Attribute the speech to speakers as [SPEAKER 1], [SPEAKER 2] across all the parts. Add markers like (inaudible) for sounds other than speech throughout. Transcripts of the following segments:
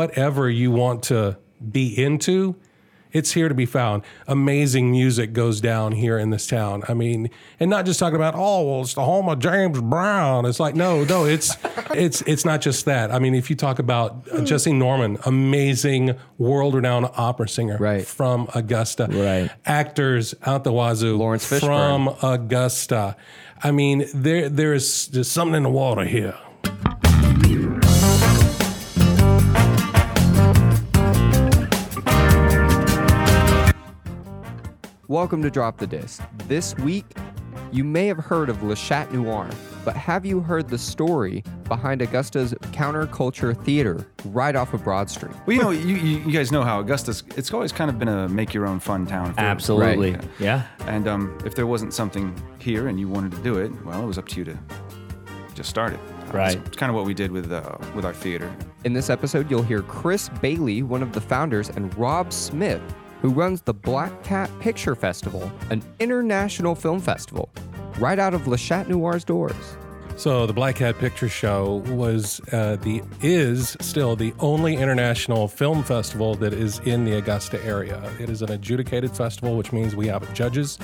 [SPEAKER 1] whatever you want to be into, it's here to be found. Amazing music goes down here in this town. I mean, and not just talking about oh, well, it's the home of James Brown. It's like no, no, it's (laughs) it's it's not just that. I mean, if you talk about uh, Jesse Norman, amazing world-renowned opera singer
[SPEAKER 2] Right.
[SPEAKER 1] from Augusta,
[SPEAKER 2] Right.
[SPEAKER 1] Actors out the wazoo,
[SPEAKER 2] Lawrence Fishburne.
[SPEAKER 1] from Augusta. I mean, there there is there's something in the water here.
[SPEAKER 2] Welcome to Drop the Disc. This week, you may have heard of Le Chat Noir, but have you heard the story behind Augusta's counterculture theater right off of Broad Street?
[SPEAKER 3] Well, you know, you, you, you guys know how Augusta's, it's always kind of been a make your own fun town. for-
[SPEAKER 4] Absolutely.
[SPEAKER 3] Right.
[SPEAKER 4] Yeah.
[SPEAKER 3] And um, if there wasn't something here and you wanted to do it, well, it was up to you to just start it.
[SPEAKER 4] Right.
[SPEAKER 3] It's kind of what we did with, uh, with our theater.
[SPEAKER 2] In this episode, you'll hear Chris Bailey, one of the founders, and Rob Smith, who runs the Black Cat Picture Festival, an international film festival, right out of Le Chat Noir's doors.
[SPEAKER 1] So the Black Hat Picture Show was uh, the is still the only international film festival that is in the Augusta area. It is an adjudicated festival, which means we have judges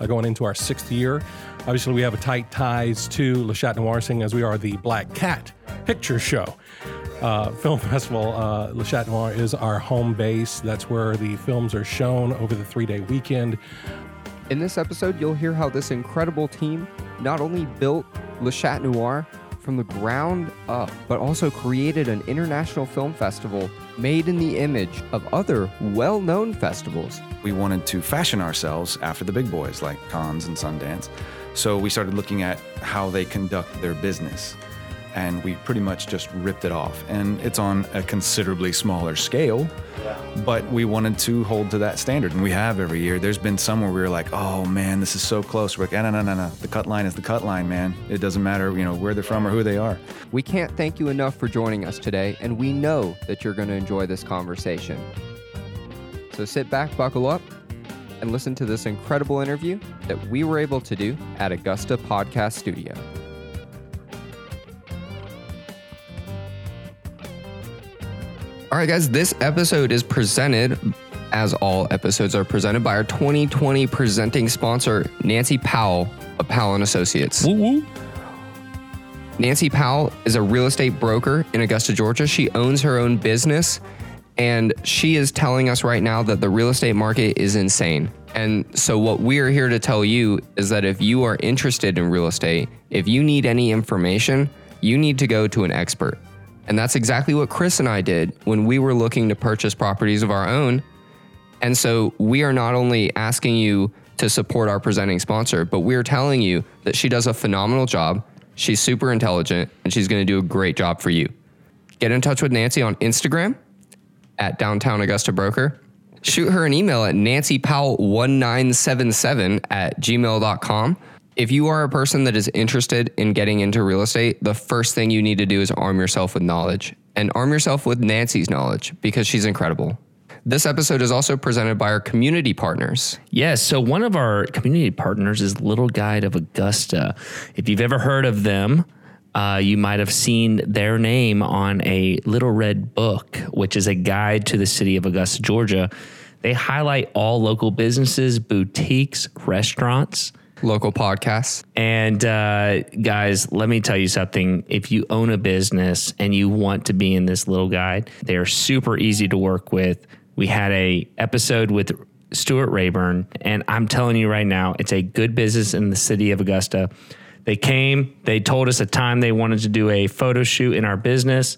[SPEAKER 1] uh, going into our sixth year. Obviously, we have a tight ties to Le Chat Noir, seeing as we are the Black Cat Picture Show uh, film (laughs) festival. Uh, Le Chat Noir is our home base. That's where the films are shown over the three-day weekend.
[SPEAKER 2] In this episode, you'll hear how this incredible team not only built Le Chat Noir from the ground up, but also created an international film festival made in the image of other well known festivals.
[SPEAKER 3] We wanted to fashion ourselves after the big boys like Cannes and Sundance. So we started looking at how they conduct their business. And we pretty much just ripped it off. And it's on a considerably smaller scale, but we wanted to hold to that standard. And we have every year. There's been some where we were like, oh man, this is so close. We're like, "Ah, no, no, no, no. The cut line is the cut line, man. It doesn't matter, you know, where they're from or who they are.
[SPEAKER 2] We can't thank you enough for joining us today, and we know that you're going to enjoy this conversation. So sit back, buckle up, and listen to this incredible interview that we were able to do at Augusta Podcast Studio. All right, guys, this episode is presented, as all episodes are presented, by our 2020 presenting sponsor, Nancy Powell of Powell and Associates. Nancy Powell is a real estate broker in Augusta, Georgia. She owns her own business and she is telling us right now that the real estate market is insane. And so, what we are here to tell you is that if you are interested in real estate, if you need any information, you need to go to an expert. And that's exactly what Chris and I did when we were looking to purchase properties of our own. And so we are not only asking you to support our presenting sponsor, but we are telling you that she does a phenomenal job. She's super intelligent and she's going to do a great job for you. Get in touch with Nancy on Instagram at Downtown Augusta Broker. Shoot her an email at nancypowell1977 at gmail.com. If you are a person that is interested in getting into real estate, the first thing you need to do is arm yourself with knowledge and arm yourself with Nancy's knowledge because she's incredible. This episode is also presented by our community partners.
[SPEAKER 4] Yes. So one of our community partners is Little Guide of Augusta. If you've ever heard of them, uh, you might have seen their name on a little red book, which is a guide to the city of Augusta, Georgia. They highlight all local businesses, boutiques, restaurants.
[SPEAKER 2] local podcasts.
[SPEAKER 4] And uh, guys, let me tell you something. If you own a business and you want to be in this little guide, they are super easy to work with. We had a episode with Stuart Rayburn, and I'm telling you right now, it's a good business in the city of Augusta. They came, they told us a time they wanted to do a photo shoot in our business.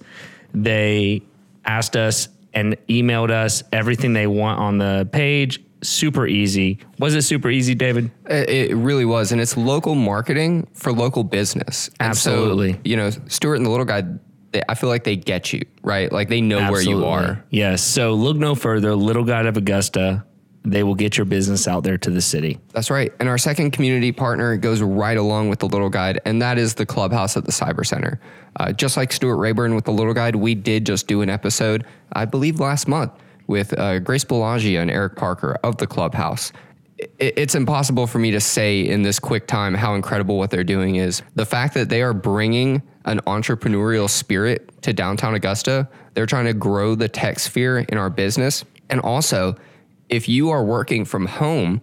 [SPEAKER 4] They asked us and emailed us everything they want on the page. Super easy. Was it super easy, David?
[SPEAKER 2] It, it really was, and it's local marketing for local business. And so,
[SPEAKER 4] Absolutely.
[SPEAKER 2] you know, Stuart and the little guy. They, I feel like they get you right. Like they know where you
[SPEAKER 4] Absolutely.
[SPEAKER 2] are.
[SPEAKER 4] Yes. So look no further. Little God of Augusta, they will get your business out there to the city.
[SPEAKER 2] That's right. And our second community partner goes right along with the little guide, and that is the clubhouse at the Cyber Center. Uh, just like Stuart Rayburn with the little guide, we did just do an episode, I believe, last month with uh, Grace Bellagio and Eric Parker of the clubhouse. it- it's impossible for me to say in this quick time how incredible what they're doing is. The fact that they are bringing an entrepreneurial spirit to downtown Augusta, they're trying to grow the tech sphere in our business. And also, if you are working from home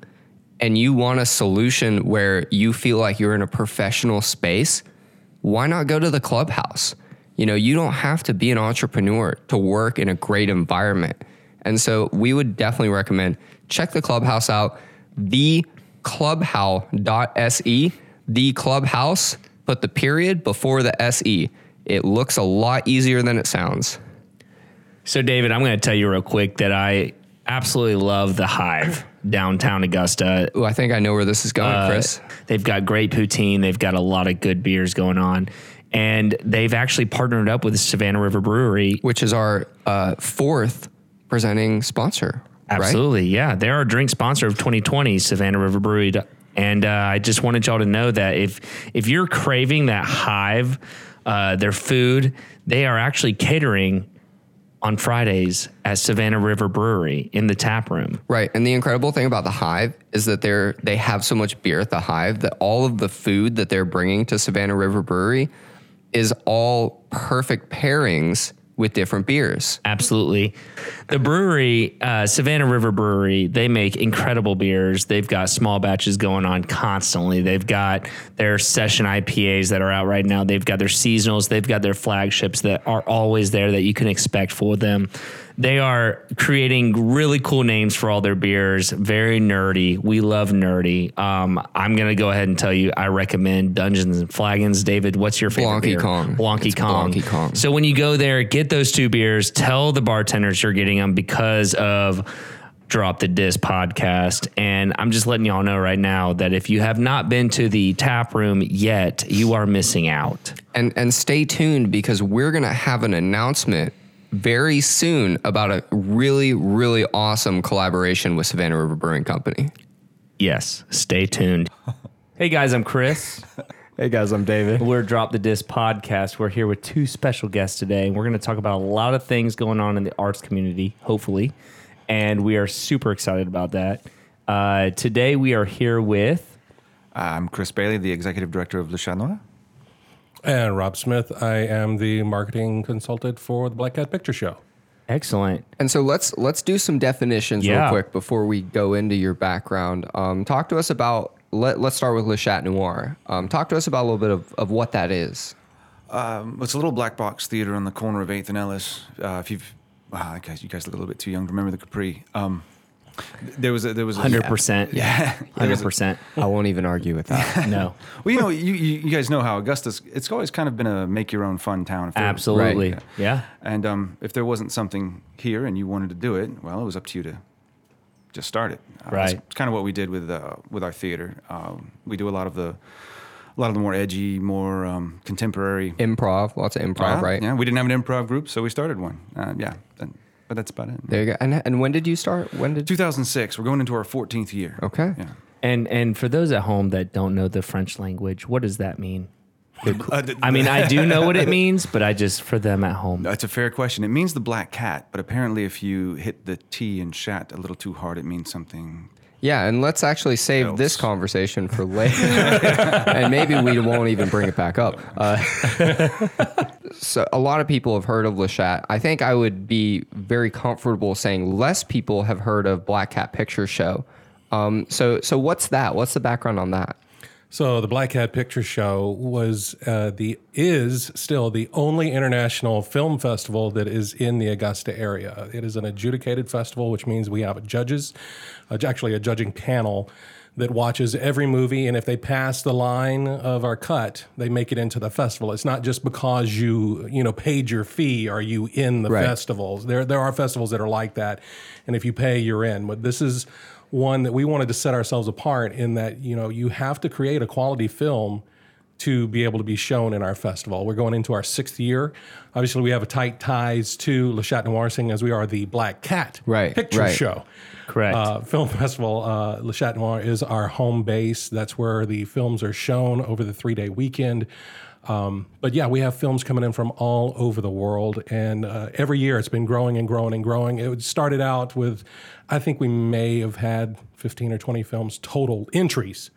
[SPEAKER 2] and you want a solution where you feel like you're in a professional space, why not go to the clubhouse? You know, you don't have to be an entrepreneur to work in a great environment. And so we would definitely recommend check the clubhouse out, the clubhow.se, E, the clubhouse, put the period before the SE. It looks a lot easier than it sounds.
[SPEAKER 4] So, David, I'm going to tell you real quick that I absolutely love the Hive downtown Augusta.
[SPEAKER 2] Ooh, I think I know where this is going,
[SPEAKER 4] Uh,
[SPEAKER 2] Chris.
[SPEAKER 4] They've got great poutine. They've got a lot of good beers going on. And they've actually partnered up with Savannah River Brewery.
[SPEAKER 2] Which is our uh, fourth presenting sponsor. right?
[SPEAKER 4] Absolutely. Yeah. They're our drink sponsor of 2020, Savannah River Brewery. And uh, I just wanted y'all to know that if if you're craving that hive, uh, their food, they are actually catering on Fridays at Savannah River Brewery in the tap room.
[SPEAKER 2] Right. And the incredible thing about the Hive is that they're they have so much beer at the Hive that all of the food that they're bringing to Savannah River Brewery is all perfect pairings with different beers.
[SPEAKER 4] Absolutely. The brewery, uh, Savannah River Brewery, they make incredible beers. They've got small batches going on constantly. They've got their session IPAs that are out right now. They've got their seasonals. They've got their flagships that are always there that you can expect for them. They are creating really cool names for all their beers. Very nerdy. We love nerdy. Um, I'm going to go ahead and tell you I recommend Dungeons and Flagons. David, what's your favorite
[SPEAKER 2] Blonky
[SPEAKER 4] beer?
[SPEAKER 2] Kong.
[SPEAKER 4] Blonky
[SPEAKER 2] It's
[SPEAKER 4] Kong.
[SPEAKER 2] Blonky Kong.
[SPEAKER 4] So when you go there, get those two beers. Tell the bartenders you're getting them because of Drop the Disc podcast. And I'm just letting y'all know right now that if you have not been to the tap room yet, you are missing out.
[SPEAKER 2] And and stay tuned because we're gonna have an announcement very soon about a really, really awesome collaboration with Savannah River Brewing Company.
[SPEAKER 4] Yes, stay tuned. (laughs) Hey guys, I'm Chris.
[SPEAKER 5] Hey guys, I'm David.
[SPEAKER 4] We're Drop the Disc podcast. We're here with two special guests today, and we're going to talk about a lot of things going on in the arts community, hopefully. And we are super excited about that. Uh, today, we are here with
[SPEAKER 3] I'm Chris Bailey, the executive director of Le Chat Noir.
[SPEAKER 1] And Rob Smith, I am the marketing consultant for the Black Cat Picture Show.
[SPEAKER 4] Excellent.
[SPEAKER 2] And so let's let's do some definitions real
[SPEAKER 4] Yeah.
[SPEAKER 2] quick before we go into your background. Um, talk to us about let, let's start with Le Chat Noir. Um, talk to us about a little bit of, of what that is.
[SPEAKER 3] It's a little black box theater on the corner of Eighth and Ellis. Uh, if you've, wow, I guess you guys look a little bit too young to remember the Capri. Um, there was a, there was a,
[SPEAKER 4] 100%. Yeah. 100%.
[SPEAKER 2] I won't even argue with
[SPEAKER 3] (laughs)
[SPEAKER 2] that.
[SPEAKER 4] No.
[SPEAKER 3] Well, you know, you, you you guys know how Augusta's. It's always kind of been a make your own fun town. If there-
[SPEAKER 4] Absolutely.
[SPEAKER 3] Right.
[SPEAKER 4] Yeah.
[SPEAKER 3] And um, if there wasn't something here and you wanted to do it, well, it was up to you to just start it. Uh,
[SPEAKER 4] Right.
[SPEAKER 3] It's kind of what we did with uh, with our theater. Um, we do a lot of the a lot of the more edgy, more um, contemporary.
[SPEAKER 2] improv, lots of improv,
[SPEAKER 3] Uh,
[SPEAKER 2] right?
[SPEAKER 3] Yeah. We didn't have an improv group, so we started one. Uh, yeah. And, but that's about it.
[SPEAKER 2] There you go. And, and when did you start? When did
[SPEAKER 3] 2006. We're going into our 14th year.
[SPEAKER 2] Okay.
[SPEAKER 3] Yeah.
[SPEAKER 4] And and for those at home that don't know the French language, what does that mean?
[SPEAKER 1] Uh,
[SPEAKER 4] I mean, I do know what it means, but I just for them at home.
[SPEAKER 3] That's a fair question. It means the black cat, but apparently, if you hit the T and chat a little too hard, it means something
[SPEAKER 2] Yeah, and let's actually save this
[SPEAKER 3] Else.
[SPEAKER 2] conversation for later, (laughs) and maybe we won't even bring it back up. Uh, (laughs) so, a lot of people have heard of Le Chat. I think I would be very comfortable saying less people have heard of Black Cat Picture Show. Um, so, so what's that? What's the background on that?
[SPEAKER 1] So the Black Hat Picture Show was uh, the is still the only international film festival that is in the Augusta area. It is an adjudicated festival, which means we have judges, uh, actually a judging panel that watches every movie, and if they pass the line of our cut, they make it into the festival. It's not just because you you know paid your fee are you in the
[SPEAKER 2] Right.
[SPEAKER 1] festivals. There there are festivals that are like that, and if you pay, you're in. But this is one that we wanted to set ourselves apart in that you know you have to create a quality film to be able to be shown in our festival. We're going into our sixth year. Obviously, we have a tight ties to Le Chat Noir, seeing as we are the Black Cat
[SPEAKER 2] Right,
[SPEAKER 1] Picture
[SPEAKER 2] right.
[SPEAKER 1] Show.
[SPEAKER 4] Correct.
[SPEAKER 1] Uh, film (laughs) festival, uh, Le Chat Noir is our home base. That's where the films are shown over the three day weekend. Um, but yeah, we have films coming in from all over the world, and uh, every year it's been growing and growing and growing. It started out with, I think we may have had 15 or 20 films total entries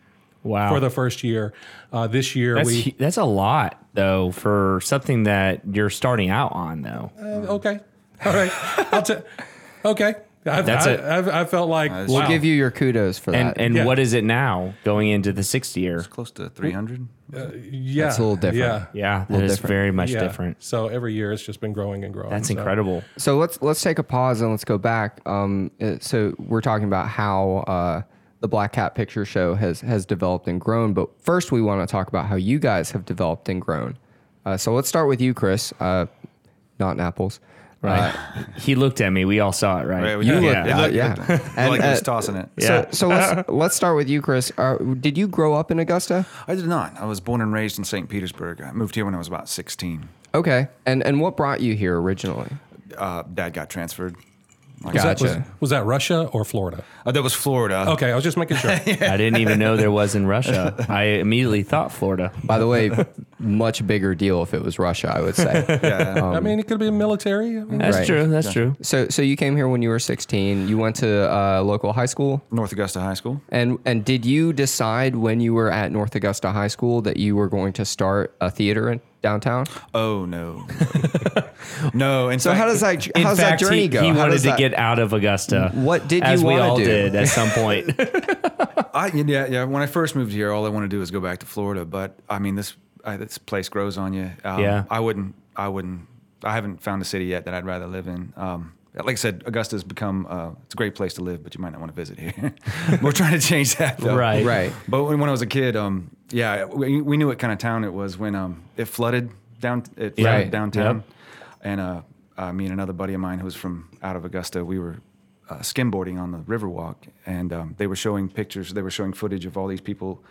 [SPEAKER 4] Wow.
[SPEAKER 1] for the first year. Uh, this year
[SPEAKER 4] that's,
[SPEAKER 1] we
[SPEAKER 4] hu- that's a lot, though, for something that you're starting out on, though.
[SPEAKER 1] Uh, okay, all right, I'll t- okay. I've,
[SPEAKER 4] That's
[SPEAKER 1] I,
[SPEAKER 4] it.
[SPEAKER 1] I've, I felt like
[SPEAKER 3] Nice.
[SPEAKER 1] wow.
[SPEAKER 2] We'll give you your kudos for
[SPEAKER 4] and
[SPEAKER 2] that.
[SPEAKER 4] and
[SPEAKER 1] yeah.
[SPEAKER 4] what is it now going into the sixth year?
[SPEAKER 3] Close to 300.
[SPEAKER 1] Uh, yeah,
[SPEAKER 2] That's a little different.
[SPEAKER 1] Yeah,
[SPEAKER 4] Yeah, that is
[SPEAKER 2] different.
[SPEAKER 4] very much
[SPEAKER 1] yeah.
[SPEAKER 4] different.
[SPEAKER 1] So every year it's just been growing and growing.
[SPEAKER 4] That's
[SPEAKER 1] So-
[SPEAKER 4] incredible.
[SPEAKER 2] so let's let's take a pause and let's go back. Um, uh, so we're talking about how uh, the Black Cat Picture Show has has developed and grown, but first we want to talk about how you guys have developed and grown. Uh, so let's start with you, Chris. Uh, not in apples. Uh,
[SPEAKER 4] Right. he looked at me. We all saw it, right?
[SPEAKER 3] Right, we
[SPEAKER 4] yeah.
[SPEAKER 3] did.
[SPEAKER 4] yeah.
[SPEAKER 3] It looked-
[SPEAKER 2] yeah.
[SPEAKER 3] it looked
[SPEAKER 2] And,
[SPEAKER 3] (laughs) like
[SPEAKER 2] uh,
[SPEAKER 3] he was tossing it.
[SPEAKER 4] Yeah.
[SPEAKER 2] (laughs) So, so let's let's start with you, Chris. Uh, did you grow up in Augusta?
[SPEAKER 3] I did not. I was born and raised in St. Petersburg. I moved here when I was about 16.
[SPEAKER 2] Okay, and and what brought you here originally?
[SPEAKER 3] Uh, Dad got transferred. Like
[SPEAKER 1] Was that, was,
[SPEAKER 2] Gotcha.
[SPEAKER 1] was that Russia or Florida?
[SPEAKER 3] Uh, that was Florida.
[SPEAKER 1] Okay, I was just making
[SPEAKER 4] (laughs)
[SPEAKER 1] sure.
[SPEAKER 4] I didn't even know there was in Russia. I immediately thought Florida.
[SPEAKER 2] By the way, much bigger deal if it was Russia, I would say.
[SPEAKER 3] Yeah.
[SPEAKER 1] I mean, it could be military. I mean,
[SPEAKER 4] That's
[SPEAKER 2] Right.
[SPEAKER 4] true. That's true.
[SPEAKER 2] So, so you came here when you were 16. You went to uh, local high school,
[SPEAKER 3] North Augusta High School.
[SPEAKER 2] and and did you decide when you were at North Augusta High School that you were going to start a theater in downtown?
[SPEAKER 3] Oh no, (laughs) no. And
[SPEAKER 2] So how does that how does that journey
[SPEAKER 4] he,
[SPEAKER 2] go?
[SPEAKER 4] he
[SPEAKER 2] How
[SPEAKER 4] wanted
[SPEAKER 2] does
[SPEAKER 4] to
[SPEAKER 2] that-
[SPEAKER 4] get out of Augusta.
[SPEAKER 2] What did you
[SPEAKER 4] as we
[SPEAKER 2] wanna
[SPEAKER 4] all
[SPEAKER 2] do?
[SPEAKER 4] Mm, did at (laughs) some point?
[SPEAKER 3] I, yeah, yeah. When I first moved here, all I wanted to do was go back to Florida. But I mean, this I, this place grows on you. Um,
[SPEAKER 4] Yeah.
[SPEAKER 3] I wouldn't. I wouldn't. I haven't found a city yet that I'd rather live in. Um, like I said, Augusta's become uh, it's a great place to live, but you might not want to visit here. (laughs) We're trying to change that, though.
[SPEAKER 4] Right.
[SPEAKER 2] right?
[SPEAKER 3] But when, when I was a kid, um, yeah, we, we knew what kind of town it was when um, it flooded down it flooded
[SPEAKER 2] Right.
[SPEAKER 3] downtown,
[SPEAKER 4] Yep.
[SPEAKER 3] and uh, uh, me and another buddy of mine who was from out of Augusta, we were uh, skimboarding on the Riverwalk, and um, they were showing pictures, they were showing footage of all these people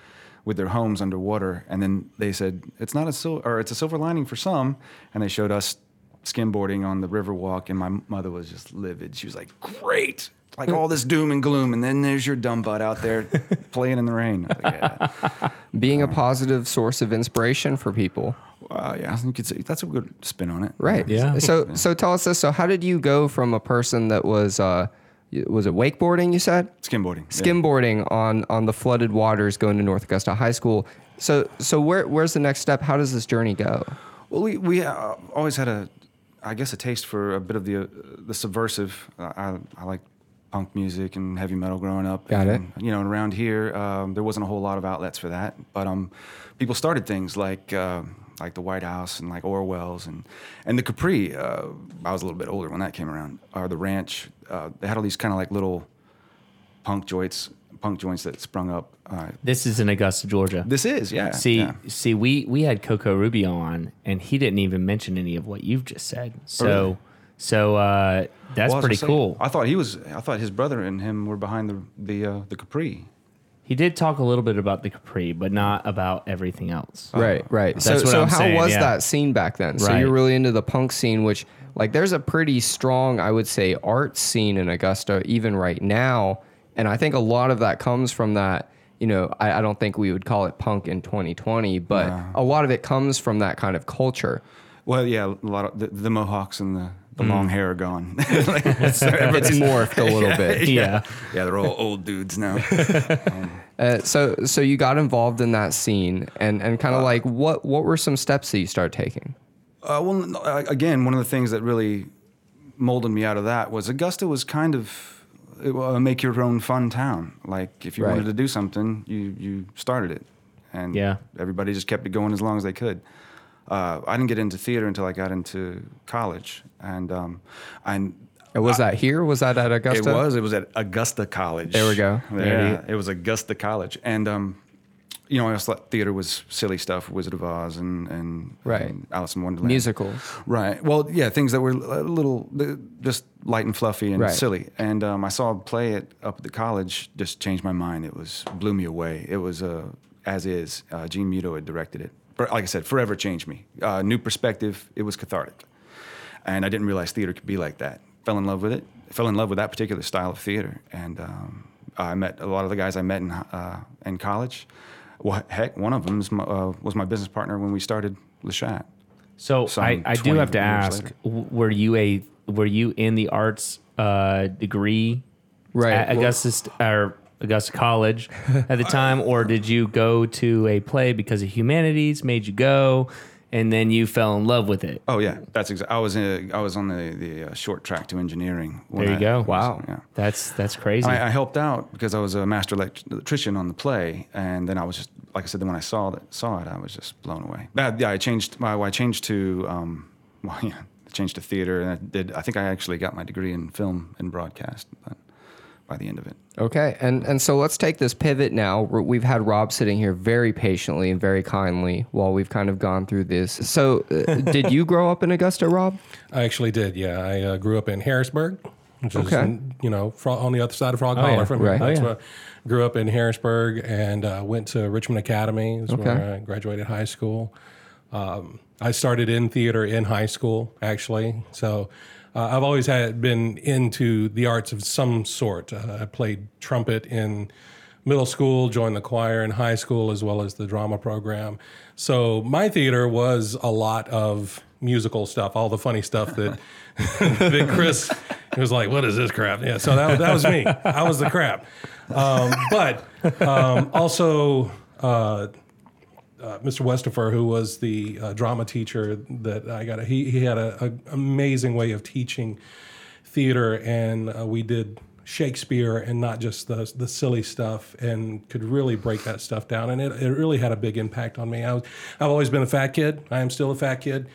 [SPEAKER 3] with their homes underwater, and then they said it's not a sil- or it's a silver lining for some, and they showed us skimboarding on the Riverwalk, and my mother was just livid. She was like, "Great." Like all this doom and gloom, and then there's your dumb butt out there playing in the rain. I was like, yeah.
[SPEAKER 2] Being a positive source of inspiration for people,
[SPEAKER 3] Uh, yeah, you could say that's a good spin on it.
[SPEAKER 2] right?
[SPEAKER 4] Yeah.
[SPEAKER 2] So, so tell us this. So, how did you go from a person that was uh, was it wakeboarding? You said
[SPEAKER 3] Skimboarding. yeah.
[SPEAKER 2] skimboarding on on the flooded waters going to North Augusta High School. So so where where's the next step? How does this journey go?
[SPEAKER 3] Well, we we uh, always had a, I guess, a taste for a bit of the uh, the subversive. Uh, I I like punk music and heavy metal growing up.
[SPEAKER 2] Got it.
[SPEAKER 3] And, you know, and around here, um, there wasn't a whole lot of outlets for that. But um, people started things like. Uh, like the White House and like Orwell's and and the Capri. Uh, I was a little bit older when that came around. Or the Ranch. Uh, they had all these kind of like little punk joints, punk joints that sprung up. Uh,
[SPEAKER 4] This is in Augusta, Georgia.
[SPEAKER 3] this is yeah.
[SPEAKER 4] See,
[SPEAKER 3] yeah.
[SPEAKER 4] see, we we had Coco Rubio on, and he didn't even mention any of what you've just said. So,
[SPEAKER 3] really?
[SPEAKER 4] so uh, that's
[SPEAKER 3] Well, I was gonna
[SPEAKER 4] pretty
[SPEAKER 3] say,
[SPEAKER 4] cool.
[SPEAKER 3] I thought he was. I thought his brother and him were behind the the uh, the Capri.
[SPEAKER 4] He did talk a little bit about the Capri, but not about everything else.
[SPEAKER 2] Right, right. Uh, So
[SPEAKER 4] That's what
[SPEAKER 2] so
[SPEAKER 4] I'm
[SPEAKER 2] how
[SPEAKER 4] saying,
[SPEAKER 2] was
[SPEAKER 4] yeah.
[SPEAKER 2] that scene back then? So
[SPEAKER 4] Right.
[SPEAKER 2] you're really into the punk scene, which like there's a pretty strong, I would say, art scene in Augusta even right now, and I think a lot of that comes from that. You know, I, I don't think we would call it punk in 2020, but a lot of it comes from that kind of culture.
[SPEAKER 3] Well, yeah, a lot of the, the Mohawks and the,
[SPEAKER 4] Hmm.
[SPEAKER 3] the long hair are gone. (laughs) Like, so
[SPEAKER 2] It's
[SPEAKER 4] (laughs)
[SPEAKER 3] everybody's-
[SPEAKER 2] morphed a little bit.
[SPEAKER 4] Yeah.
[SPEAKER 3] yeah, they're all old dudes
[SPEAKER 4] (laughs)
[SPEAKER 3] now.
[SPEAKER 2] Uh, so so you got involved in that scene and and
[SPEAKER 4] Uh,
[SPEAKER 2] kind of like what what were some steps that you started taking?
[SPEAKER 3] Uh, well, no, uh, again, one of the things that really molded me out of that was Augusta was kind of it, wa- a make your own fun town. Like if you
[SPEAKER 2] Right.
[SPEAKER 3] wanted to do something, you you started it, and
[SPEAKER 4] Yeah.
[SPEAKER 3] everybody just kept it going as long as they could. Uh, I didn't get into theater until I got into college, and um, and
[SPEAKER 2] And was that here? Was that at Augusta?
[SPEAKER 3] It was. It was at Augusta College.
[SPEAKER 2] There we go.
[SPEAKER 3] Yeah, it was Augusta College, and um, you know, I also thought theater was silly stuff, Wizard of Oz, and and
[SPEAKER 2] Right.
[SPEAKER 3] and Alice in Wonderland,
[SPEAKER 2] Musicals.
[SPEAKER 3] Right. Well, yeah, things that were a little uh, just light and fluffy and
[SPEAKER 2] Right.
[SPEAKER 3] silly. And um, I saw a play at, up at the college, just changed my mind. It was blew me away. It was uh, as is. Uh, Gene Muto had directed it. For, like I said, forever changed me. Uh, new perspective. It was cathartic, and I didn't realize theater could be like that. Fell in love with it. Fell in love with that particular style of theater, and um, I met a lot of the guys I met in uh, in college. Well, heck, one of them is my, uh, was my business partner when we started Lachat.
[SPEAKER 4] So
[SPEAKER 3] Some
[SPEAKER 4] I, I do
[SPEAKER 3] 20
[SPEAKER 4] have to
[SPEAKER 3] years
[SPEAKER 4] ask:
[SPEAKER 3] later.
[SPEAKER 4] w- Were you a were you in the arts uh, degree
[SPEAKER 2] Right,
[SPEAKER 4] at
[SPEAKER 2] well-
[SPEAKER 4] Augustus or Augusta College
[SPEAKER 3] (laughs)
[SPEAKER 4] at the time, or did you go to a play because of humanities made you go, and then you fell in love with it?
[SPEAKER 3] Oh yeah, that's exactly. I was in, I was on the the uh, short track to engineering. when
[SPEAKER 4] There you
[SPEAKER 3] I-
[SPEAKER 4] go.
[SPEAKER 2] Wow.
[SPEAKER 3] Yeah.
[SPEAKER 4] That's that's crazy.
[SPEAKER 3] I, I helped out because I was a master elect- electrician on the play, and then I was just like I said. Then when I saw that saw it, I was just blown away. That, yeah, I changed. My, well, I changed to um, (laughs) well, yeah, I changed to theater, and I did. I think I actually got my degree in film and broadcast, but by the end of it,
[SPEAKER 2] Okay, and and so let's take this pivot now. We're- We've had Rob sitting here very patiently and very kindly while we've kind of gone through this. So, uh, did you grow up in Augusta, Rob?
[SPEAKER 1] I actually did. Yeah, I uh, grew up in Harrisburg, which
[SPEAKER 2] Okay.
[SPEAKER 1] is you know fro- on the other side of Frog Holler
[SPEAKER 4] yeah,
[SPEAKER 1] from here.
[SPEAKER 2] right.
[SPEAKER 1] That's
[SPEAKER 4] Oh, yeah.
[SPEAKER 1] where I grew up in Harrisburg and uh, went to Richmond Academy. Is
[SPEAKER 2] Okay.
[SPEAKER 1] where I graduated high school. Um, I started in theater in high school, actually. So uh, I've always had been into the arts of some sort. Uh, I played trumpet in middle school, joined the choir in high school, as well as the drama program. So my theater was a lot of musical stuff, all the funny stuff that (laughs) that Chris was like, "What is this crap?" Yeah, so that, that was me. I was the crap. Um, but um, also. Uh, Mr. Westifer, who was the uh, drama teacher that I got, he he had an amazing way of teaching theater, and uh, we did Shakespeare and not just the the silly stuff, and could really break that stuff down, and it, it really had a big impact on me. I was, I've always been a fat kid. I am still a fat kid,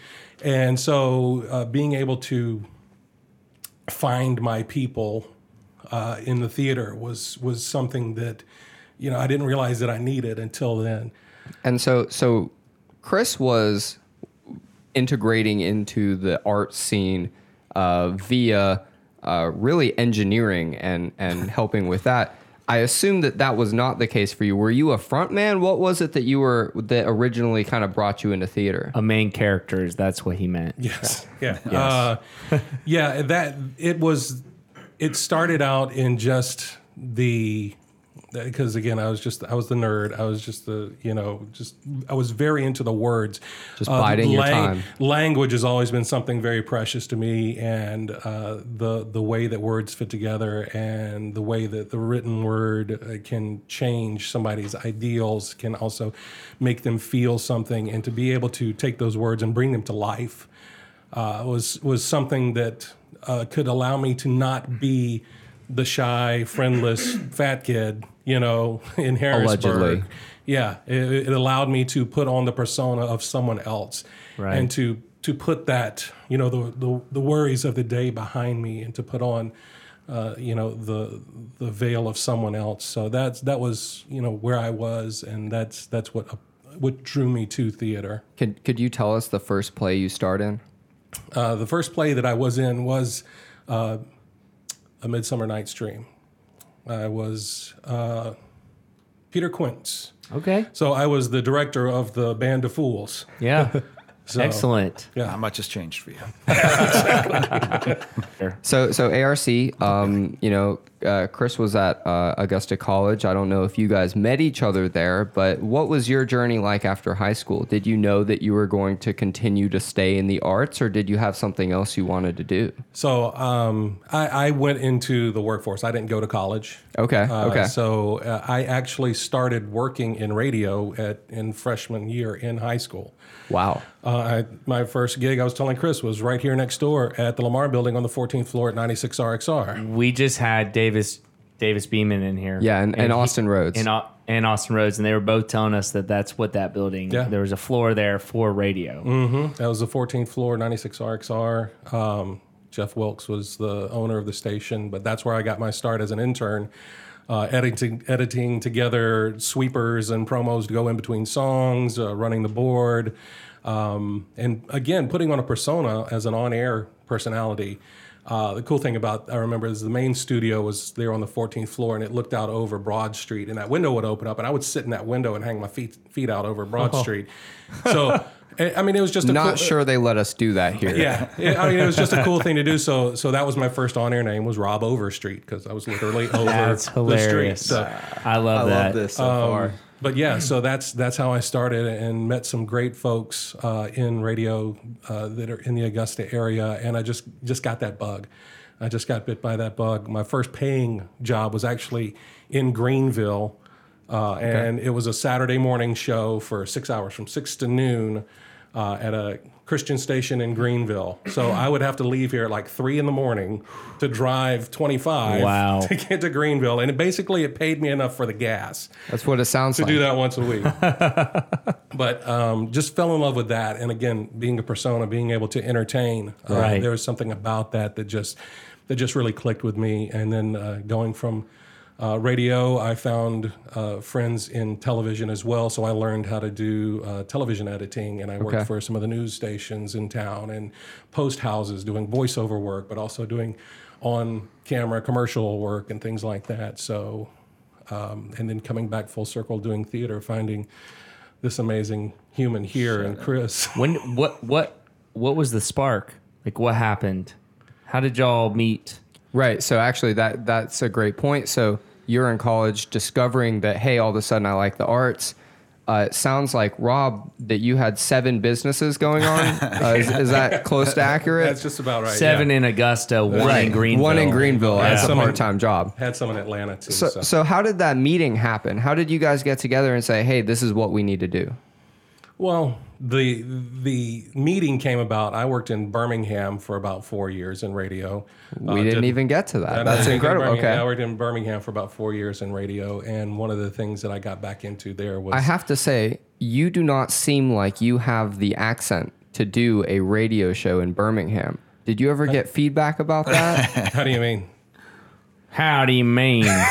[SPEAKER 1] and so uh, being able to find my people uh, in the theater was was something that you know I didn't realize that I needed until
[SPEAKER 2] (laughs)
[SPEAKER 1] then.
[SPEAKER 2] And so, so Chris was integrating into the art scene uh, via uh, really engineering and and helping with that. I assume that that was not the case for you. Were you a front man? What was it that you were that originally kind of brought you into theater?
[SPEAKER 4] a main character is that's what he meant.
[SPEAKER 1] Yes. Yeah. Uh, yeah. That it was. It started out in just the because again I was just I was the nerd I was just the you know just I was very into the words
[SPEAKER 2] Just biding your time.
[SPEAKER 1] language has always been something very precious to me and uh, the the way that words fit together and the way that the written word uh, can change somebody's ideals can also make them feel something and to be able to take those words and bring them to life uh, was was something that uh, could allow me to not be the shy, friendless fat kid, you know, in Harrisburg.
[SPEAKER 2] Allegedly.
[SPEAKER 1] Yeah, it, it allowed me to put on the persona of someone else,
[SPEAKER 4] Right.
[SPEAKER 1] and to to put that, you know, the the, the worries of the day behind me, and to put on. Uh, you know the the veil of someone else, so that's that was you know where I was, and that's that's what uh, what drew me to theater.
[SPEAKER 2] Could could you tell us the first play you starred in?
[SPEAKER 1] Uh, the first play that I was in was uh, A Midsummer Night's Dream. I was uh, Peter Quince.
[SPEAKER 4] Okay.
[SPEAKER 1] So I was the director of the Band of Fools.
[SPEAKER 3] (laughs)
[SPEAKER 4] Yeah.
[SPEAKER 1] So,
[SPEAKER 4] Excellent.
[SPEAKER 3] how much has changed for you?
[SPEAKER 2] So so ARC, um, you know, uh, Chris was at uh, Augusta College. I don't know if you guys met each other there, but what was your journey like after high school? Did you know that you were going to continue to stay in the arts, or did you have something else you wanted to do?
[SPEAKER 1] So um, I, I went into the workforce. I didn't go to college.
[SPEAKER 2] Okay,
[SPEAKER 1] Uh,
[SPEAKER 2] Oh, okay,
[SPEAKER 1] So uh, I actually started working in radio at in freshman year in high school.
[SPEAKER 2] wow,
[SPEAKER 1] Uh, I, my first gig, I was telling Chris, was right here next door at the Lamar Building on the 14th floor at 96 RXR.
[SPEAKER 4] We just had Davis Davis Beeman in here.
[SPEAKER 2] yeah, and, and,
[SPEAKER 4] he-
[SPEAKER 2] Austin Rhodes.
[SPEAKER 4] and, Au- and Austin Rhodes, and they were both telling us that that's what that building.
[SPEAKER 1] Yeah. Mm.
[SPEAKER 4] There was a floor there for radio.
[SPEAKER 1] That was the 14th floor, 96 RXR. Um, Jeff Wilkes was the owner of the station, but that's where I got my start as an intern, uh, editing, editing together sweepers and promos to go in between songs, uh, running the board, um, and again, putting on a persona as an on air personality. Uh, the cool thing about I remember is the main studio was there on the 14th floor, and it looked out over Broad Street, and that window would open up, and I would sit in that window and hang my feet feet out over Broad Street. So, I I mean, it was just a
[SPEAKER 2] Not
[SPEAKER 1] cool,
[SPEAKER 2] sure they let us do that here.
[SPEAKER 1] uh, yeah, Yeah, I mean, it was just a cool thing to do. So, so that was my first on-air name was Rob
[SPEAKER 2] (laughs)
[SPEAKER 1] Overstreet because I was literally over
[SPEAKER 4] That's
[SPEAKER 1] the
[SPEAKER 4] hilarious.
[SPEAKER 1] street. So,
[SPEAKER 4] I love
[SPEAKER 2] I
[SPEAKER 4] that.
[SPEAKER 2] love this so far.
[SPEAKER 1] But yeah, so that's that's how I started and met some great folks uh, in radio uh, that are in the Augusta area, and I just just got that bug. I just got bit by that bug. My first paying job was actually in Greenville, uh, and it was a Saturday morning show for six hours from six to noon uh, at a Christian station in Greenville. So I would have to leave here at like three in the morning to drive 25
[SPEAKER 4] Wow.
[SPEAKER 1] (laughs) to get to Greenville, and it basically it paid me enough for the gas
[SPEAKER 2] That's what it sounds
[SPEAKER 1] to do
[SPEAKER 2] like.
[SPEAKER 1] that once a week. but um, just fell in love with that, and again, being a persona, being able to entertain, uh,
[SPEAKER 4] Right.
[SPEAKER 1] there was something about that that just that just really clicked with me. And then uh, going from uh, radio, I found uh, friends in television as well, so I learned how to do uh, television editing, and I worked
[SPEAKER 2] Okay.
[SPEAKER 1] for some of the news stations in town and post houses doing voiceover work, but also doing on camera commercial work and things like that. So um, and then coming back full circle doing theater, finding this amazing human here and Chris.
[SPEAKER 4] When what what what was the spark? Like what happened? How did y'all meet?
[SPEAKER 2] Right. So actually, that that's a great point. So you're in college, discovering that hey, all of a sudden I like the arts. Uh, it sounds like Rob that you had seven businesses going on. Uh, is, is that close to
[SPEAKER 1] (laughs)
[SPEAKER 2] accurate?
[SPEAKER 1] That's just about right.
[SPEAKER 4] Seven
[SPEAKER 1] Uh, yeah.
[SPEAKER 4] in Augusta, one in Greenville.
[SPEAKER 2] One in Greenville as a
[SPEAKER 1] Some in-
[SPEAKER 2] part-time job.
[SPEAKER 1] had some in Atlanta too.
[SPEAKER 2] So,
[SPEAKER 1] So,
[SPEAKER 2] so how did that meeting happen? How did you guys get together and say, "Hey, this is what we need to do"?
[SPEAKER 1] well, the the meeting came about. I worked in Birmingham for about four years in radio.
[SPEAKER 2] We didn't even get to that.
[SPEAKER 1] I
[SPEAKER 2] That's
[SPEAKER 1] worked in
[SPEAKER 2] incredible.
[SPEAKER 1] Birmingham- I
[SPEAKER 2] Okay.
[SPEAKER 1] worked in Birmingham for about four years in radio, and one of the things that I got back into there was
[SPEAKER 2] I have to say, you do not seem like you have the accent to do a radio show in Birmingham. Did you ever get feedback about that?
[SPEAKER 1] how do you mean?
[SPEAKER 4] How do you mean?
[SPEAKER 1] (laughs)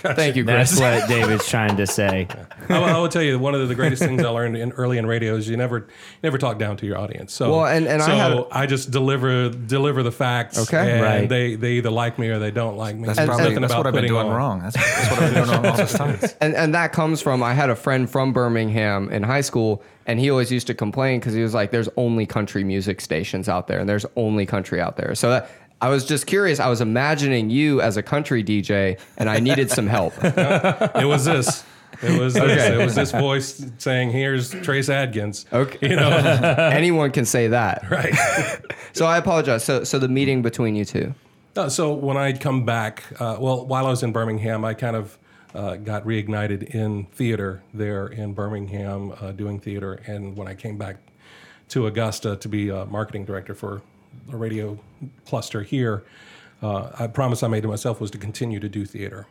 [SPEAKER 2] Thank you, Chris.
[SPEAKER 4] That's what David's trying to say.
[SPEAKER 1] I, will- I will tell you one of the greatest things I learned in early in radio is you never you never talk down to your audience. So
[SPEAKER 2] Well, and- and I
[SPEAKER 1] so
[SPEAKER 2] had a-
[SPEAKER 1] I just deliver deliver the facts.
[SPEAKER 2] Okay.
[SPEAKER 1] and
[SPEAKER 4] Right.
[SPEAKER 1] They they either like me or they don't like me.
[SPEAKER 3] That's
[SPEAKER 1] There's
[SPEAKER 3] probably
[SPEAKER 1] nothing
[SPEAKER 3] that's
[SPEAKER 1] about
[SPEAKER 3] what I've been
[SPEAKER 1] putting
[SPEAKER 3] doing
[SPEAKER 1] on-
[SPEAKER 3] wrong. That's, that's what I've been doing wrong all this time.
[SPEAKER 2] And, and that comes from I had a friend from Birmingham in high school, and he always used to complain because he was like, "There's only country music stations out there, and there's only country out there." So that, I was just curious. I was imagining you as a country DJ, and I needed some help.
[SPEAKER 1] It was this. It was this. It was this voice saying, "Here's Trace Adkins."
[SPEAKER 2] Okay.
[SPEAKER 1] You know,
[SPEAKER 2] Anyone can say that.
[SPEAKER 1] right.
[SPEAKER 2] So I apologize. So, so the meeting between you two.
[SPEAKER 1] Uh, so when I'd come back, uh, well, while I was in Birmingham, I kind of uh, got reignited in theater there in Birmingham, uh, doing theater. And when I came back to Augusta to be a marketing director for a radio cluster here, uh, I promise I made to myself was to continue to do theater.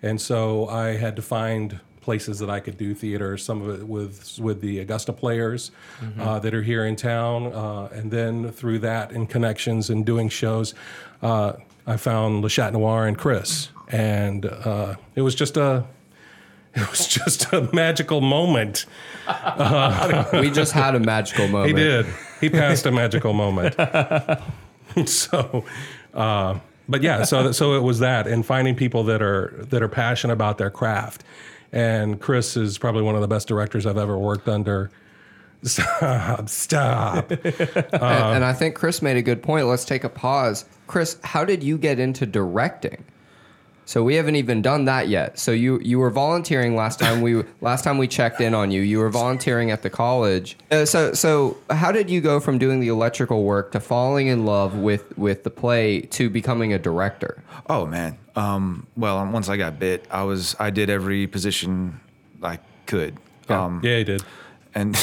[SPEAKER 1] And so I had to find places that I could do theater. Some of it with with the Augusta players uh, that are here in town, uh, and then through that and connections and doing shows, uh, I found Le Chat Noir and Chris, and uh, it was just a (laughs) it was just a magical moment.
[SPEAKER 2] We just had a magical moment.
[SPEAKER 1] He did. He passed a magical moment. (laughs) so, uh, but yeah, so so it was that, and finding people that are that are passionate about their craft. And Chris is probably one of the best directors I've ever worked under. (laughs) Stop! Stop!
[SPEAKER 2] and,
[SPEAKER 4] Um,
[SPEAKER 2] and I think Chris made a good point. Let's take a pause. Chris, how did you get into directing? So we haven't even done that yet. So you you were volunteering last time we (laughs) last time we checked in on you. You were volunteering at the college. Uh, so so how did you go from doing the electrical work to falling in love with with the play to becoming a director?
[SPEAKER 3] Oh man. Um, well, um, once I got bit, I was I did every position I could. Um,
[SPEAKER 1] Yeah, he did.
[SPEAKER 3] and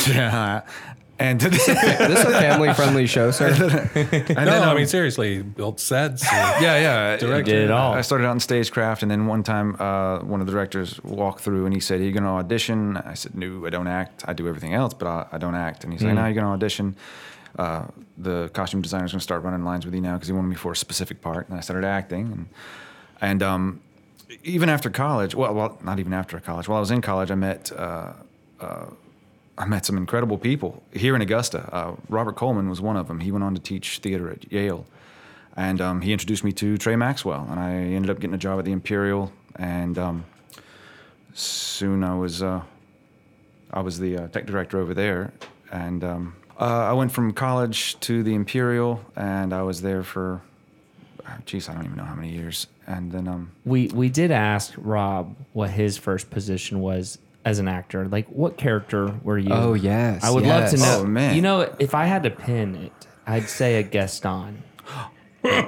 [SPEAKER 3] (laughs)
[SPEAKER 1] (laughs)
[SPEAKER 3] and
[SPEAKER 2] This is a family friendly show,
[SPEAKER 4] (laughs)
[SPEAKER 2] sir.
[SPEAKER 1] no,
[SPEAKER 3] (laughs)
[SPEAKER 2] um,
[SPEAKER 1] I mean seriously, he built sets.
[SPEAKER 2] (laughs)
[SPEAKER 1] and-
[SPEAKER 3] yeah, yeah.
[SPEAKER 1] Directed.
[SPEAKER 4] Did it all.
[SPEAKER 3] I started out in stagecraft, and then one time, uh, one of the directors walked through and he said, "Are you going to audition?" I said, "No, I don't act. I do everything else, but I, I don't act." And he's
[SPEAKER 4] Hmm.
[SPEAKER 3] like, "No, you're going to audition." Uh, the costume designer's going to start running lines with you now because he wanted me for a specific part, and I started acting, and and um, even after college, well, well, not even after college. While I was in college, I met. Uh, I met some incredible people here in Augusta. Uh, Robert Coleman was one of them. He went on to teach theater at Yale, and um, he introduced me to Trey Maxwell, and I ended up getting a job at the Imperial. And um, soon I was uh, I was the uh, tech director over there, and um, uh, I went from college to the Imperial, and I was there for, uh, geez, I don't even know how many years. And then um,
[SPEAKER 4] We we did ask Rob what his first position was as an actor? Like, what character were you?
[SPEAKER 2] Oh, yes,
[SPEAKER 4] I would love
[SPEAKER 2] yes.
[SPEAKER 4] to know.
[SPEAKER 3] Oh, man.
[SPEAKER 4] You know, if I had to pin it, I'd say a Gaston.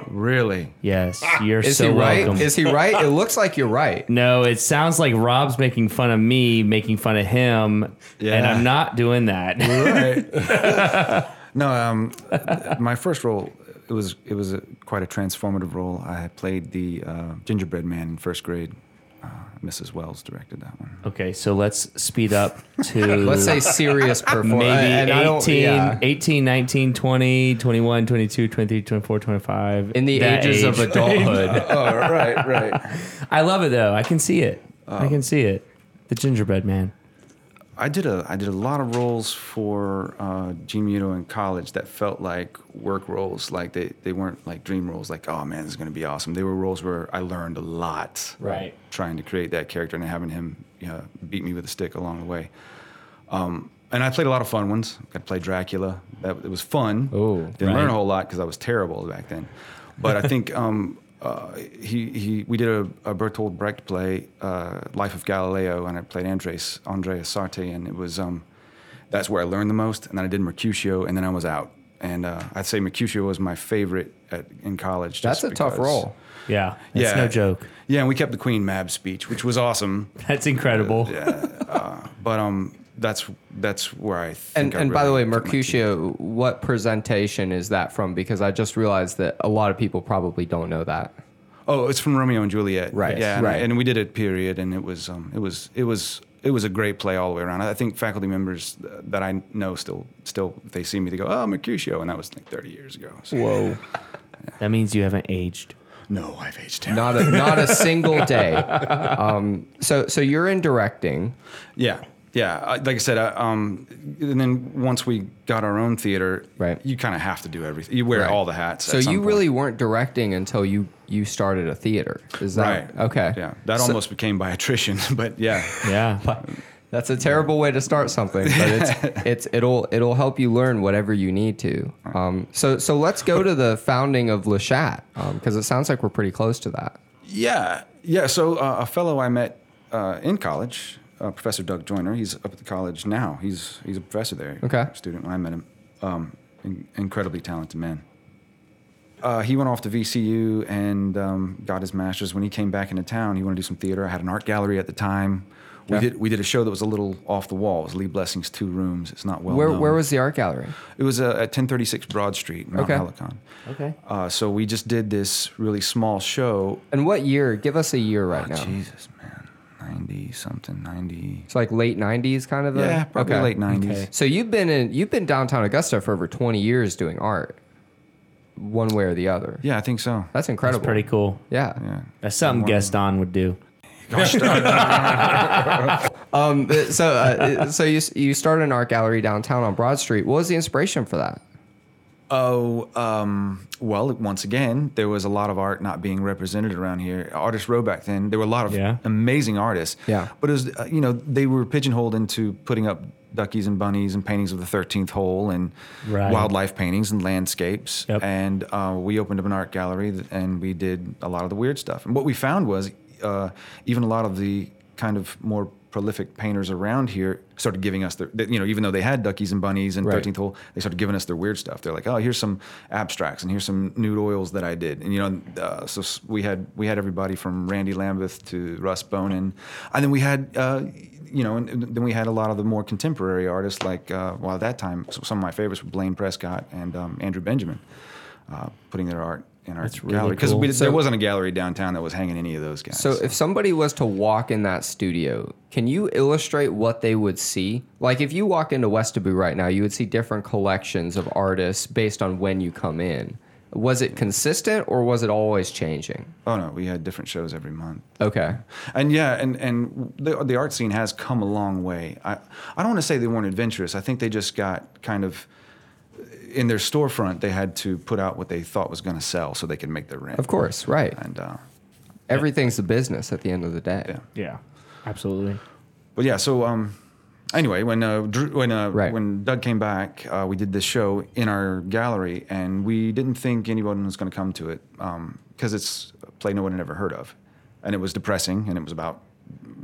[SPEAKER 3] Really?
[SPEAKER 4] Yes, you're
[SPEAKER 2] Ah, Is
[SPEAKER 4] so
[SPEAKER 2] he right?
[SPEAKER 4] welcome.
[SPEAKER 2] Is he right? It looks like you're right.
[SPEAKER 4] no, it sounds like Rob's making fun of me, making fun of him, and
[SPEAKER 3] Yeah.
[SPEAKER 4] I'm not doing that. (laughs)
[SPEAKER 3] Right. (laughs) no, um, my first role it was it was a, quite a transformative role. I played the uh, gingerbread man in first grade. Uh, Mrs. Wells directed that one.
[SPEAKER 4] okay, so let's speed up to
[SPEAKER 2] (laughs) Let's say serious performance.
[SPEAKER 4] (laughs) maybe
[SPEAKER 2] and I don't-
[SPEAKER 4] 18,
[SPEAKER 2] yeah.
[SPEAKER 4] 18, 19, 20, 21, 22, 23, 24, 25.
[SPEAKER 2] in the
[SPEAKER 4] That
[SPEAKER 2] ages of
[SPEAKER 4] age. (laughs)
[SPEAKER 2] adulthood.
[SPEAKER 3] Oh, right, right.
[SPEAKER 4] I love it though. I can see it. I can see it. The gingerbread man.
[SPEAKER 3] (laughs) I did a I did a lot of roles for uh, Gene Muto in college that felt like work roles. Like they, they weren't like dream roles. Like oh man, this is gonna be awesome. They were roles where I learned a lot.
[SPEAKER 4] Right.
[SPEAKER 3] Trying to create that character and having him you know, beat me with a stick along the way. Um, and I played a lot of fun ones. I played Dracula. That it was fun.
[SPEAKER 2] Oh,
[SPEAKER 3] didn't learn a whole lot because I was terrible back then. But I think (laughs) um, uh, he he we did a, a Bertolt Brecht play, uh, Life of Galileo, and I played Andres Andreas Sarte, and it was um, that's where I learned the most. And then I did Mercutio, and then I was out. And uh, I'd say Mercutio was my favorite at, in college.
[SPEAKER 2] That's
[SPEAKER 3] just
[SPEAKER 2] a tough
[SPEAKER 3] because-
[SPEAKER 2] role.
[SPEAKER 4] Yeah. It's no joke. (laughs)
[SPEAKER 3] Yeah, and we kept the Queen Mab speech, which was awesome.
[SPEAKER 4] That's incredible.
[SPEAKER 3] But um, that's that's where I
[SPEAKER 2] And,
[SPEAKER 3] think I
[SPEAKER 2] and by the
[SPEAKER 3] really
[SPEAKER 2] way,
[SPEAKER 3] took my
[SPEAKER 2] Mercutio, what presentation is that from? Because I just realized that a lot of people probably don't know that.
[SPEAKER 3] Oh, it's from Romeo and Juliet.
[SPEAKER 2] Right,
[SPEAKER 3] Yeah. and-
[SPEAKER 2] right.
[SPEAKER 3] And, we did it period, and it was um, it was it was it was a great play all the way around. I think faculty members uh, that I know still still if they see me they go oh Mercutio, and that was like 30 years ago. So,
[SPEAKER 2] Whoa.
[SPEAKER 4] that means you haven't aged.
[SPEAKER 3] No, I've aged down.
[SPEAKER 2] Not a not
[SPEAKER 3] (laughs)
[SPEAKER 2] a single day. Um, so so you're in directing.
[SPEAKER 3] Yeah, yeah. I- Like I said, I, um, and then once we got our own theater,
[SPEAKER 2] Right.
[SPEAKER 3] You kind of have to do everything. You wear
[SPEAKER 2] Right.
[SPEAKER 3] all the hats.
[SPEAKER 2] So
[SPEAKER 3] at some
[SPEAKER 2] you
[SPEAKER 3] point.
[SPEAKER 2] really weren't directing until you you started a theater. Is that
[SPEAKER 3] right?
[SPEAKER 2] okay?
[SPEAKER 3] Yeah, that almost became by attrition, (laughs) but yeah.
[SPEAKER 4] (laughs) Yeah.
[SPEAKER 2] That's a terrible way to start something, but
[SPEAKER 3] (laughs)
[SPEAKER 2] it's it's it'll it'll help you learn whatever you need to.
[SPEAKER 3] Uh-huh.
[SPEAKER 2] Um, so so let's go to the founding of Le Chat because it sounds like we're pretty close to that.
[SPEAKER 3] Yeah, yeah. So uh, a fellow I met uh, in college, uh, Professor Doug Joyner. He's up at the college now. He's he's a professor there.
[SPEAKER 2] Okay.
[SPEAKER 3] Student when I met him, um, in, incredibly talented man. Uh, he went off to VCU and um, got his master's. When he came back into town, he wanted to do some theater. I had an art gallery at the time. We
[SPEAKER 2] Okay.
[SPEAKER 3] did we did a show that was a little off the wall. It was Lee Blessing's Two Rooms. It's not well
[SPEAKER 2] Where
[SPEAKER 3] known.
[SPEAKER 2] where was the art gallery?
[SPEAKER 3] it was uh, at 1036 Broad Street, Mount
[SPEAKER 2] Okay.
[SPEAKER 3] Helicon.
[SPEAKER 4] Okay.
[SPEAKER 3] Uh, so we just did this really small show
[SPEAKER 2] And what year? Give us a year
[SPEAKER 3] Ah,
[SPEAKER 2] right now.
[SPEAKER 3] Jesus, man. 90 something, 90.
[SPEAKER 2] It's like late '90s, kind of. a-
[SPEAKER 3] Yeah, probably
[SPEAKER 2] okay.
[SPEAKER 3] late 90s.
[SPEAKER 2] So you've been in you've been downtown Augusta for over 20 years doing art, one way or the other.
[SPEAKER 3] Yeah, I think so.
[SPEAKER 2] That's incredible.
[SPEAKER 4] Pretty cool.
[SPEAKER 2] Yeah.
[SPEAKER 3] yeah.
[SPEAKER 4] That's something Gaston would do.
[SPEAKER 2] Um. but- So uh, (laughs) so you you started an art gallery downtown on Broad Street. What was the inspiration for that?
[SPEAKER 3] Oh, um, well, once again, there was a lot of art not being represented around here. Artist row back then, there were a lot of
[SPEAKER 4] Yeah.
[SPEAKER 3] amazing artists.
[SPEAKER 2] Yeah.
[SPEAKER 3] But it was, uh, you know, they were pigeonholed into putting up duckies and bunnies and paintings of the 13th hole and
[SPEAKER 4] Right.
[SPEAKER 3] wildlife paintings and landscapes.
[SPEAKER 4] Yep.
[SPEAKER 3] And uh, we opened up an art gallery th- and we did a lot of the weird stuff. And what we found was uh, even a lot of the kind of more prolific painters around here started giving us their, you know, even though they had duckies and bunnies and
[SPEAKER 2] Right.
[SPEAKER 3] 13th hole, they started giving us their weird stuff. They're like, oh, here's some abstracts and here's some nude oils that I did. And, you know, uh, so s- we had, we had everybody from Randy Lambeth to Russ Bonin. And then we had, uh, you know, and, and then we had a lot of the more contemporary artists like, uh, well, at that time, s- some of my favorites were Blaine Prescott and um, Andrew Benjamin uh, putting their art in our
[SPEAKER 4] really
[SPEAKER 3] gallery. Because
[SPEAKER 4] cool.
[SPEAKER 3] there wasn't a gallery downtown that was hanging any of those guys.
[SPEAKER 2] So if somebody was to walk in that studio, can you illustrate what they would see? Like if you walk into Westaboo right now, you would see different collections of artists based on when you come in. Was it consistent or was it always changing?
[SPEAKER 3] oh, no, we had different shows every month.
[SPEAKER 2] Okay.
[SPEAKER 3] and yeah, and and the, the art scene has come a long way. I I don't want to say they weren't adventurous. I think they just got kind of in their storefront. They had to put out what they thought was going to sell so they could make their rent.
[SPEAKER 2] Of course, right.
[SPEAKER 3] And uh,
[SPEAKER 2] Everything's a business at the end of the day.
[SPEAKER 3] Yeah.
[SPEAKER 4] Yeah. Absolutely.
[SPEAKER 3] but yeah, so um, anyway, when uh, Drew, when uh,
[SPEAKER 2] Right.
[SPEAKER 3] when Doug came back, uh, we did this show in our gallery, and we didn't think anyone was um, going to come to it because it's a play no one had ever heard of, and it was depressing, and it was about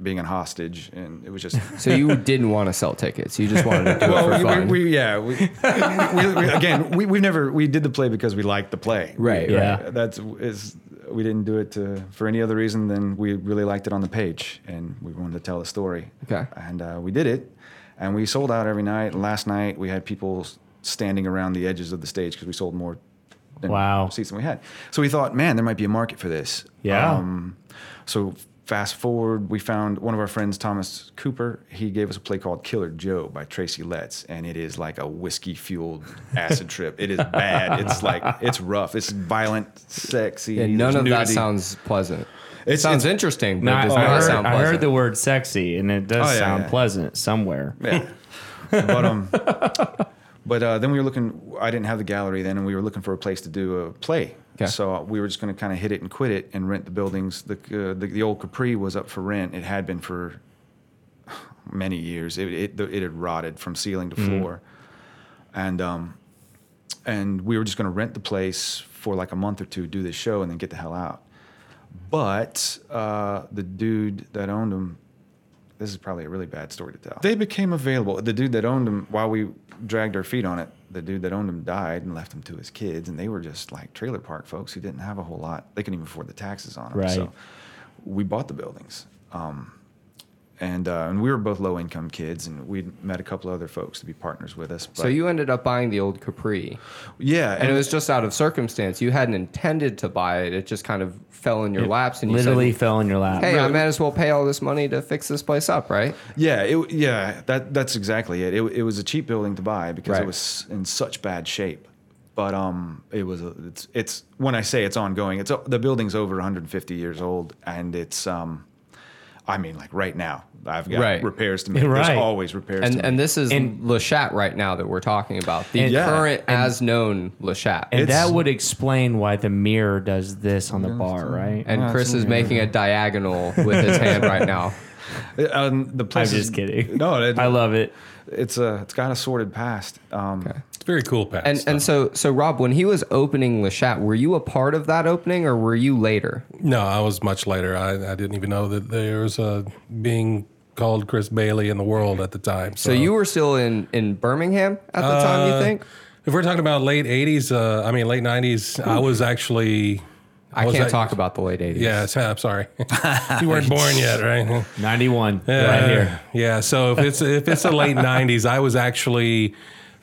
[SPEAKER 3] being a hostage, and it was
[SPEAKER 2] (laughs)
[SPEAKER 3] just
[SPEAKER 2] So you didn't want to sell tickets. You just wanted to do it
[SPEAKER 3] well,
[SPEAKER 2] for
[SPEAKER 3] we,
[SPEAKER 2] fun.
[SPEAKER 3] we, we yeah, we, we, we, again, we we never we did the play because we liked the play,
[SPEAKER 2] right.
[SPEAKER 4] Yeah.
[SPEAKER 2] Right.
[SPEAKER 3] That's is we didn't do it to, for any other reason than we really liked it on the page and we wanted to tell the story.
[SPEAKER 2] Okay.
[SPEAKER 3] And uh, we did it, and we sold out every night. And last night we had people s- standing around the edges of the stage because we sold more. than
[SPEAKER 4] Wow.
[SPEAKER 3] Seats than we had. So we thought, man, there might be a market for this.
[SPEAKER 4] Yeah.
[SPEAKER 3] Um, so fast forward, we found one of our friends, Thomas Cooper. He gave us a play called Killer Joe by Tracy Letts, and it is like a whiskey fueled acid trip. It is bad. It's like it's rough. It's violent, sexy.
[SPEAKER 2] And none
[SPEAKER 3] there's
[SPEAKER 2] of that
[SPEAKER 3] nudity.
[SPEAKER 2] sounds pleasant. It
[SPEAKER 3] It's-
[SPEAKER 2] sounds
[SPEAKER 3] it's-
[SPEAKER 2] interesting, but
[SPEAKER 4] No,
[SPEAKER 2] it
[SPEAKER 4] I,
[SPEAKER 2] does
[SPEAKER 4] I
[SPEAKER 2] not
[SPEAKER 4] heard,
[SPEAKER 2] sound
[SPEAKER 4] I
[SPEAKER 2] pleasant.
[SPEAKER 4] heard the word sexy, and it does
[SPEAKER 3] Oh, yeah,
[SPEAKER 4] sound
[SPEAKER 3] yeah.
[SPEAKER 4] pleasant somewhere.
[SPEAKER 3] Yeah. but um, but uh, then we were looking. I didn't have the gallery then, and we were looking for a place to do a play.
[SPEAKER 2] Okay.
[SPEAKER 3] So uh, we were just going to kind of hit it and quit it and rent the buildings. The, uh, the the old Capri was up for rent. It had been for many years. It it, it had rotted from ceiling to floor, and um, and we were just going to rent the place for like a month or two, do this show, and then get the hell out. But uh, the dude that owned them, this is probably a really bad story to tell. They became available. The dude that owned them, while we dragged our feet on it, the dude that owned them died and left them to his kids, and they were just like trailer park folks who didn't have a whole lot. They couldn't even afford the taxes on them.
[SPEAKER 4] Right.
[SPEAKER 3] So we bought the buildings. Um, and, uh, and we were both low income kids, and we'd met a couple other folks to be partners with us. But
[SPEAKER 2] so you ended up buying the old Capri,
[SPEAKER 3] yeah,
[SPEAKER 2] and it was just out of circumstance. You hadn't intended to buy it; it just kind of fell in your laps, and you
[SPEAKER 4] Literally
[SPEAKER 2] said,
[SPEAKER 4] fell in your lap.
[SPEAKER 2] "Hey, I might as well pay all this money to fix this place up, right?"
[SPEAKER 3] Yeah, it, yeah, that that's exactly it. it. It was a cheap building to buy because
[SPEAKER 2] Right.
[SPEAKER 3] it was in such bad shape. But um, it was a, it's it's when I say it's ongoing, it's o- the building's over 150 years old, and it's um, I mean like right now I've got
[SPEAKER 2] Right.
[SPEAKER 3] repairs to make.
[SPEAKER 4] Right.
[SPEAKER 3] There's always repairs.
[SPEAKER 2] And
[SPEAKER 3] to
[SPEAKER 2] and
[SPEAKER 3] make.
[SPEAKER 2] this is Le Chat right now that we're talking about the
[SPEAKER 4] And-
[SPEAKER 3] Yeah.
[SPEAKER 2] current as known Le Chat.
[SPEAKER 4] and
[SPEAKER 3] it's-
[SPEAKER 4] that would explain why the mirror does this on the bar, right?
[SPEAKER 2] And Chris is making a diagonal with his hand right now.
[SPEAKER 3] um, the
[SPEAKER 4] I'm
[SPEAKER 3] place is-
[SPEAKER 4] just kidding.
[SPEAKER 3] No, it,
[SPEAKER 4] I love it.
[SPEAKER 3] it's a it's got a sordid past. Um,
[SPEAKER 1] It's very cool, Pat.
[SPEAKER 2] And and so so Rob, when he was opening Le Chat, were you a part of that opening or were you later?
[SPEAKER 1] no, I was much later. I, I didn't even know that there was a being called Chris Bailey in the world at the time.
[SPEAKER 2] So you were still in in Birmingham at the
[SPEAKER 1] Uh,
[SPEAKER 2] time, you think?
[SPEAKER 1] If we're talking about late '80s, uh, I mean late '90s,
[SPEAKER 2] Hmm.
[SPEAKER 1] I was actually.
[SPEAKER 2] I
[SPEAKER 1] was
[SPEAKER 2] can't
[SPEAKER 1] at-
[SPEAKER 2] talk about the late 80s.
[SPEAKER 1] Yeah, so- I'm
[SPEAKER 2] (laughs)
[SPEAKER 1] sorry. you weren't born yet, right?
[SPEAKER 4] 91
[SPEAKER 1] Uh,
[SPEAKER 4] right here.
[SPEAKER 1] Yeah. So if it's if it's the late '90s, I was actually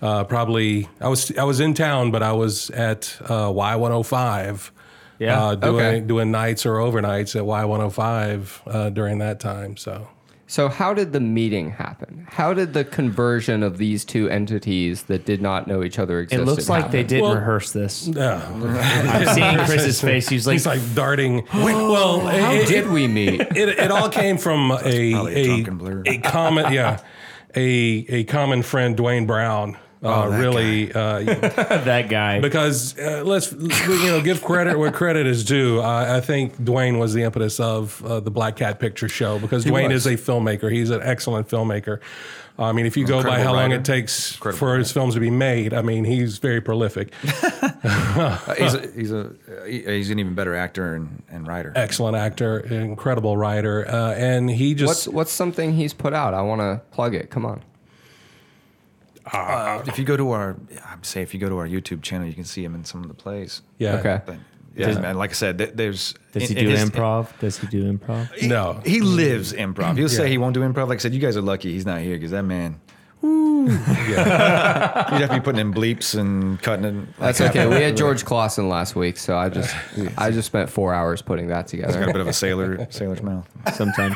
[SPEAKER 1] uh, probably I was I was in town, but I was at uh, Y105.
[SPEAKER 4] Yeah,
[SPEAKER 1] Uh, doing
[SPEAKER 2] okay.
[SPEAKER 1] doing nights or overnights at Y105 uh, during that time. So
[SPEAKER 2] So how did the meeting happen? How did the conversion of these two entities that did not know each other
[SPEAKER 4] It
[SPEAKER 2] existed?
[SPEAKER 4] looks like they
[SPEAKER 2] happen?
[SPEAKER 4] did
[SPEAKER 1] Well- (laughs)
[SPEAKER 4] rehearse this.
[SPEAKER 1] uh,
[SPEAKER 4] I'm seeing
[SPEAKER 1] (laughs)
[SPEAKER 4] Chris's face. He's like,
[SPEAKER 1] he's like
[SPEAKER 2] (gasps)
[SPEAKER 1] darting. well,
[SPEAKER 2] How
[SPEAKER 1] it,
[SPEAKER 2] did
[SPEAKER 1] it,
[SPEAKER 2] we
[SPEAKER 4] (laughs)
[SPEAKER 2] meet?
[SPEAKER 1] it, it all came
[SPEAKER 3] (laughs)
[SPEAKER 1] from a
[SPEAKER 3] probably a
[SPEAKER 1] a,
[SPEAKER 3] drunken blur.
[SPEAKER 1] a common yeah a a common friend Dwayne Brown.
[SPEAKER 3] Oh,
[SPEAKER 1] Uh, really, uh,
[SPEAKER 4] that guy.
[SPEAKER 1] because uh, let's you know give credit where credit is due. I I think Dwayne was the impetus of uh, the Black Cat Picture Show because Dwayne
[SPEAKER 3] was.
[SPEAKER 1] is a filmmaker. He's an excellent filmmaker. I mean, if you go by
[SPEAKER 3] Incredible
[SPEAKER 1] how long
[SPEAKER 3] writer.
[SPEAKER 1] it takes
[SPEAKER 3] Incredible
[SPEAKER 1] for his films to be made, I mean, he's very
[SPEAKER 3] (laughs)
[SPEAKER 1] prolific.
[SPEAKER 3] Uh, he's a, he's a he- uh, he's an even better actor and, and writer.
[SPEAKER 1] excellent actor, incredible writer, uh, and he
[SPEAKER 2] What's
[SPEAKER 1] just
[SPEAKER 2] what's something he's put out? I want to plug it. Come on.
[SPEAKER 3] If you go to our, I'd say if you go to our YouTube channel, you can see him in some of the plays.
[SPEAKER 1] yeah.
[SPEAKER 2] Okay.
[SPEAKER 3] But, yeah, man. Like I said, th- there's.
[SPEAKER 4] Does he
[SPEAKER 3] in- in
[SPEAKER 4] do
[SPEAKER 3] his-
[SPEAKER 4] improv? Does he do improv?
[SPEAKER 3] he-
[SPEAKER 1] No.
[SPEAKER 3] he lives improv. He'll say he won't do improv. Like I said, you guys are lucky he's not here because that man.
[SPEAKER 1] (laughs)
[SPEAKER 3] Woo. (laughs) You'd have to be putting in bleeps and cutting it. Like,
[SPEAKER 2] That's okay. We had George Clausen last week, so I just I just spent four hours putting that
[SPEAKER 3] got a
[SPEAKER 2] together.
[SPEAKER 3] bit of a sailor sailor's mouth.
[SPEAKER 4] Sometimes.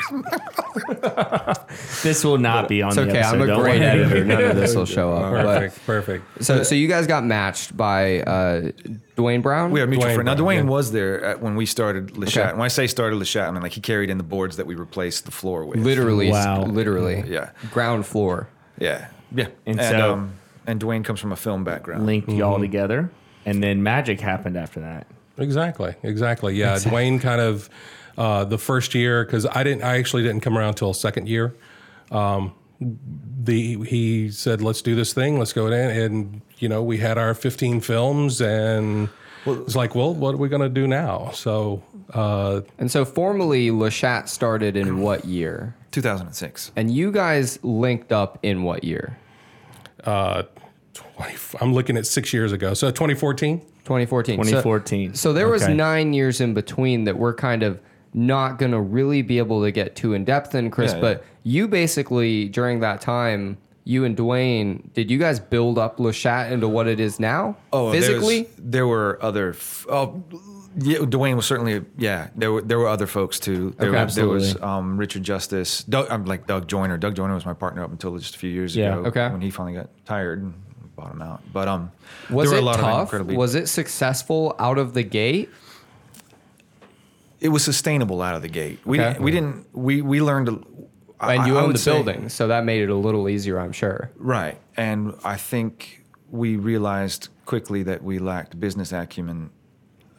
[SPEAKER 4] this will not be on
[SPEAKER 2] It's
[SPEAKER 4] the
[SPEAKER 2] okay.
[SPEAKER 4] episode.
[SPEAKER 2] I'm a
[SPEAKER 4] Don't worry.
[SPEAKER 2] great editor. None of (laughs) this will show
[SPEAKER 4] (laughs)
[SPEAKER 2] up.
[SPEAKER 1] Perfect,
[SPEAKER 2] But,
[SPEAKER 1] perfect.
[SPEAKER 2] so so you guys got matched by uh, Dwayne Brown.
[SPEAKER 3] We are mutual
[SPEAKER 1] Dwayne
[SPEAKER 3] friends. Now,
[SPEAKER 1] Brown,
[SPEAKER 3] Dwayne
[SPEAKER 1] yeah.
[SPEAKER 3] was there at, when we started Le Chat.
[SPEAKER 2] Okay.
[SPEAKER 3] When I say started Le Chat, I mean like he carried in the boards that we replaced the floor with.
[SPEAKER 2] literally,
[SPEAKER 4] Wow.
[SPEAKER 2] literally,
[SPEAKER 3] Yeah.
[SPEAKER 2] ground floor.
[SPEAKER 3] Yeah. Yeah.
[SPEAKER 4] And so-
[SPEAKER 2] um,
[SPEAKER 3] and Dwayne comes from a film background.
[SPEAKER 4] Linked
[SPEAKER 1] Mm-hmm.
[SPEAKER 4] y'all together. And then magic happened after that.
[SPEAKER 1] Exactly. Exactly. Yeah. Dwayne kind of uh, the first year because I didn't. I actually didn't come around till second year. Um, the he said, "Let's do this thing. Let's go in." And you know, we had our 15 films, and it's like, well, what are we going to do now? So uh,
[SPEAKER 2] And so formally, Le Chat started in what year?
[SPEAKER 3] 2006.
[SPEAKER 2] And you guys linked up in what year?
[SPEAKER 1] 20, uh, I'm looking at six years ago. So 2014.
[SPEAKER 2] 2014. So-
[SPEAKER 4] 2014.
[SPEAKER 2] So, there was
[SPEAKER 4] Okay.
[SPEAKER 2] nine years in between that we're kind of not going to really be able to get too in depth in, Chris.
[SPEAKER 3] Yeah, yeah.
[SPEAKER 2] but you basically, during that time, you and Dwayne, did you guys build up Le Chat into what it is now?
[SPEAKER 3] Oh, there's-
[SPEAKER 2] physically?
[SPEAKER 3] there were other. f- Oh, yeah, Dwayne was certainly yeah. There were there were other folks too. There,
[SPEAKER 2] Okay,
[SPEAKER 3] was- there was
[SPEAKER 2] absolutely.
[SPEAKER 3] um, Richard Justice. Doug, I'm like Doug Joyner. Doug Joyner was my partner up until just a few years
[SPEAKER 4] Yeah.
[SPEAKER 3] ago.
[SPEAKER 2] Okay.
[SPEAKER 3] When he finally got tired and bought him out. But um,
[SPEAKER 2] Was
[SPEAKER 3] there
[SPEAKER 2] it
[SPEAKER 3] were a lot of
[SPEAKER 2] tough?
[SPEAKER 3] incredibly.
[SPEAKER 2] was it successful out of the gate?
[SPEAKER 3] it was sustainable out of the gate. We
[SPEAKER 2] Okay.
[SPEAKER 3] didn't, we didn't we we learned. a- I-
[SPEAKER 2] And you
[SPEAKER 3] I
[SPEAKER 2] own
[SPEAKER 3] would
[SPEAKER 2] the
[SPEAKER 3] say-
[SPEAKER 2] building, so that made it a little easier, I'm sure.
[SPEAKER 3] Right. And I think we realized quickly that we lacked business acumen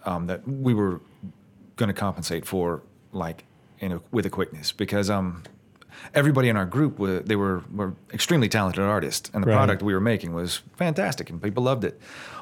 [SPEAKER 3] um, that we were going to compensate for, like, in a, with a quickness, because um, everybody in our group were, they were, were extremely talented artists, and the
[SPEAKER 4] Right.
[SPEAKER 3] product we were making was fantastic, and people loved it.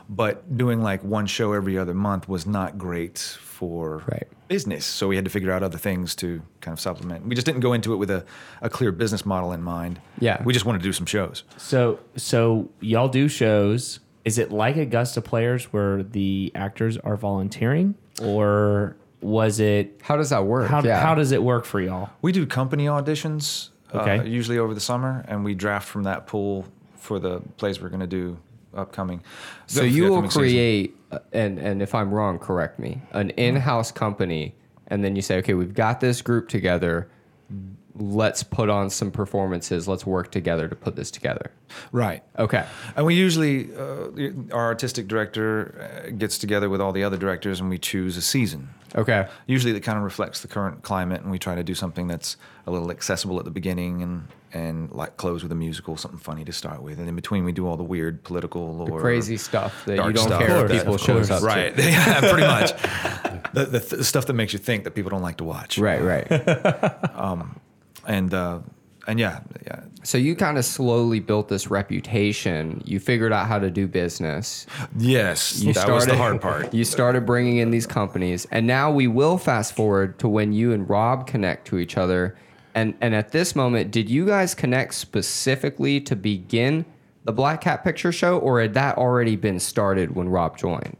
[SPEAKER 3] But doing like one show every other month was not great for
[SPEAKER 2] Right.
[SPEAKER 3] business. So we had to figure out other things to kind of supplement. We just didn't go into it with a, a clear business model in mind.
[SPEAKER 2] Yeah.
[SPEAKER 3] we just wanted to do some shows.
[SPEAKER 4] So so y'all do shows. Is it like Augusta Players where the actors are volunteering, or was it
[SPEAKER 2] How does that work?
[SPEAKER 4] how
[SPEAKER 2] Yeah.
[SPEAKER 4] how does it work for y'all?
[SPEAKER 3] We do company auditions, uh,
[SPEAKER 4] Okay.
[SPEAKER 3] usually over the summer, and we draft from that pool for the plays we're going to do upcoming.
[SPEAKER 2] So
[SPEAKER 3] for the
[SPEAKER 2] you will
[SPEAKER 3] upcoming season.
[SPEAKER 2] create, uh, and and if I'm wrong, correct me. An
[SPEAKER 3] Mm-hmm.
[SPEAKER 2] in-house company, and then you say, okay, we've got this group together. Let's put on some performances. Let's work together to put this together.
[SPEAKER 3] right,
[SPEAKER 2] Okay.
[SPEAKER 3] and we usually uh, our artistic director uh, gets together with all the other directors, and we choose a season.
[SPEAKER 2] Okay.
[SPEAKER 3] Usually, that kind of reflects the current climate, and we try to do something that's a little accessible at the beginning, and and like close with a musical, something funny to start with, and in between, we do all the weird political or
[SPEAKER 2] Crazy stuff that you
[SPEAKER 3] dark
[SPEAKER 2] don't
[SPEAKER 3] stuff.
[SPEAKER 2] care if
[SPEAKER 3] Of course,
[SPEAKER 2] people
[SPEAKER 4] of
[SPEAKER 2] shows
[SPEAKER 4] course.
[SPEAKER 2] up. to.
[SPEAKER 3] Right. (laughs) yeah, pretty much. The, the th- stuff that makes you think that people don't like to watch.
[SPEAKER 2] Right.
[SPEAKER 3] (laughs)
[SPEAKER 2] Right.
[SPEAKER 3] And uh, and yeah, yeah.
[SPEAKER 2] so you kind of slowly built this reputation. You figured out how to do business.
[SPEAKER 3] Yes, that was the hard part.
[SPEAKER 2] You started bringing in these companies, and now we will fast forward to when you and Rob connect to each other. And and at this moment, did you guys connect specifically to begin the Black Cat Picture Show, or had that already been started when Rob joined?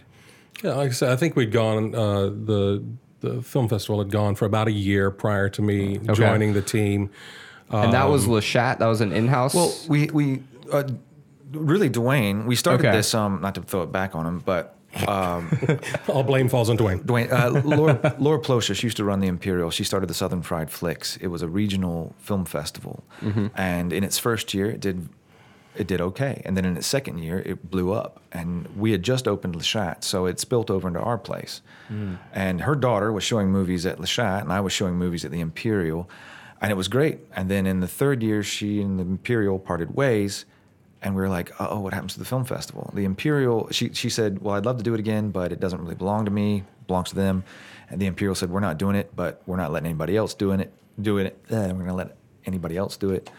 [SPEAKER 1] Yeah, like I said, I think we'd gone. Uh, the the film festival had gone for about a year prior to me joining the team.
[SPEAKER 2] and that was Lachat. That was an in-house.
[SPEAKER 3] (laughs) Well, we we uh, really Dwayne. We started
[SPEAKER 2] Okay.
[SPEAKER 3] this. Um, not to throw it back on him, but. Um,
[SPEAKER 1] All blame falls on Dwayne.
[SPEAKER 3] Dwayne, uh, Laura, Laura Ploshas used to run the Imperial. She started the Southern Fried Flicks. It was a regional film festival, and in its first year, it did it did okay. And then in its second year, it blew up. And we had just opened Le Chat, so it spilt over into our place. And her daughter was showing movies at Le Chat, and I was showing movies at the Imperial, and it was great. And then in the third year, she and the Imperial parted ways. And we were like, oh, what happens to the film festival? The Imperial, she, she said, well, I'd love to do it again, but it doesn't really belong to me, it belongs to them. And the Imperial said, we're not doing it, but we're not letting anybody else doing it, doing it. Uh, we're going to let anybody else do it.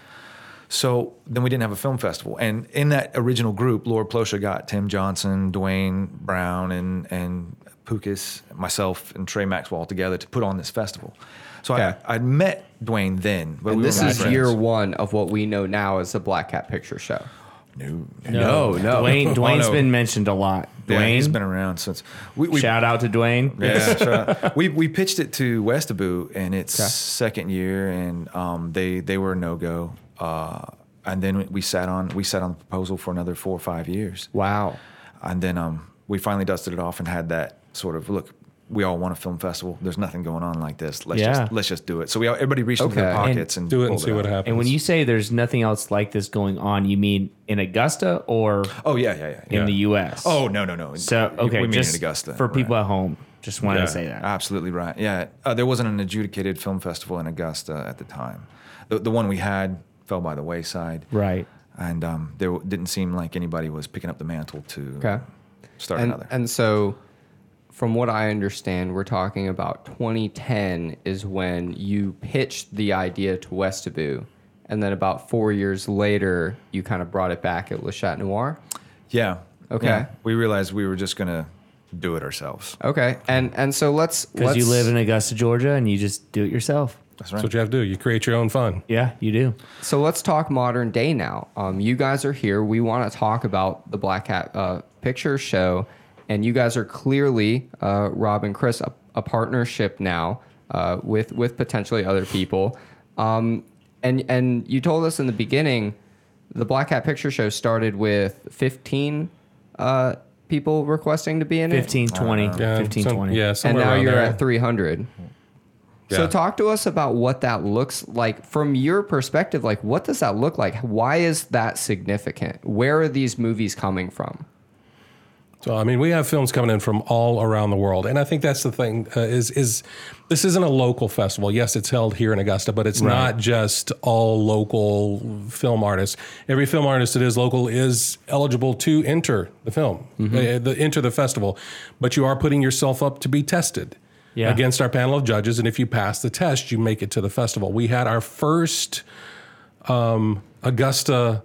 [SPEAKER 3] So then we didn't have a film festival. And in that original group, Laura Plosha got Tim Johnson, Dwayne Brown, and, and Pukas, myself, and Trey Maxwell together to put on this festival. So
[SPEAKER 2] Okay.
[SPEAKER 3] I, I'd met Dwayne then. But
[SPEAKER 2] and
[SPEAKER 3] we
[SPEAKER 2] this
[SPEAKER 3] were
[SPEAKER 2] is year one of what we know now as the Black Cat Picture Show.
[SPEAKER 3] No,
[SPEAKER 2] No, no.
[SPEAKER 3] (laughs)
[SPEAKER 4] Dwayne Dwayne's
[SPEAKER 3] no.
[SPEAKER 4] been mentioned a lot.
[SPEAKER 3] Yeah,
[SPEAKER 4] Dwayne,
[SPEAKER 3] he's been around since. We, we,
[SPEAKER 4] shout out to
[SPEAKER 3] (laughs)
[SPEAKER 4] Dwayne.
[SPEAKER 3] Yeah, sure. we we pitched it to Westaboo in its second year, and um, they they were a no go. Uh, and then we sat on we sat on the proposal for another four or five years,
[SPEAKER 2] Wow.
[SPEAKER 3] and then um, we finally dusted it off and had that sort of look. We all want a film festival. There's nothing going on like this. Let's
[SPEAKER 4] Yeah.
[SPEAKER 3] just let's just do it. So we all, everybody reached into their
[SPEAKER 2] Okay. And
[SPEAKER 3] pockets and,
[SPEAKER 1] Do it and
[SPEAKER 3] pulled
[SPEAKER 1] see what
[SPEAKER 3] out.
[SPEAKER 1] happens.
[SPEAKER 4] And when you say there's nothing else like this going on, you mean in Augusta or
[SPEAKER 3] Oh yeah, yeah, yeah.
[SPEAKER 4] in
[SPEAKER 1] Yeah.
[SPEAKER 4] the U.S.
[SPEAKER 3] Oh no, no, no.
[SPEAKER 4] so okay,
[SPEAKER 3] we mean
[SPEAKER 4] just
[SPEAKER 3] in Augusta
[SPEAKER 4] for
[SPEAKER 3] right.
[SPEAKER 4] people at home. Just wanted
[SPEAKER 1] Yeah.
[SPEAKER 4] to say that.
[SPEAKER 3] Absolutely right. Yeah, uh, there wasn't an adjudicated film festival in Augusta at the time. The, the one we had fell by the wayside,
[SPEAKER 4] Right.
[SPEAKER 3] and um, there w- didn't seem like anybody was picking up the mantle to
[SPEAKER 2] Okay.
[SPEAKER 3] start
[SPEAKER 2] and,
[SPEAKER 3] another.
[SPEAKER 2] And so, from what I understand, we're talking about 2010 is when you pitched the idea to Westaboo. And then about four years later, you kind of brought it back at Le Chat Noir.
[SPEAKER 3] yeah.
[SPEAKER 2] Okay.
[SPEAKER 3] Yeah. We realized we were just gonna do it ourselves.
[SPEAKER 2] Okay, and and so let's
[SPEAKER 5] Because
[SPEAKER 2] let's
[SPEAKER 5] you live in Augusta, Georgia, and you just do it yourself.
[SPEAKER 3] That's
[SPEAKER 1] That's
[SPEAKER 3] right.
[SPEAKER 1] what you have to do. You create your own fun.
[SPEAKER 5] Yeah, you do.
[SPEAKER 2] so let's talk modern day now. Um, you guys are here. We want to talk about the Black Hat uh, Picture Show, and you guys are clearly uh, Rob and Chris a, a partnership now uh, with with potentially other people. Um, and and you told us in the beginning, the Black Hat Picture Show started with fifteen uh, people requesting to be in it.
[SPEAKER 5] 15, 20,
[SPEAKER 3] Uh,
[SPEAKER 1] Yeah,
[SPEAKER 5] 15,
[SPEAKER 1] some-
[SPEAKER 5] 20.
[SPEAKER 1] Yeah,
[SPEAKER 2] and
[SPEAKER 1] somewhere
[SPEAKER 2] now
[SPEAKER 1] around
[SPEAKER 2] you're
[SPEAKER 1] there.
[SPEAKER 2] at 300
[SPEAKER 1] Yeah.
[SPEAKER 2] so talk to us about what that looks like from your perspective like what does that look like why is that significant where are these movies coming from
[SPEAKER 1] So I mean, we have films coming in from all around the world, and I think that's the thing uh, is is this isn't a local festival. Yes, it's held here in Augusta, but it's not just all local film artists. Every film artist that is local is eligible to enter the film, uh, the, enter the festival, but you are putting yourself up to be tested
[SPEAKER 5] Yeah.
[SPEAKER 1] against our panel of judges, and if you pass the test, you make it to the festival. We had our first um, Augusta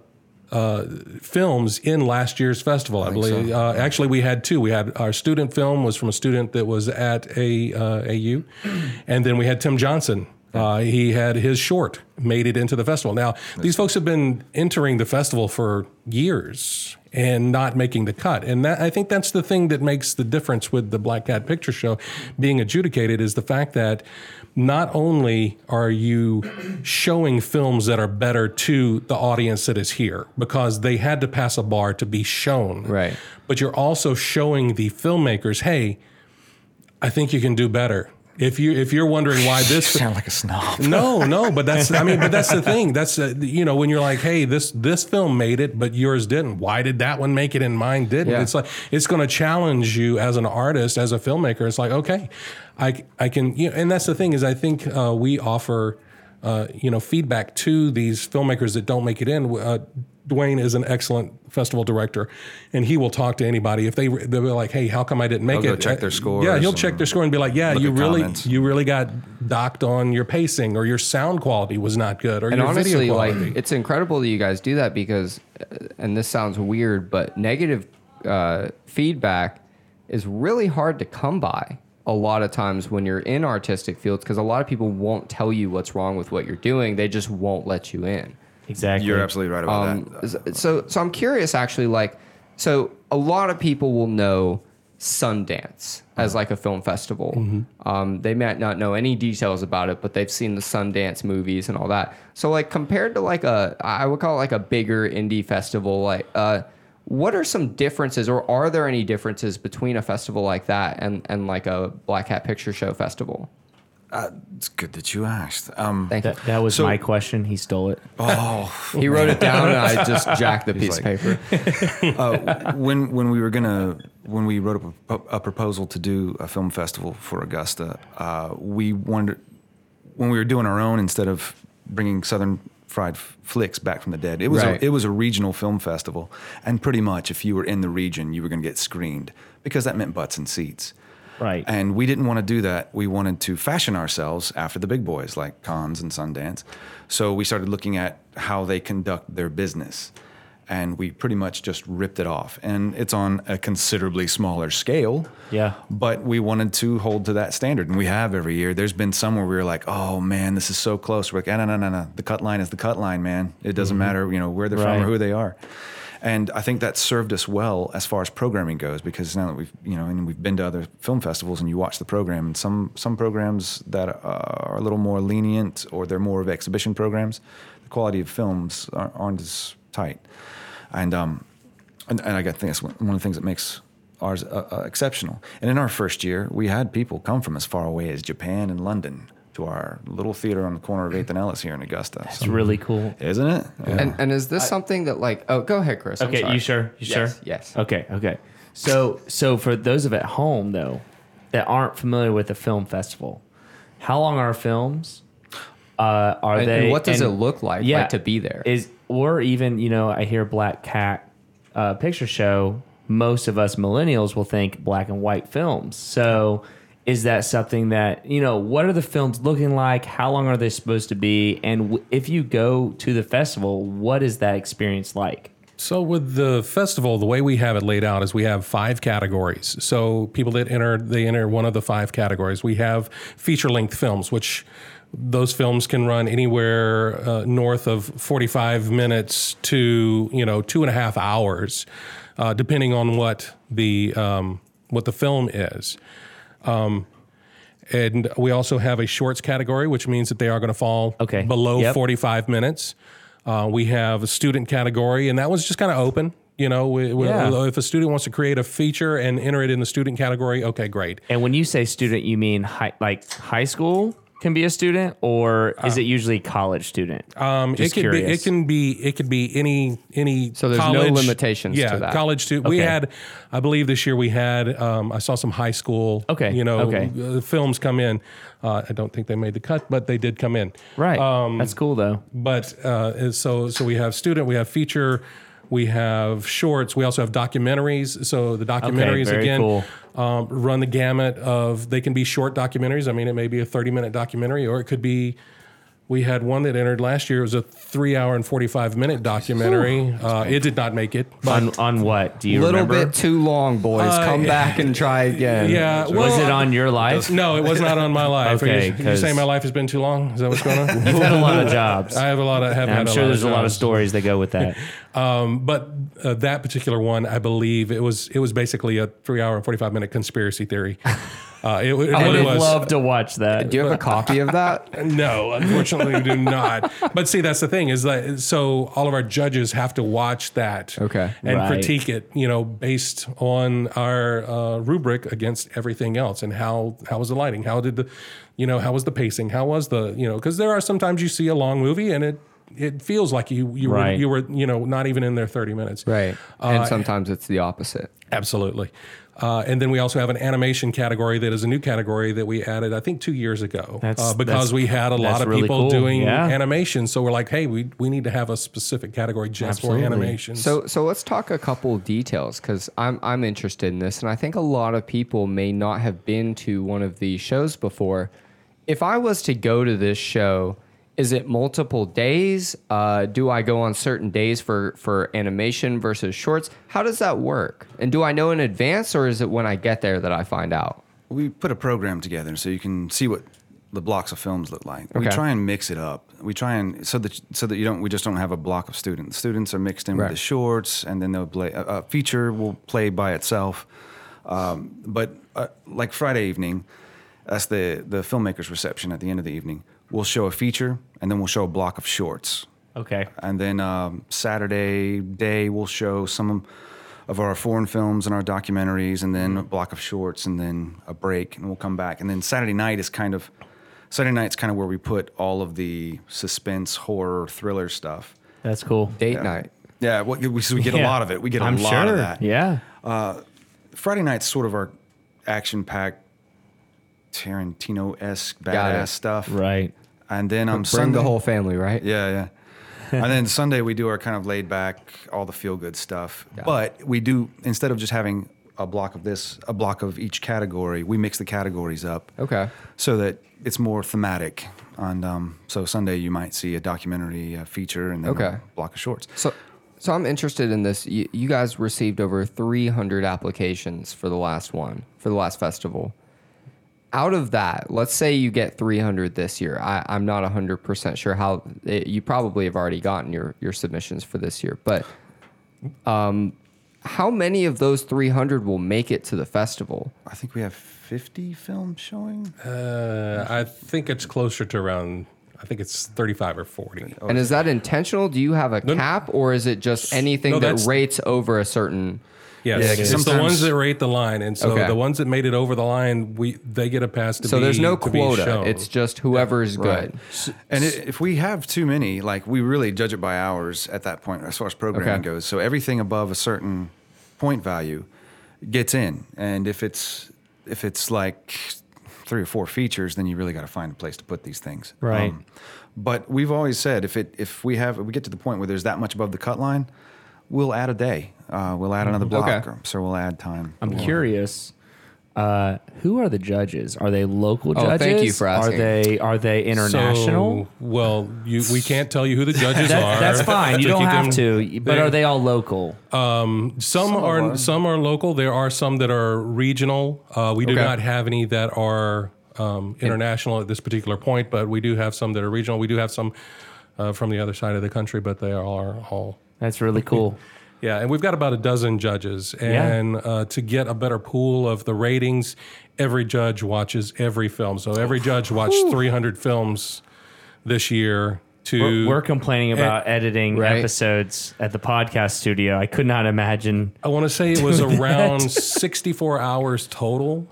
[SPEAKER 1] films in last year's festival. I, believe. Uh, actually, we had two. We had our student film was from a student that was at a uh, AU, (clears throat) and then we had Tim Johnson. Uh, he had his short made it into the festival. Now these folks have been entering the festival for years and not making the cut, and that, I think that's the thing that makes the difference with the Black Cat Picture Show being adjudicated is the fact that not only are you showing films that are better to the audience that is here because they had to pass a bar to be shown,
[SPEAKER 2] Right.
[SPEAKER 1] But you're also showing the filmmakers, hey, I think you can do better. If you if you're wondering why this
[SPEAKER 3] sound like a snob. (laughs)
[SPEAKER 1] no, no, but that's I mean, but that's the thing. That's uh, you know when you're like, hey, this this film made it, but yours didn't. Why did that one make it and mine didn't?
[SPEAKER 2] Yeah.
[SPEAKER 1] It's like it's going to challenge you as an artist, as a filmmaker. It's like okay, I I can you know, and that's the thing is I think uh, we offer. Uh, you know, feedback to these filmmakers that don't make it in. Uh, Dwayne is an excellent festival director, and he will talk to anybody if they they'll be like, "Hey, how come I didn't make
[SPEAKER 3] He'll
[SPEAKER 1] it?"
[SPEAKER 3] go check their scores
[SPEAKER 1] Yeah, he'll
[SPEAKER 3] and
[SPEAKER 1] check their score and be like, "Yeah,
[SPEAKER 3] look
[SPEAKER 1] you
[SPEAKER 3] at
[SPEAKER 1] really
[SPEAKER 3] comments.
[SPEAKER 1] you really got docked on your pacing or your sound quality was not good or
[SPEAKER 2] and
[SPEAKER 1] your
[SPEAKER 2] honestly
[SPEAKER 1] video
[SPEAKER 2] like
[SPEAKER 1] quality.
[SPEAKER 2] it's incredible that you guys do that because uh, and this sounds weird but negative uh, feedback is really hard to come by a lot of times when you're in artistic fields because a lot of people won't tell you what's wrong with what you're doing they just won't let you in
[SPEAKER 5] Exactly.
[SPEAKER 3] You're absolutely right about
[SPEAKER 2] Um,
[SPEAKER 3] that.
[SPEAKER 2] s- so, so I'm curious actually. Like, so a lot of people will know Sundance as like a film festival. Um, they might not know any details about it, but they've seen the Sundance movies and all that. So, like compared to like a, I would call it like a bigger indie festival. Like, uh, what are some differences, or are there any differences between a festival like that and and like a Black Hat Picture Show festival?
[SPEAKER 3] It's good that you asked. Um,
[SPEAKER 2] Thank you.
[SPEAKER 5] That, that was
[SPEAKER 3] So-
[SPEAKER 5] my question. He stole it.
[SPEAKER 3] oh,
[SPEAKER 2] He wrote it down, and I just jacked the piece
[SPEAKER 3] like-
[SPEAKER 2] of paper.
[SPEAKER 3] uh, when when we were gonna when we wrote a, pro- a proposal to do a film festival for Augusta, uh, we wondered when we were doing our own instead of bringing Southern Fried F- Flicks back from the dead. It was
[SPEAKER 2] Right.
[SPEAKER 3] a, it was a regional film festival, and pretty much if you were in the region, you were gonna get screened because that meant butts and seats.
[SPEAKER 5] Right.
[SPEAKER 3] And we didn't want to do that. We wanted to fashion ourselves after the big boys like Cannes and Sundance. So we started looking at how they conduct their business. And we pretty much just ripped it off. And it's on a considerably smaller scale.
[SPEAKER 5] Yeah.
[SPEAKER 3] But we wanted to hold to that standard. And we have every year. There's been some where we were like, oh man, this is so close. We're like, "Ah, no, no, no, no. The cut line is the cut line, man. It doesn't matter, you know, where they're from
[SPEAKER 5] Mm-hmm. Right.
[SPEAKER 3] or who they are. And I think that served us well as far as programming goes, because now that we've you know, and we've been to other film festivals, and you watch the program, and some some programs that uh, are a little more lenient, or they're more of exhibition programs, the quality of films aren't, aren't as tight. And um, and, and I got- think that's one one of the things that makes ours uh, uh, exceptional. And in our first year, we had people come from as far away as Japan and London to our little theater on the corner of Eighth and Ellis here in Augusta.
[SPEAKER 5] It's
[SPEAKER 3] So,
[SPEAKER 5] really cool.
[SPEAKER 3] isn't it?
[SPEAKER 2] And and is this something that like? Oh, go ahead, Chris. I'm
[SPEAKER 5] Okay,
[SPEAKER 2] sorry.
[SPEAKER 5] you sure? You
[SPEAKER 2] Yes,
[SPEAKER 5] sure?
[SPEAKER 2] yes.
[SPEAKER 5] Okay, okay. So, so for those of at home though that aren't familiar with the film festival, how long are films? Uh, are
[SPEAKER 2] And-
[SPEAKER 5] they?
[SPEAKER 2] and what does it look like, like, to be there?
[SPEAKER 5] Is or even you know I hear Black Cat uh, picture show. Most of us millennials will think black and white films. So. Is that something that you know? What are the films looking like? How long are they supposed to be? And w- if you go to the festival, what is that experience like?
[SPEAKER 1] So, with the festival, the way we have it laid out is we have five categories. So, people that enter, they enter one of the five categories. We have feature length films, which those films can run anywhere uh, north of 45 minutes to, you know, two and a half hours, uh, depending on what the, um, what the film is. Um, And we also have a shorts category, which means that they are going to fall
[SPEAKER 5] Okay.
[SPEAKER 1] below
[SPEAKER 5] Yep.
[SPEAKER 1] 45 minutes. Uh, we have a student category, and that was just kind of open. You know, we, we-
[SPEAKER 5] Yeah.
[SPEAKER 1] if a student wants to create a feature and enter it in the student category, okay, great.
[SPEAKER 5] And when you say student, you mean high, like high school can be a student, or is it usually college student?
[SPEAKER 1] Um, it
[SPEAKER 5] Just
[SPEAKER 1] could be,
[SPEAKER 5] curious.
[SPEAKER 1] it can be, it could be any any.
[SPEAKER 2] So there's no
[SPEAKER 1] college,
[SPEAKER 2] limitations to
[SPEAKER 1] Yeah,
[SPEAKER 2] that.
[SPEAKER 1] college too. We
[SPEAKER 5] Okay.
[SPEAKER 1] had, I believe this year we had. Um, I saw some high school.
[SPEAKER 5] Okay,
[SPEAKER 1] you know,
[SPEAKER 5] okay.
[SPEAKER 1] uh, films come in. Uh, I don't think they made the cut, but they did come in.
[SPEAKER 5] right. That's cool though.
[SPEAKER 1] but uh, is- so so we have student, we have feature, we have shorts, we also have documentaries. So the documentaries
[SPEAKER 5] very
[SPEAKER 1] again
[SPEAKER 5] cool.
[SPEAKER 1] um, run the gamut of they can be short documentaries. I mean, it may be a thirty minute documentary, or it could be. We had one that entered last year. It was a three hour and forty five minute documentary. Uh, it did not make it. But,
[SPEAKER 5] On on what do you
[SPEAKER 2] little
[SPEAKER 5] remember?
[SPEAKER 2] bit too long, boys. Come back and try again.
[SPEAKER 1] yeah,
[SPEAKER 5] Was
[SPEAKER 1] well,
[SPEAKER 5] it on your (laughs) life?
[SPEAKER 1] No, it was not on my life. Are you-
[SPEAKER 5] Okay,
[SPEAKER 1] you,
[SPEAKER 5] 'cause-
[SPEAKER 1] saying my life has been too long? Is that what's going on?
[SPEAKER 5] (laughs) You've had a lot of jobs.
[SPEAKER 1] I have a lot. of- I have.
[SPEAKER 5] I'm
[SPEAKER 1] had
[SPEAKER 5] sure there's a lot of
[SPEAKER 1] jobs.
[SPEAKER 5] stories that go with that.
[SPEAKER 1] but uh, that particular one, I believe it was it was basically a three hour and forty five minute conspiracy theory.
[SPEAKER 5] (laughs)
[SPEAKER 1] Uh, it, it
[SPEAKER 5] I
[SPEAKER 1] really
[SPEAKER 5] would
[SPEAKER 1] was.
[SPEAKER 5] love to watch that.
[SPEAKER 2] Do you have a copy of
[SPEAKER 1] (laughs)
[SPEAKER 2] that?
[SPEAKER 1] no, unfortunately,
[SPEAKER 5] (laughs)
[SPEAKER 1] we do not. But see, that's the thing is that so all of our judges have to watch that,
[SPEAKER 2] Okay.
[SPEAKER 1] and
[SPEAKER 5] Right.
[SPEAKER 1] critique it, you know, based on our uh, rubric against everything else, and how how was the lighting, how did the, you know, how was the pacing, how was the, you know, because there are sometimes you see a long movie and it it feels like you you were
[SPEAKER 5] Right.
[SPEAKER 1] you were you know not even in there thirty minutes,
[SPEAKER 2] Right. and sometimes it's the opposite.
[SPEAKER 1] Absolutely. Uh, and then we also have an animation category that is a new category that we added, I think, two years ago,
[SPEAKER 5] That's-
[SPEAKER 1] uh, because
[SPEAKER 5] that's-
[SPEAKER 1] we had a lot
[SPEAKER 5] that's
[SPEAKER 1] of
[SPEAKER 5] really cool.
[SPEAKER 1] people doing
[SPEAKER 5] Yeah.
[SPEAKER 1] animation. So we're like, hey, we, we need to have a specific category just
[SPEAKER 5] Absolutely.
[SPEAKER 1] for animations.
[SPEAKER 2] So so let's talk a couple of details because I'm I'm interested in this, and I think a lot of people may not have been to one of these shows before. If I was to go to this show, is it multiple days? Uh, do I go on certain days for for animation versus shorts? How does that work? And do I know in advance, or is it when I get there that I find out?
[SPEAKER 3] We put a program together so you can see what the blocks of films look like. We
[SPEAKER 2] Okay.
[SPEAKER 3] try and mix it up. We try and so that so that you don't we just don't have a block of students. Students are mixed in
[SPEAKER 2] Right.
[SPEAKER 3] with the shorts, and then they'll play a, a feature will play by itself. Um, but uh, like Friday evening, that's the the filmmakers reception at the end of the evening. We'll show a feature, and then we'll show a block of shorts.
[SPEAKER 5] Okay.
[SPEAKER 3] And then um, Saturday day, we'll show some of our foreign films and our documentaries, and then a block of shorts, and then a break, and we'll come back. And then Saturday night is kind of Saturday night's kind of where we put all of the suspense, horror, thriller stuff.
[SPEAKER 5] That's cool.
[SPEAKER 2] Date night.
[SPEAKER 3] Yeah, what, we, so we get a
[SPEAKER 5] Yeah.
[SPEAKER 3] lot of it. We get a
[SPEAKER 5] I'm
[SPEAKER 3] lot
[SPEAKER 5] sure.
[SPEAKER 3] of that.
[SPEAKER 5] Yeah.
[SPEAKER 3] Friday night's sort of our action-packed, Tarantino-esque
[SPEAKER 2] Got it.
[SPEAKER 3] badass stuff,
[SPEAKER 5] Right.
[SPEAKER 3] And then um,
[SPEAKER 2] Bring
[SPEAKER 3] Sunday,
[SPEAKER 2] the whole family, right?
[SPEAKER 3] Yeah, yeah. and then Sunday we do our kind of laid back, all the feel good stuff. But we do instead of just having a block of this, a block of each category, we mix the categories up.
[SPEAKER 2] Okay.
[SPEAKER 3] So that it's more thematic. And um, so Sunday you might see a documentary a feature and then
[SPEAKER 2] Okay.
[SPEAKER 3] a block of shorts.
[SPEAKER 2] So, so I'm interested in this. You, you guys received over 300 applications for the last one, for the last festival. Out of that, let's say you get 300 this year. I, I'm not 100% sure how it, you probably have already gotten your, your submissions for this year, but um, how many of those 300 will make it to the festival?
[SPEAKER 3] I think we have 50 films showing.
[SPEAKER 1] uh, I think it's closer to around, I think it's 35 or 40.
[SPEAKER 2] And is that intentional? Do you have a cap, or is it just anything
[SPEAKER 1] No,
[SPEAKER 2] that
[SPEAKER 1] that's-
[SPEAKER 2] rates over a certain?
[SPEAKER 1] Yes,
[SPEAKER 3] Yeah, 'cause
[SPEAKER 1] it's the
[SPEAKER 3] sometimes-
[SPEAKER 1] ones that rate the line. And so
[SPEAKER 2] Okay.
[SPEAKER 1] the ones that made it over the line, we they get a pass to
[SPEAKER 2] So
[SPEAKER 1] be
[SPEAKER 2] there's no
[SPEAKER 1] to be
[SPEAKER 2] quota.
[SPEAKER 1] shown.
[SPEAKER 2] It's just whoever's
[SPEAKER 3] Right.
[SPEAKER 2] good.
[SPEAKER 3] And it, if we have too many, like we really judge it by hours at that point as far as
[SPEAKER 2] Okay.
[SPEAKER 3] programming goes. So everything above a certain point value gets in, and if it's if it's like three or four features, then you really got to find a place to put these things. Um,
[SPEAKER 5] Right.
[SPEAKER 3] but we've always said if it if we have if we get to the point where there's that much above the cut line, we'll add a day. Uh, we'll add another block,
[SPEAKER 2] Okay.
[SPEAKER 3] so we'll add time.
[SPEAKER 5] I'm curious. Uh, who are the judges? Are they local
[SPEAKER 2] Oh,
[SPEAKER 5] judges?
[SPEAKER 2] thank you for asking.
[SPEAKER 5] Are they are they international?
[SPEAKER 1] So, well, you, we can't tell you
[SPEAKER 5] (laughs)
[SPEAKER 1] who the judges
[SPEAKER 5] That-
[SPEAKER 1] are.
[SPEAKER 5] that's
[SPEAKER 1] (laughs)
[SPEAKER 5] fine. You don't
[SPEAKER 1] keep
[SPEAKER 5] have
[SPEAKER 1] them-
[SPEAKER 5] to. But are they all local?
[SPEAKER 1] Some, are some are local. There are some that are regional. Uh, we do
[SPEAKER 2] Okay.
[SPEAKER 1] not have any that are um, international at this particular point, but we do have some that are regional. We do have some uh, from the other side of the country, but they are all
[SPEAKER 5] That's really cool.
[SPEAKER 1] Yeah, and we've got about a dozen judges,
[SPEAKER 5] Yeah.
[SPEAKER 1] and uh, to get a better pool of the ratings, every judge watches every film. So every judge watched 300 films this year. To
[SPEAKER 5] We're, we're complaining about editing
[SPEAKER 2] Right.
[SPEAKER 5] episodes at the podcast studio. I could not imagine.
[SPEAKER 1] I want to say it
[SPEAKER 2] (laughs)
[SPEAKER 1] was around 64 hours total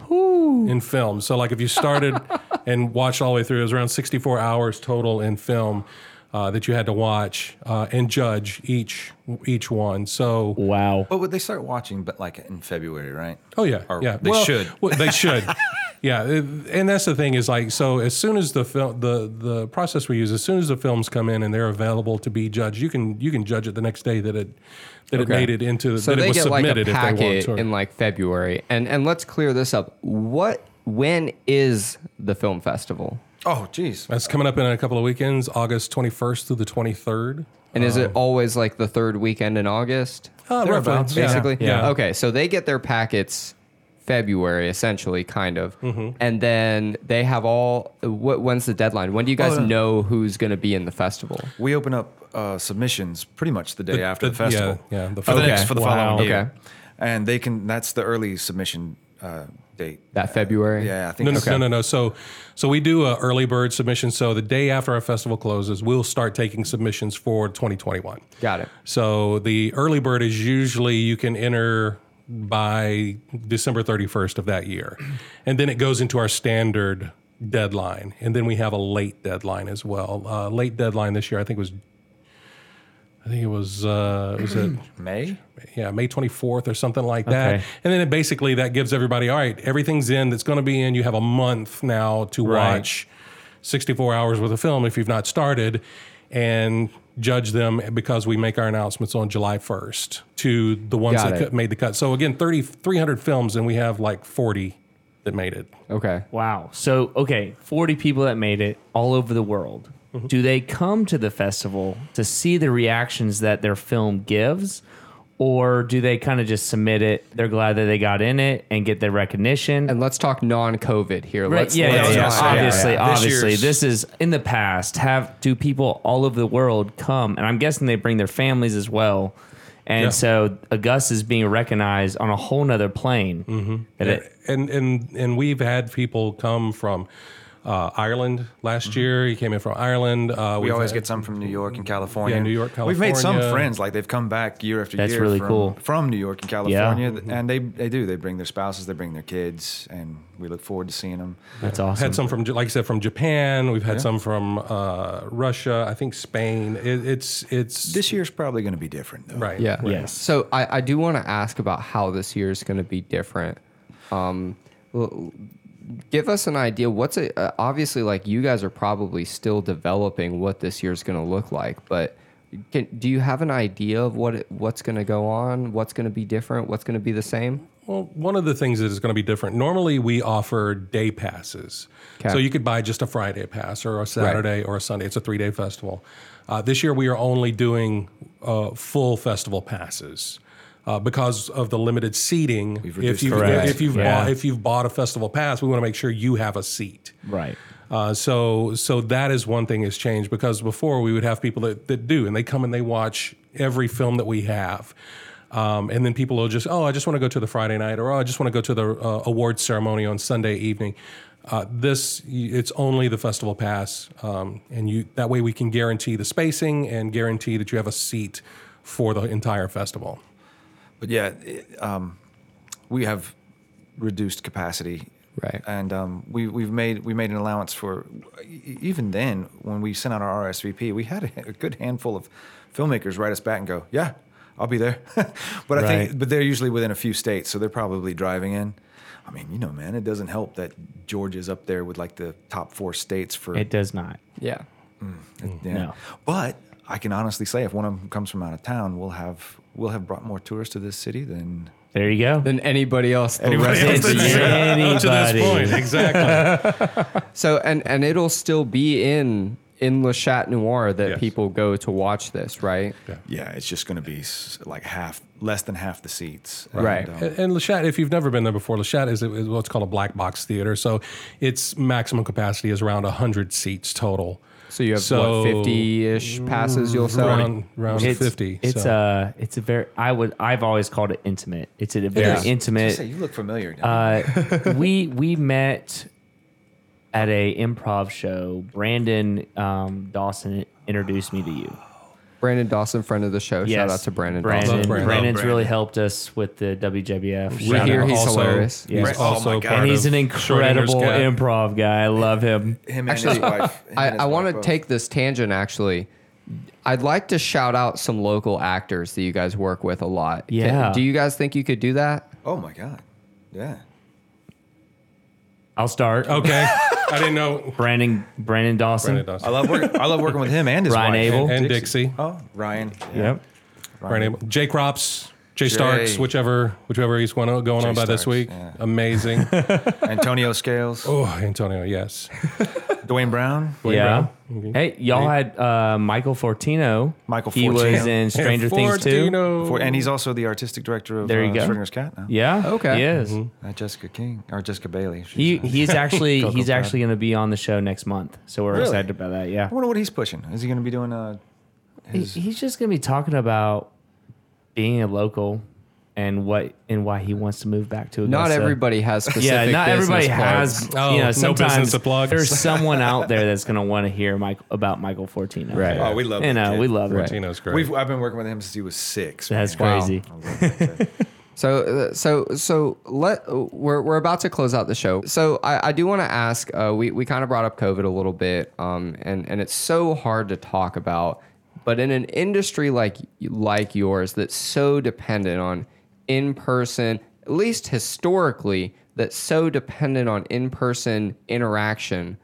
[SPEAKER 1] in film. So like if you started
[SPEAKER 2] (laughs)
[SPEAKER 1] and watched all the way through, it was around 64 hours total in film. Uh, that you had to watch uh, and judge each each one. So
[SPEAKER 5] Wow.
[SPEAKER 3] But would they start watching? But like in February, right?
[SPEAKER 1] Oh yeah,
[SPEAKER 3] Or
[SPEAKER 1] yeah.
[SPEAKER 3] they
[SPEAKER 1] Well,
[SPEAKER 3] should.
[SPEAKER 1] (laughs) well, they
[SPEAKER 3] (laughs)
[SPEAKER 1] should. yeah, it- and that's the thing is like so. As soon as the film, the the process we use, as soon as the films come in and they're available to be judged, you can you can judge it the next day that it that it made it into
[SPEAKER 2] So
[SPEAKER 1] that it
[SPEAKER 2] they
[SPEAKER 1] was
[SPEAKER 2] get like a
[SPEAKER 1] submitted if
[SPEAKER 2] packet
[SPEAKER 1] they want. to.
[SPEAKER 2] in like February. And and let's clear this up. What when is the film festival?
[SPEAKER 3] Oh, geez.
[SPEAKER 1] that's coming up in a couple of weekends, August twenty first through the twenty third.
[SPEAKER 2] And is
[SPEAKER 1] Oh.
[SPEAKER 2] it always like the third weekend in August?
[SPEAKER 1] Uh, roughly,
[SPEAKER 2] Thereabouts,
[SPEAKER 1] yeah.
[SPEAKER 2] basically.
[SPEAKER 1] Yeah. Yeah.
[SPEAKER 2] Okay, so they get their packets February, essentially, kind of,
[SPEAKER 1] Mm-hmm.
[SPEAKER 2] and then they have all. What, when's the deadline? When do you guys
[SPEAKER 3] Oh, yeah.
[SPEAKER 2] know who's going to be in the festival?
[SPEAKER 3] We open up uh, submissions pretty much the day after the,
[SPEAKER 1] the-
[SPEAKER 3] festival.
[SPEAKER 1] yeah, yeah, the
[SPEAKER 3] for the
[SPEAKER 1] festival.
[SPEAKER 3] next for the
[SPEAKER 5] Wow.
[SPEAKER 3] following year.
[SPEAKER 2] Okay.
[SPEAKER 3] And they can. That's the early submission uh, date.
[SPEAKER 2] That February.
[SPEAKER 3] Yeah, I think.
[SPEAKER 1] No, no,
[SPEAKER 3] that's-
[SPEAKER 1] no, no, no. So, so we do a early bird submission. So the day after our festival closes, we'll start taking submissions for twenty twenty one.
[SPEAKER 2] Got it.
[SPEAKER 1] So the early bird is usually you can enter by December 31st of that year. (clears throat) And then it goes into our standard deadline. And then we have a late deadline as well. Uh, late deadline this year, I think was, I think it was, uh, was
[SPEAKER 2] (clears throat)
[SPEAKER 1] it,
[SPEAKER 3] May.
[SPEAKER 1] yeah, May 24th or something like that.
[SPEAKER 5] Okay.
[SPEAKER 1] And then it basically that gives everybody, all right, everything's in that's going to be in. You have a month now to
[SPEAKER 5] Right.
[SPEAKER 1] watch 64 hours worth of film if you've not started and judge them because we make our announcements on July 1st to the ones
[SPEAKER 2] Got
[SPEAKER 1] that
[SPEAKER 2] it.
[SPEAKER 1] cut- made the cut. So again, 30, 300 films and we have like 40 that made it.
[SPEAKER 2] Okay.
[SPEAKER 5] Wow. So, okay, 40 people that made it all over the world. Do they come to the festival to see the reactions that their film gives? Or do they kind of just submit it? They're glad that they got in it and get the recognition.
[SPEAKER 2] And let's talk non-COVID here.
[SPEAKER 5] Right.
[SPEAKER 2] Let's,
[SPEAKER 5] yeah,
[SPEAKER 2] let's
[SPEAKER 5] yeah, yeah.
[SPEAKER 2] not-
[SPEAKER 5] Obviously,
[SPEAKER 3] yeah. This
[SPEAKER 5] obviously,
[SPEAKER 3] year's-
[SPEAKER 5] this is in the past. Have do people all over the world come? And I'm guessing they bring their families as well. And
[SPEAKER 1] Yeah.
[SPEAKER 5] so Augusta is being recognized on a whole nother plane. Mm-hmm.
[SPEAKER 1] and and and we've had people come from uh, Ireland last year. He came in from Ireland. Uh,
[SPEAKER 3] We
[SPEAKER 1] we've
[SPEAKER 3] always
[SPEAKER 1] had-
[SPEAKER 3] get some from New York and California.
[SPEAKER 1] Yeah, New York,
[SPEAKER 3] We've made some
[SPEAKER 1] California.
[SPEAKER 3] friends. Like they've come back year after
[SPEAKER 5] That's
[SPEAKER 3] year.
[SPEAKER 5] really
[SPEAKER 3] from,
[SPEAKER 5] cool.
[SPEAKER 3] From New York and California,
[SPEAKER 1] Mm-hmm.
[SPEAKER 3] and they they do. They bring their spouses, they bring their kids, and we look forward to seeing them.
[SPEAKER 5] that's awesome.
[SPEAKER 1] had some from, like I said, from Japan. We've had some from uh, Russia. I think Spain. It, it's it's
[SPEAKER 3] This year's probably going to be different, though.
[SPEAKER 1] right.
[SPEAKER 2] Yeah.
[SPEAKER 5] Yes.
[SPEAKER 2] So I, I do want to ask about how this year is going to be different. Um, l- give us an idea. What's it? Uh, obviously, like you guys are probably still developing what this year's going to look like, but. Can, do you have an idea of what it, what's going to go on? What's going to be different? What's going to be the same?
[SPEAKER 1] Well, one of the things that is going to be different. Normally, we offer day passes,
[SPEAKER 2] Okay.
[SPEAKER 1] so you could buy just a Friday pass or a Saturday or a Sunday. It's a three-day festival. Uh, this year, we are only doing uh, full festival passes. Uh, because of the limited seating, if
[SPEAKER 3] reduced
[SPEAKER 1] you've,
[SPEAKER 5] Correct.
[SPEAKER 1] if, you've
[SPEAKER 5] Yeah.
[SPEAKER 1] bought, if you've bought a festival pass, we want to make sure you have a seat.
[SPEAKER 5] right.
[SPEAKER 1] Uh, so so that is one thing has changed because before we would have people that, that do and they come and they watch every film that we have. Um, and then people will just, oh, I just want to go to the Friday night, or oh, I just want to go to the uh, awards ceremony on Sunday evening. Uh, this, y- it's only the festival pass, um, and you that way we can guarantee the spacing and guarantee that you have a seat for the entire festival.
[SPEAKER 3] But yeah, it, um, we have reduced capacity,
[SPEAKER 2] Right.
[SPEAKER 3] And um, we we've made we made an allowance for e- even then when we sent out our RSVP, we had a, a good handful of filmmakers write us back and go, yeah, I'll be there. (laughs) but I
[SPEAKER 5] Right.
[SPEAKER 3] think but they're usually within a few states, so they're probably driving in. I mean, you know, man, it doesn't help that Georgia's up there with like the top four states for
[SPEAKER 5] It does not.
[SPEAKER 2] Yeah.
[SPEAKER 3] yeah.
[SPEAKER 5] No.
[SPEAKER 3] But I can honestly say, if one of them comes from out of town, we'll have we'll have brought more tourists to this city than
[SPEAKER 5] There you go.
[SPEAKER 2] than anybody else the
[SPEAKER 1] Anybody
[SPEAKER 2] rest
[SPEAKER 1] else
[SPEAKER 2] of the
[SPEAKER 1] that's-
[SPEAKER 2] year.
[SPEAKER 5] year.
[SPEAKER 1] up to this
[SPEAKER 5] Anybody.
[SPEAKER 1] point, exactly.
[SPEAKER 2] So and and it'll still be in in Le Chat Noir that
[SPEAKER 1] Yes.
[SPEAKER 2] people go to watch this, right?
[SPEAKER 3] Yeah, it's just going to be s- like half, less than half the seats.
[SPEAKER 2] Right.
[SPEAKER 3] And, um,
[SPEAKER 1] And, and Le Chat, if you've never been there before, Le Chat is, is what's called a black box theater. So its maximum capacity is around 100 seats total.
[SPEAKER 2] So you have
[SPEAKER 1] So-
[SPEAKER 2] what fifty ish passes you'll sell.
[SPEAKER 1] Around, around 50.
[SPEAKER 5] It's
[SPEAKER 1] so.
[SPEAKER 5] a it's a very I would I've always called it intimate. It's a very
[SPEAKER 1] Yeah.
[SPEAKER 5] intimate.
[SPEAKER 3] Say, you look familiar. Now.
[SPEAKER 5] Uh, we we met at a improv show. Brandon um, Dawson introduced me to you.
[SPEAKER 2] Brandon Dawson, friend of the show. Shout out to Brandon,
[SPEAKER 5] Brandon.
[SPEAKER 2] Dawson.
[SPEAKER 1] Love Brandon.
[SPEAKER 5] Brandon's
[SPEAKER 6] Love
[SPEAKER 5] really
[SPEAKER 6] Brandon.
[SPEAKER 5] helped us with the WJBF.
[SPEAKER 1] We
[SPEAKER 5] shout
[SPEAKER 2] hear
[SPEAKER 5] out.
[SPEAKER 2] he's hilarious.
[SPEAKER 1] He's
[SPEAKER 5] Yes.
[SPEAKER 1] also
[SPEAKER 6] Oh my God.
[SPEAKER 1] part
[SPEAKER 5] and he's
[SPEAKER 1] of
[SPEAKER 5] an
[SPEAKER 1] Schrodinger's
[SPEAKER 5] incredible
[SPEAKER 1] cat.
[SPEAKER 5] improv guy. I love him.
[SPEAKER 3] him and his wife. him
[SPEAKER 2] I,
[SPEAKER 3] and his
[SPEAKER 2] I
[SPEAKER 3] wife
[SPEAKER 2] want to
[SPEAKER 3] both.
[SPEAKER 2] take this tangent actually. I'd like to shout out some local actors that you guys work with a lot. Can-
[SPEAKER 5] Yeah.
[SPEAKER 2] do you guys think you could do that?
[SPEAKER 3] Oh my god. Yeah.
[SPEAKER 5] I'll start.
[SPEAKER 1] (laughs) Okay. I didn't know.
[SPEAKER 5] Brandon Brandon Dawson.
[SPEAKER 1] Brandon Dawson.
[SPEAKER 3] I love working. I love working with him and his
[SPEAKER 5] Ryan
[SPEAKER 3] wife.
[SPEAKER 5] Abel.
[SPEAKER 1] And Dixie.
[SPEAKER 3] Oh, Ryan. Yeah.
[SPEAKER 5] Yep.
[SPEAKER 1] Ryan Abel. Jake Rops. Jay Starks, whichever whichever he's going on, going on by this
[SPEAKER 3] Starks,
[SPEAKER 1] week.
[SPEAKER 3] yeah.
[SPEAKER 1] Amazing.
[SPEAKER 3] Antonio Scales.
[SPEAKER 1] oh, Antonio, yes.
[SPEAKER 3] Dwayne Brown.
[SPEAKER 5] yeah.
[SPEAKER 1] Brown. Mm-hmm.
[SPEAKER 5] Hey, y'all had uh, Michael Fortino.
[SPEAKER 3] Michael
[SPEAKER 5] He was
[SPEAKER 3] Fortino.
[SPEAKER 5] in
[SPEAKER 1] (laughs)
[SPEAKER 5] Stranger Things too.
[SPEAKER 1] Fortino.
[SPEAKER 3] For, and he's also the artistic director of
[SPEAKER 5] There you
[SPEAKER 3] uh,
[SPEAKER 5] go.
[SPEAKER 3] Schrodinger's Cat now.
[SPEAKER 5] Yeah.
[SPEAKER 2] Okay.
[SPEAKER 5] He is.
[SPEAKER 1] Mm-hmm.
[SPEAKER 3] Uh, Jessica King or Jessica Bailey. She's uh,
[SPEAKER 5] He
[SPEAKER 2] (laughs)
[SPEAKER 3] nice.
[SPEAKER 5] he's actually
[SPEAKER 3] Coco
[SPEAKER 5] he's
[SPEAKER 3] Pop.
[SPEAKER 5] actually going to be on the show next month, so we're
[SPEAKER 3] Really?
[SPEAKER 5] excited about that. Yeah,
[SPEAKER 3] I wonder what he's pushing. Is he going to be doing uh,
[SPEAKER 5] He-
[SPEAKER 3] his?
[SPEAKER 5] he's just going to be talking about being a local and what and why he wants to move back to Augusta.
[SPEAKER 2] Not everybody has specific.
[SPEAKER 5] Yeah, not everybody
[SPEAKER 2] business cards.
[SPEAKER 5] has.
[SPEAKER 1] Oh,
[SPEAKER 5] you know,
[SPEAKER 1] no
[SPEAKER 5] sometimes
[SPEAKER 1] business to plug.
[SPEAKER 5] there's someone out there that's going to want to hear Mike about Michael Fortino.
[SPEAKER 2] Right.
[SPEAKER 3] Oh, we love
[SPEAKER 5] You
[SPEAKER 3] that
[SPEAKER 5] know,
[SPEAKER 3] kid.
[SPEAKER 5] we love it.
[SPEAKER 1] Fortino's great.
[SPEAKER 3] We've, I've been working with him since he was six.
[SPEAKER 5] That's
[SPEAKER 3] man.
[SPEAKER 5] crazy.
[SPEAKER 3] I love that kid.
[SPEAKER 2] So, uh, so, so let we're we're about to close out the show. So, I, I do want to ask. Uh, we we kind of brought up COVID a little bit, um, and and it's so hard to talk about, but in an industry like like yours that's so dependent on in person, at least historically, that's so dependent on in person interaction.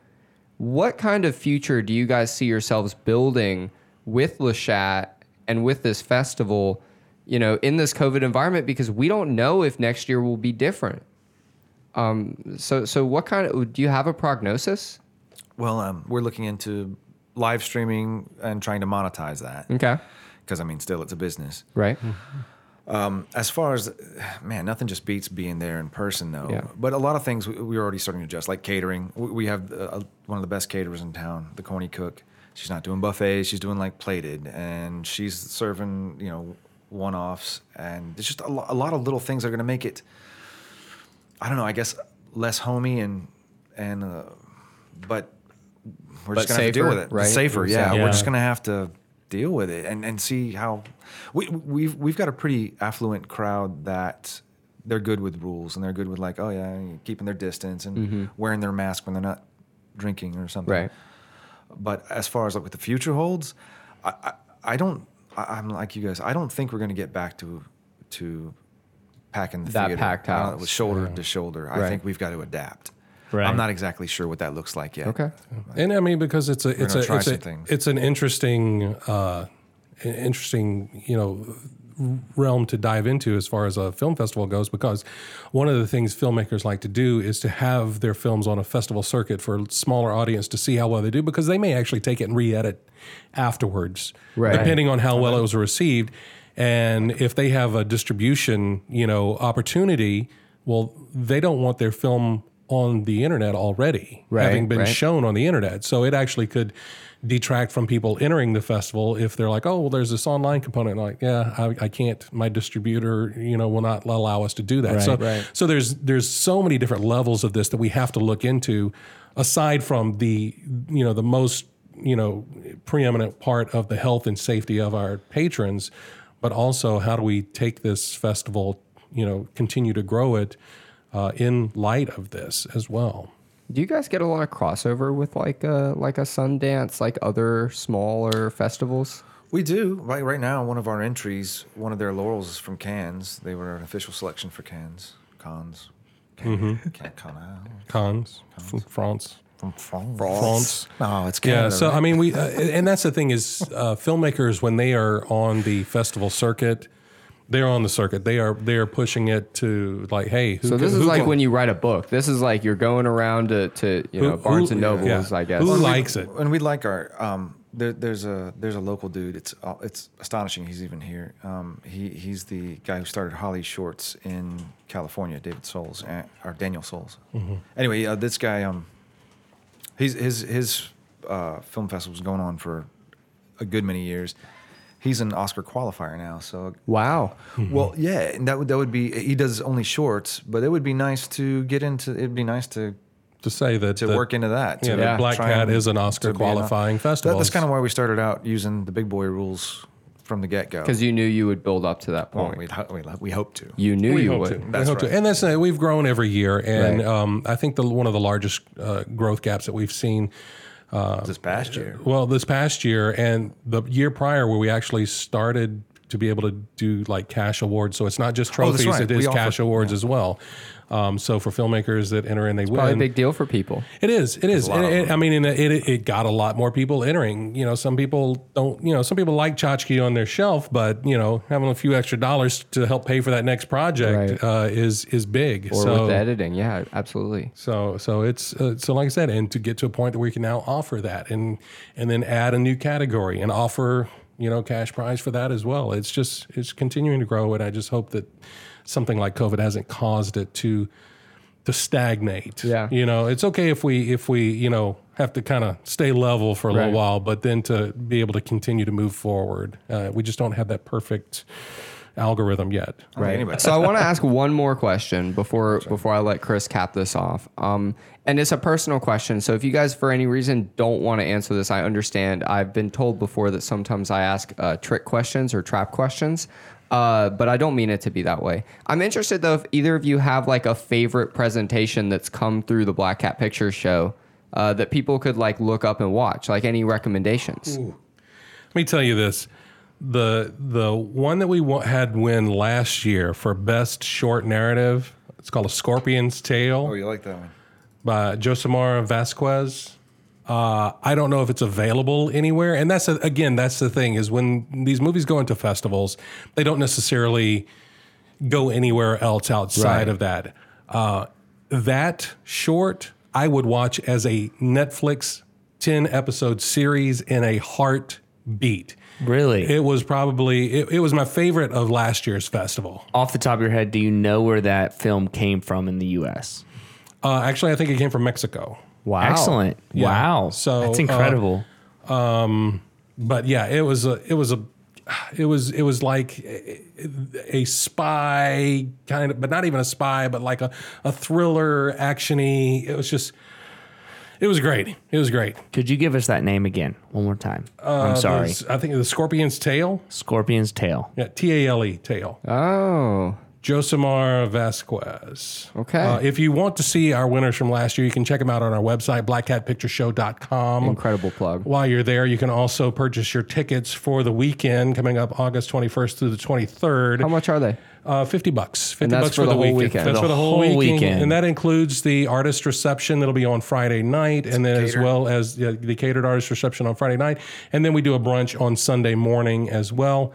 [SPEAKER 2] What kind of future do you guys see yourselves building with Lashat and with this festival, you know, in this COVID environment? Because we don't know if next year will be different. Um, so, so what kind of do you have a prognosis?
[SPEAKER 3] Well, um, we're looking into live streaming and trying to monetize that
[SPEAKER 2] Okay,
[SPEAKER 3] because I mean, still, it's a business.
[SPEAKER 2] right?
[SPEAKER 3] as far as man, nothing just beats being there in person though.
[SPEAKER 2] Yeah.
[SPEAKER 3] But a lot of things we, we're already starting to adjust, like catering. We, we have uh, one of the best caterers in town, the Corny Cook. She's not doing buffets; she's doing like plated, and she's serving you know one offs, and it's just a, lo- a lot of little things that are going to make it. I don't know. I guess less homey and and uh, but we're
[SPEAKER 2] But
[SPEAKER 3] just going to have to
[SPEAKER 2] safer,
[SPEAKER 3] deal with it.
[SPEAKER 2] right?
[SPEAKER 3] Safer, yeah.
[SPEAKER 5] Yeah.
[SPEAKER 3] We're just going to have to deal with it and, and see how we we've we've got a pretty affluent crowd that they're good with rules and they're good with like oh yeah keeping their distance and wearing their mask when they're not drinking or something.
[SPEAKER 2] Mm-hmm. Right.
[SPEAKER 3] But as far as like what the future holds, I I, I don't I, I'm like you guys. I don't think we're going to get back to to packing the
[SPEAKER 2] That
[SPEAKER 3] theater
[SPEAKER 2] packed
[SPEAKER 3] uh,
[SPEAKER 2] house.
[SPEAKER 3] with shoulder to shoulder. I
[SPEAKER 2] Right.
[SPEAKER 3] think we've got to adapt.
[SPEAKER 5] Right.
[SPEAKER 3] I'm not exactly sure what that looks like yet.
[SPEAKER 2] Okay.
[SPEAKER 1] And I mean, because it's a it's
[SPEAKER 3] gonna
[SPEAKER 1] a
[SPEAKER 3] try
[SPEAKER 1] it's,
[SPEAKER 3] some
[SPEAKER 1] a,
[SPEAKER 3] things.
[SPEAKER 1] it's an interesting uh, an interesting you know realm to dive into as far as a film festival goes because one of the things filmmakers like to do is to have their films on a festival circuit for a smaller audience to see how well they do because they may actually take it and re-edit afterwards
[SPEAKER 2] Right.
[SPEAKER 1] depending on how well it was received and if they have a distribution you know opportunity well they don't want their film on the internet already
[SPEAKER 2] Right,
[SPEAKER 1] having been
[SPEAKER 2] right.
[SPEAKER 1] shown on the internet. So it actually could detract from people entering the festival if they're like, oh, well, there's this online component. like, yeah, I, I can't. My distributor, you know, will not allow us to do that. so,
[SPEAKER 2] right.
[SPEAKER 1] so there's there's so many different levels of this that we have to look into, aside from the you know the most you know preeminent part of the health and safety of our patrons, but also how do we take this festival, you know, continue to grow it. Uh, in light of this as well.
[SPEAKER 2] Do you guys get a lot of crossover with like a like a Sundance, like other smaller festivals?
[SPEAKER 3] We do. Right, right now, one of our entries, one of their laurels is from Cannes. They were an official selection for Cannes. Cannes.
[SPEAKER 1] Mm-hmm.
[SPEAKER 3] Cannes. Cannes.
[SPEAKER 1] Cons, F- France.
[SPEAKER 3] From France.
[SPEAKER 1] France.
[SPEAKER 3] No, it's Canada.
[SPEAKER 1] Yeah. So
[SPEAKER 3] right?
[SPEAKER 1] I mean, we uh, and that's the thing is, uh, filmmakers when they are on the festival circuit, They're on the circuit. They are they are pushing it to like, hey, who
[SPEAKER 2] So this
[SPEAKER 1] can-
[SPEAKER 2] is
[SPEAKER 1] who
[SPEAKER 2] like
[SPEAKER 1] can-
[SPEAKER 2] when you write a book. This is like you're going around to, to you
[SPEAKER 1] Who-
[SPEAKER 2] know Barnes
[SPEAKER 1] who-
[SPEAKER 2] and Nobles,
[SPEAKER 1] yeah.
[SPEAKER 2] I guess.
[SPEAKER 1] Who likes it?
[SPEAKER 3] And we like our um, there, there's a there's a local dude. It's uh, it's astonishing he's even here. Um, he he's the guy who started Holly Shorts in California. David Souls eh, or Daniel Souls. Anyway, uh, this guy um, he's his his uh, film festival was going on for a good many years. He's an Oscar qualifier now, so
[SPEAKER 2] Wow.
[SPEAKER 3] well, yeah, and that would that would be he does only shorts, but it would be nice to get into. It'd be nice to
[SPEAKER 1] to say that
[SPEAKER 3] to
[SPEAKER 1] that-
[SPEAKER 3] work into that.
[SPEAKER 1] Yeah,
[SPEAKER 3] to
[SPEAKER 1] that Black
[SPEAKER 3] try
[SPEAKER 1] Cat
[SPEAKER 3] and-
[SPEAKER 1] is an Oscar
[SPEAKER 3] to be an-
[SPEAKER 1] qualifying
[SPEAKER 3] That-
[SPEAKER 1] festival.
[SPEAKER 3] that's kind of why we started out using the big boy rules from the get go.
[SPEAKER 2] Because you knew you would build up to that
[SPEAKER 3] well,
[SPEAKER 2] point.
[SPEAKER 3] we, ho- we, ho- we hope to.
[SPEAKER 2] you knew
[SPEAKER 1] Oh. We
[SPEAKER 2] you
[SPEAKER 1] hope
[SPEAKER 2] would.
[SPEAKER 1] to. We hope to. And that's uh, we've grown every year, and
[SPEAKER 2] Right.
[SPEAKER 1] um, I think the one of the largest uh, growth gaps that we've seen.
[SPEAKER 3] this past year,
[SPEAKER 1] Well, this past year and the year prior, where we actually started to be able to do like cash awards. So it's not just
[SPEAKER 3] that's
[SPEAKER 1] trophies;
[SPEAKER 3] right.
[SPEAKER 1] it is
[SPEAKER 3] We offer-
[SPEAKER 1] cash awards as well. Um, so for filmmakers that enter and they win,
[SPEAKER 2] Probably a big deal for people.
[SPEAKER 1] It is. It is.
[SPEAKER 3] a lot
[SPEAKER 1] It-
[SPEAKER 3] of
[SPEAKER 1] it- I mean, and it, it it got a lot more people entering. You know, some people don't. You know, some people like tchotchke on their shelf, but you know, having a few extra dollars to help pay for that next project
[SPEAKER 2] Right.
[SPEAKER 1] uh, is is big.
[SPEAKER 2] Or
[SPEAKER 1] so
[SPEAKER 2] with the editing. Yeah, absolutely.
[SPEAKER 1] so so it's uh, so like I said, and to get to a point that we can now offer that, and and then add a new category and offer you know cash prize for that as well. It's just it's continuing to grow, and I just hope that something like COVID hasn't caused it to to stagnate.
[SPEAKER 2] Yeah.
[SPEAKER 1] you know, it's okay if we if we you know have to kind of stay level for a
[SPEAKER 2] Right.
[SPEAKER 1] little while, but then to be able to continue to move forward, uh, we just don't have that perfect algorithm yet.
[SPEAKER 3] right? Anybody,
[SPEAKER 2] So I want to ask one more question before before I let Chris cap this off. Um, and it's a personal question. So if you guys, for any reason, don't want to answer this, I understand. I've been told before that sometimes I ask uh, trick questions or trap questions, uh, but I don't mean it to be that way. I'm interested though if either of you have like a favorite presentation that's come through the Black Cat Picture Show. Uh, that people could like look up and watch, like any recommendations.
[SPEAKER 1] Let me tell you this: the the one that we wa- had win last year for best short narrative. It's called A Scorpion's Tale
[SPEAKER 3] oh, you like that one?
[SPEAKER 1] by Josimar Vasquez. Uh, I don't know if it's available anywhere, and that's a, again, that's the thing is when these movies go into festivals, they don't necessarily go anywhere else outside
[SPEAKER 2] Right.
[SPEAKER 1] of that. Uh, that short I would watch as a Netflix ten episode series in a heartbeat.
[SPEAKER 5] Really?
[SPEAKER 1] It was probably it, it was my favorite of last year's festival.
[SPEAKER 5] Off the top of your head, do you know where that film came from in the U.S.?
[SPEAKER 1] Uh, actually, I think it came from Mexico.
[SPEAKER 5] Wow. Excellent. Wow.
[SPEAKER 1] So,
[SPEAKER 5] that's
[SPEAKER 1] uh,
[SPEAKER 5] incredible.
[SPEAKER 1] but yeah, it was a it was a (sighs) it was it was like a, a spy kind of, but not even a spy, but like a a thriller actiony. It was just. It was great. It was great.
[SPEAKER 5] Could you give us that name again one more time? I'm sorry.
[SPEAKER 1] It was- I think the Scorpion's Tail.
[SPEAKER 5] Scorpion's Tail.
[SPEAKER 1] Yeah, T A L E Tail.
[SPEAKER 2] Oh,
[SPEAKER 1] Josimar Vasquez.
[SPEAKER 2] Okay.
[SPEAKER 1] Uh, if you want to see our winners from last year, you can check them out on our website, blackcatpictureshow.com.
[SPEAKER 2] incredible plug.
[SPEAKER 1] While you're there, you can also purchase your tickets for the weekend coming up August 21st through the 23rd.
[SPEAKER 2] How much are they?
[SPEAKER 1] Uh, 50 bucks. 50
[SPEAKER 2] that's
[SPEAKER 1] bucks
[SPEAKER 2] for
[SPEAKER 1] for,
[SPEAKER 2] the
[SPEAKER 1] the
[SPEAKER 2] whole
[SPEAKER 1] weekend.
[SPEAKER 2] weekend.
[SPEAKER 1] That's
[SPEAKER 5] The
[SPEAKER 1] for the whole,
[SPEAKER 5] whole
[SPEAKER 1] weekend.
[SPEAKER 5] weekend.
[SPEAKER 1] And that includes the artist reception that'll be on Friday night, and then as well as the, the catered artist reception on Friday night. And then we do a brunch on Sunday morning as well.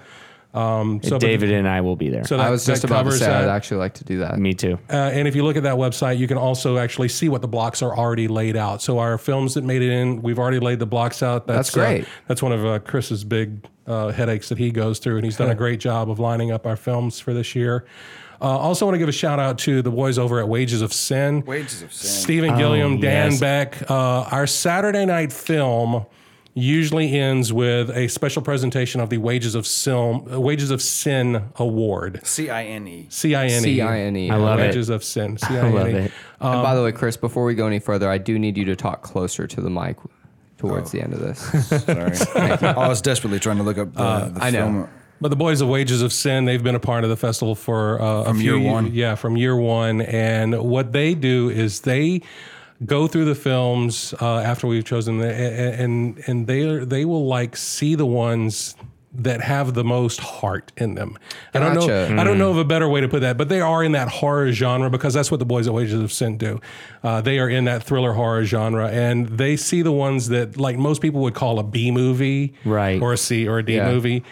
[SPEAKER 1] Um, so but-
[SPEAKER 5] David and I will be there.
[SPEAKER 1] so that,
[SPEAKER 2] I was just
[SPEAKER 1] that
[SPEAKER 2] about to
[SPEAKER 1] covers
[SPEAKER 2] say
[SPEAKER 1] that.
[SPEAKER 2] I'd actually like to do that.
[SPEAKER 5] Me too.
[SPEAKER 1] Uh, and if you look at that website, you can also actually see what the blocks are already laid out. So our films that made it in, we've already laid the blocks out.
[SPEAKER 2] That's great.
[SPEAKER 1] uh, that's one of uh, Chris's big uh, headaches that he goes through, and he's done a great job of lining up our films for this year. Uh, also, want to give a shout out to the boys over at Wages of Sin.
[SPEAKER 3] Wages of Sin.
[SPEAKER 1] Stephen Gilliam, Dan
[SPEAKER 5] yes.
[SPEAKER 1] Beck. Uh, our Saturday night film usually ends with a special presentation of the Wages of Sin, Wages of Sin Award.
[SPEAKER 3] C I N E.
[SPEAKER 1] C I N E.
[SPEAKER 2] C I N E.
[SPEAKER 5] I love it.
[SPEAKER 1] Wages of Sin.
[SPEAKER 5] I love
[SPEAKER 1] C-I-N-E.
[SPEAKER 5] it.
[SPEAKER 2] And by the way, Chris, before we go any further, I do need you to talk closer to the mic towards the end of this.
[SPEAKER 3] (laughs) Sorry, Uh, I was desperately trying to look up the, the
[SPEAKER 2] I know.
[SPEAKER 3] film.
[SPEAKER 1] But the boys of Wages of Sin, they've been a part of the festival for uh,
[SPEAKER 3] From
[SPEAKER 1] a few
[SPEAKER 3] year one.
[SPEAKER 1] Yeah, from year one. And what they do is they go through the films uh, after we've chosen, the, and and they are, they will like see the ones that have the most heart in them. I don't know.
[SPEAKER 2] Gotcha.
[SPEAKER 1] I
[SPEAKER 3] Hmm.
[SPEAKER 1] don't know of a better way to put that, but they are in that horror genre because that's what the boys at Wages of Sin do. Uh, they are in that thriller horror genre, and they see the ones that like most people would call a B movie,
[SPEAKER 5] Right.
[SPEAKER 1] or a C or a D
[SPEAKER 2] Yeah.
[SPEAKER 1] movie.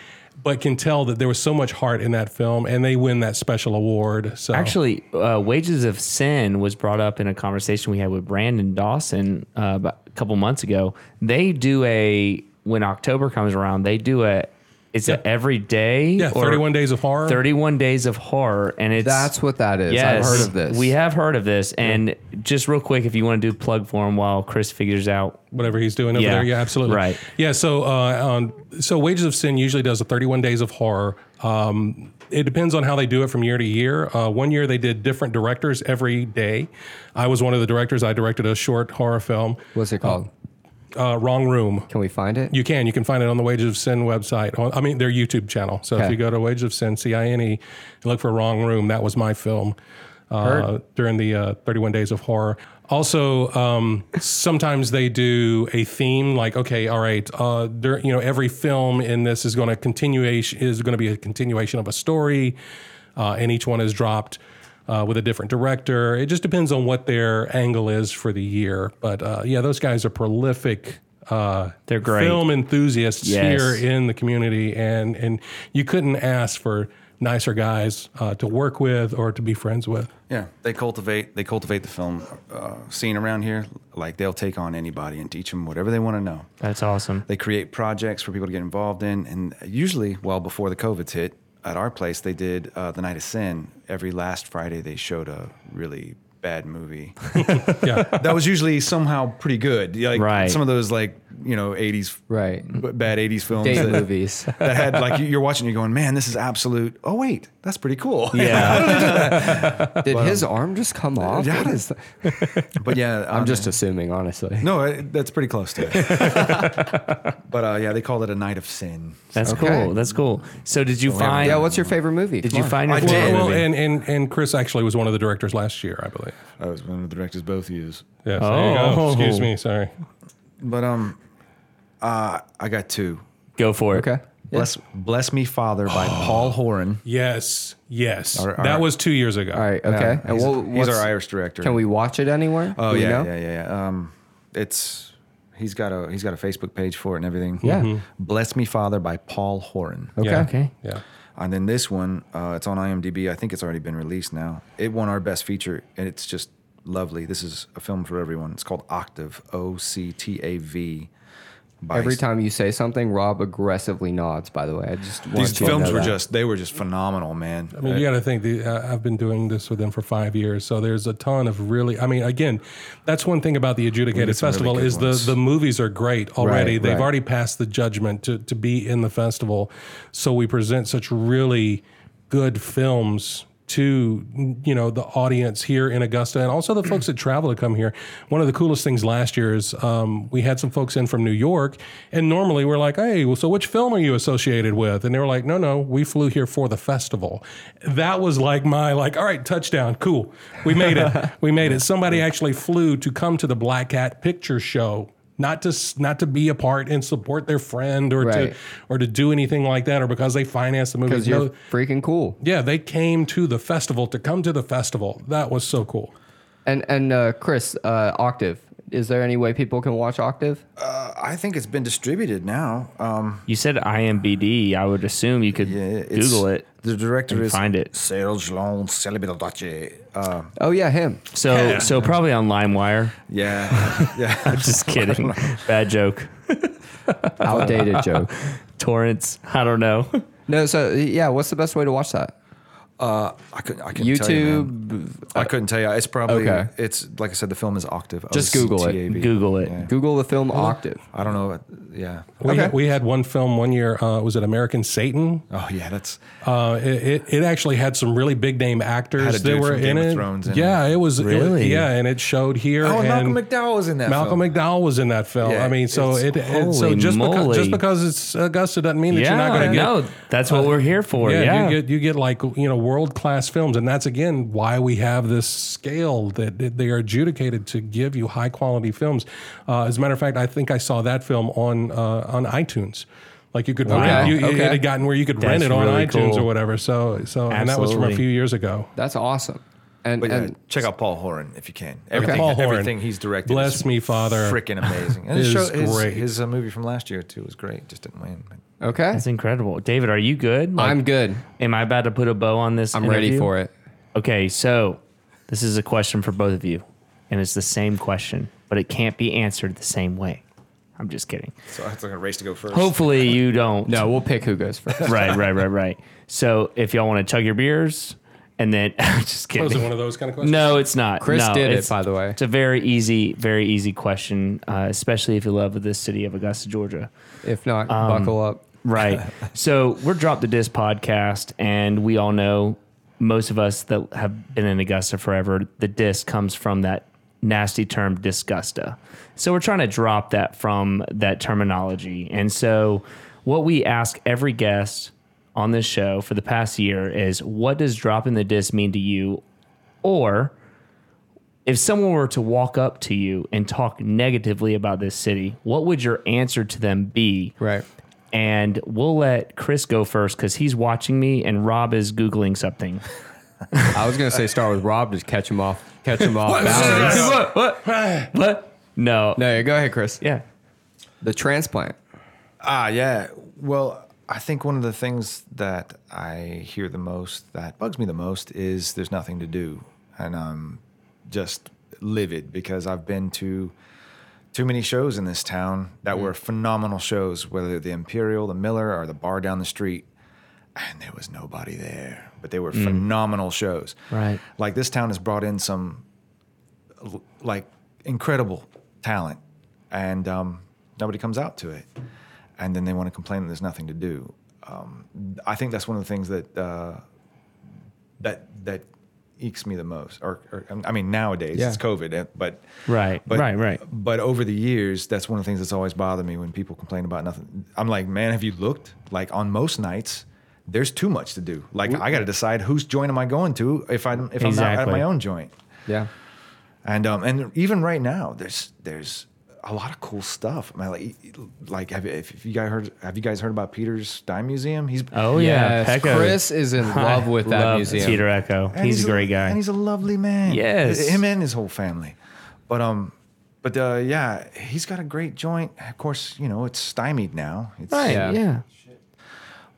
[SPEAKER 1] but can tell that there was so much heart in that film, and they win that special award. So
[SPEAKER 5] Actually, uh, Wages of Sin was brought up in a conversation we had with Brandon Dawson uh, about a couple months ago. They do a when October comes around, they do a it's a every day
[SPEAKER 1] yeah,
[SPEAKER 5] or
[SPEAKER 1] thirty-one days of horror.
[SPEAKER 5] 31 days of horror and it's
[SPEAKER 2] That's what that is.
[SPEAKER 5] Yes,
[SPEAKER 2] I've heard of this.
[SPEAKER 5] We have heard of this and just real quick if you want to do plug for him while Chris figures out
[SPEAKER 1] whatever he's doing over
[SPEAKER 5] Yeah,
[SPEAKER 1] there. Yeah, absolutely.
[SPEAKER 5] right.
[SPEAKER 1] Yeah. So, uh, on, so Wages of Sin usually does a 31 days of horror. Um, it depends on how they do it from year to year. Uh, one year they did different directors every day. I was one of the directors. I directed a short horror film,
[SPEAKER 2] What's it called?
[SPEAKER 1] uh, Wrong Room.
[SPEAKER 2] Can we find it?
[SPEAKER 1] You can. You can find it on the Wages of Sin website. On- I mean, their YouTube channel. So if
[SPEAKER 2] Okay.
[SPEAKER 1] you go to Wages of Sin, C I N E, and look for Wrong Room, that was my film uh, during the uh, 31 Days of Horror. Also, um, sometimes they do a theme like, okay, all right, uh, there, you know, every film in this is going to continuation is going to be a continuation of a story, uh, and each one is dropped. Uh, with a different director, it just depends on what their angle is for the year. But uh, yeah, those guys are prolific uh,
[SPEAKER 5] They're great.
[SPEAKER 1] film enthusiasts
[SPEAKER 5] Yes.
[SPEAKER 1] here in the community, and and you couldn't ask for nicer guys uh, to work with or to be friends with.
[SPEAKER 3] Yeah, they cultivate they cultivate the film uh, scene around here. Like they'll take on anybody and teach them whatever they want to know.
[SPEAKER 5] That's awesome.
[SPEAKER 3] They create projects for people to get involved in, and usually, well, before the COVID's hit, at our place they did uh, the Night of Sin. Every last Friday they showed a really bad movie.
[SPEAKER 1] Yeah,
[SPEAKER 3] that was usually somehow pretty good. Like
[SPEAKER 5] Right.
[SPEAKER 3] some of those like you know '80s
[SPEAKER 2] Right.
[SPEAKER 3] bad '80s films
[SPEAKER 2] Date
[SPEAKER 3] that,
[SPEAKER 2] movies.
[SPEAKER 3] that had like you- you're watching, you're going, man, this is absolute. Oh wait, that's pretty cool.
[SPEAKER 5] Yeah.
[SPEAKER 2] Did his arm just come off?
[SPEAKER 3] yeah.
[SPEAKER 2] What is that?
[SPEAKER 3] (laughs) but yeah, um,
[SPEAKER 2] I'm just assuming, honestly.
[SPEAKER 3] No, I- that's pretty close to it.
[SPEAKER 2] (laughs)
[SPEAKER 3] but uh, yeah, they called it a night of sin.
[SPEAKER 5] That's
[SPEAKER 2] Okay.
[SPEAKER 5] cool. That's cool. So did you find
[SPEAKER 2] Yeah, what's your favorite movie?
[SPEAKER 5] did
[SPEAKER 2] Come
[SPEAKER 5] you
[SPEAKER 2] on.
[SPEAKER 5] find your
[SPEAKER 3] I
[SPEAKER 5] favorite
[SPEAKER 3] did.
[SPEAKER 5] movie?
[SPEAKER 1] well, and and and Chris actually was one of the directors last year, I believe.
[SPEAKER 3] I was one of the directors both use.
[SPEAKER 1] Yeah. so there you go.
[SPEAKER 5] Oh.
[SPEAKER 1] excuse me, sorry.
[SPEAKER 3] But um, uh, I got two.
[SPEAKER 5] Go for it.
[SPEAKER 2] Okay. Yeah.
[SPEAKER 3] Bless, Bless Me Father by
[SPEAKER 2] Oh.
[SPEAKER 3] Paul Horan.
[SPEAKER 1] Yes, yes,
[SPEAKER 3] right, all
[SPEAKER 1] that
[SPEAKER 3] right.
[SPEAKER 1] was two years ago.
[SPEAKER 2] All right. Okay. and
[SPEAKER 3] he's,
[SPEAKER 2] what-
[SPEAKER 3] he's
[SPEAKER 2] what's-
[SPEAKER 3] our Irish director.
[SPEAKER 2] Can we watch it anywhere?
[SPEAKER 3] Oh
[SPEAKER 2] Do we
[SPEAKER 3] yeah,
[SPEAKER 2] know?
[SPEAKER 3] yeah, yeah, yeah. Um, it's he's got a he's got a Facebook page for it and everything.
[SPEAKER 2] Yeah. Mhm.
[SPEAKER 3] Bless Me Father by Paul Horan.
[SPEAKER 2] Okay.
[SPEAKER 1] Yeah.
[SPEAKER 5] Okay.
[SPEAKER 1] Yeah.
[SPEAKER 3] And then this one, uh, it's on IMDb. I think it's already been released now. It won our best feature, and it's just lovely. This is a film for everyone. It's called Octave, O C T A V. by-
[SPEAKER 2] Every time you say something, Rob aggressively nods. By the way, I just want
[SPEAKER 3] these
[SPEAKER 2] you to
[SPEAKER 3] films
[SPEAKER 2] know
[SPEAKER 3] were
[SPEAKER 2] that.
[SPEAKER 3] just they were just phenomenal, man.
[SPEAKER 1] I mean, you got to think. The, uh, I've been doing this with them for five years, so there's a ton of really. I mean, again, that's one thing about the adjudicated
[SPEAKER 3] get some really
[SPEAKER 1] festival
[SPEAKER 3] good
[SPEAKER 1] is the
[SPEAKER 3] ones.
[SPEAKER 1] the movies are great already.
[SPEAKER 2] Right,
[SPEAKER 1] They've
[SPEAKER 2] right.
[SPEAKER 1] already passed the judgment to to be in the festival, so we present such really good films to you know the audience here in Augusta and also the folks that travel to come here. One of the coolest things last year is um, we had some folks in from New York, and normally we're like, "Hey, well, so which film are you associated with?" And they were like, "No, no, we flew here for the festival." That was like my like, "All right, touchdown, cool, we made
[SPEAKER 2] (laughs)
[SPEAKER 1] it, we made it." Somebody actually flew to come to the Black Cat Picture Show. Not to s- not to be a part and support their friend, or
[SPEAKER 2] Right.
[SPEAKER 1] to or to do anything like that, or because they financed the movie.
[SPEAKER 2] because you're
[SPEAKER 1] No-
[SPEAKER 2] freaking cool.
[SPEAKER 1] yeah, they came to the festival to come to the festival. That was so cool.
[SPEAKER 2] And and uh, Chris, uh, Octave. Is there any way people can watch Octave?
[SPEAKER 3] Uh, I think it's been distributed now. Um,
[SPEAKER 5] You said IMBD. I would assume you could
[SPEAKER 3] it's-
[SPEAKER 5] Google it.
[SPEAKER 3] The director
[SPEAKER 5] and
[SPEAKER 3] is
[SPEAKER 5] find it.
[SPEAKER 3] Serge Lon Celibidache. Uh,
[SPEAKER 2] Oh yeah, him.
[SPEAKER 5] So so probably on LimeWire. (laughs)
[SPEAKER 3] yeah,
[SPEAKER 2] (laughs)
[SPEAKER 3] yeah.
[SPEAKER 5] Just kidding. Bad joke.
[SPEAKER 2] (laughs) Outdated joke.
[SPEAKER 5] Torrents. I don't know.
[SPEAKER 2] No, so yeah, what's the best way to watch that?
[SPEAKER 3] Uh, I couldn't. I couldn't Tell you, man.
[SPEAKER 2] YouTube.
[SPEAKER 3] I couldn't tell you. It's probably.
[SPEAKER 2] Okay.
[SPEAKER 3] It's like I said. The film is Octave.
[SPEAKER 2] Just Google it.
[SPEAKER 3] OCTAV.
[SPEAKER 5] Google it.
[SPEAKER 2] Google the film Octave.
[SPEAKER 3] I don't know. Yeah.
[SPEAKER 1] We,
[SPEAKER 2] Okay.
[SPEAKER 1] we had one film one year. Uh, was it American Satan?
[SPEAKER 3] Oh yeah, that's
[SPEAKER 1] Uh, it, it, it actually had some really big name actors
[SPEAKER 3] Had a
[SPEAKER 1] that
[SPEAKER 3] dude
[SPEAKER 1] were
[SPEAKER 3] from
[SPEAKER 1] in
[SPEAKER 3] Game of
[SPEAKER 1] it.
[SPEAKER 3] Thrones in
[SPEAKER 1] yeah,
[SPEAKER 3] it.
[SPEAKER 1] it was it-
[SPEAKER 5] Really?
[SPEAKER 1] yeah, and it showed here.
[SPEAKER 3] Oh, and Malcolm
[SPEAKER 1] and
[SPEAKER 3] McDowell was in that
[SPEAKER 1] Malcolm
[SPEAKER 3] film.
[SPEAKER 1] McDowell was in that film.
[SPEAKER 3] Yeah,
[SPEAKER 1] I mean, so it,
[SPEAKER 3] it's-
[SPEAKER 1] it so
[SPEAKER 5] holy
[SPEAKER 1] just because,
[SPEAKER 5] moly.
[SPEAKER 1] just because it's Augusta doesn't mean that you're not going to get
[SPEAKER 5] no, that's
[SPEAKER 2] uh,
[SPEAKER 5] what we're here for. Yeah,
[SPEAKER 1] yeah, you get you get like you know world class films, and that's again why we have this scale that that they are adjudicated to give you high quality films. Uh, as a matter of fact, I think I saw that film on uh, on iTunes. Like you could rent, you,
[SPEAKER 2] Okay.
[SPEAKER 1] it had gotten where you could rent
[SPEAKER 5] That's
[SPEAKER 1] it on
[SPEAKER 5] really
[SPEAKER 1] iTunes
[SPEAKER 5] cool.
[SPEAKER 1] or whatever. So so and that was from a
[SPEAKER 5] Absolutely.
[SPEAKER 1] few years ago.
[SPEAKER 2] That's awesome. And,
[SPEAKER 3] But yeah,
[SPEAKER 2] and
[SPEAKER 3] check out Paul Horan if you can. Everything,
[SPEAKER 2] Paul
[SPEAKER 1] Horan.
[SPEAKER 3] everything he's directed.
[SPEAKER 1] Bless
[SPEAKER 3] is
[SPEAKER 1] me, Father,
[SPEAKER 3] Freaking
[SPEAKER 1] (laughs)
[SPEAKER 3] amazing. And his,
[SPEAKER 1] is
[SPEAKER 3] show, his,
[SPEAKER 1] great.
[SPEAKER 3] his uh, movie from last year too was great. Just didn't win. but-
[SPEAKER 2] okay,
[SPEAKER 4] That's incredible. David, are you good? Like,
[SPEAKER 2] I'm good.
[SPEAKER 4] Am I about to put a bow on this?
[SPEAKER 2] I'm ready
[SPEAKER 4] interview?
[SPEAKER 2] for it.
[SPEAKER 4] Okay, so this is a question for both of you, and it's the same question, but it can't be answered the same way. I'm just kidding.
[SPEAKER 3] So it's like a race to go first.
[SPEAKER 4] Hopefully, you don't.
[SPEAKER 2] No, we'll pick who goes first.
[SPEAKER 4] Right, right, right, right. So if y'all want to chug your beers, and then (laughs) just
[SPEAKER 1] Was it
[SPEAKER 4] kidding.
[SPEAKER 1] one of those kind of questions?
[SPEAKER 4] No, it's not.
[SPEAKER 2] Chris
[SPEAKER 4] No,
[SPEAKER 2] did it,
[SPEAKER 4] it's-
[SPEAKER 2] by the way.
[SPEAKER 4] It's a very easy, very easy question, uh, especially if you love the city of Augusta, Georgia.
[SPEAKER 2] (laughs) If not, buckle up.
[SPEAKER 4] Right. so we're Drop the Disc podcast, and we all know most of us that have been in Augusta forever, the disc comes from that nasty term disgusta. So we're trying to drop that from that terminology. And so what we ask every guest on this show for the past year is what does dropping the disc mean to you? Or if someone were to walk up to you and talk negatively about this city, what would your answer to them be?
[SPEAKER 2] Right.
[SPEAKER 4] and we'll let Chris go first because he's watching me and Rob is googling something.
[SPEAKER 2] I was gonna say start with Rob, just catch him off, catch him off balance.
[SPEAKER 4] (laughs) what? What? What? No.
[SPEAKER 2] (laughs) No, yeah, go ahead, Chris.
[SPEAKER 4] Yeah.
[SPEAKER 2] The transplant.
[SPEAKER 3] Ah, yeah. Well, I think one of the things that I hear the most, that bugs me the most, is there's nothing to do, and I'm just livid because I've been to too many shows in this town that
[SPEAKER 4] Mm-hmm.
[SPEAKER 3] were phenomenal shows, whether the Imperial, the Miller, or the bar down the street, and there was nobody there. But they were phenomenal shows.
[SPEAKER 4] Mm. Right.
[SPEAKER 3] Like this town has brought in some l- like incredible talent, and um, nobody comes out to it. And then they want to complain that there's nothing to do. Um, I think that's one of the things that uh, that that ekes me the most. Or, or I mean, nowadays it's COVID, eh, but
[SPEAKER 4] Right.
[SPEAKER 3] but,
[SPEAKER 4] right. Right.
[SPEAKER 3] But over the years, that's one of the things that's always bothered me when people complain about nothing. I'm like, man, have you looked? Like on most nights, there's too much to do. Like I got to decide whose joint am I going to if I'm if I'm not at
[SPEAKER 4] Exactly.
[SPEAKER 3] my own joint.
[SPEAKER 2] Yeah.
[SPEAKER 3] And um, and even right now, there's there's a lot of cool stuff. Man, like like have if, if you guys heard have you guys heard about Peter's Dime Museum? He's
[SPEAKER 4] Oh yeah.
[SPEAKER 2] Yes,
[SPEAKER 4] Pecco.
[SPEAKER 2] Chris is
[SPEAKER 4] (laughs)
[SPEAKER 2] in love with that
[SPEAKER 4] Love
[SPEAKER 2] museum.
[SPEAKER 4] Peter Echo.
[SPEAKER 3] and
[SPEAKER 4] He's, a great guy.
[SPEAKER 3] and he's a lovely man.
[SPEAKER 4] Yes.
[SPEAKER 3] him and his whole family. But um, but uh, yeah, he's got a great joint. Of course, you know it's stymied now. It's,
[SPEAKER 4] right.
[SPEAKER 2] Yeah.
[SPEAKER 4] Yeah.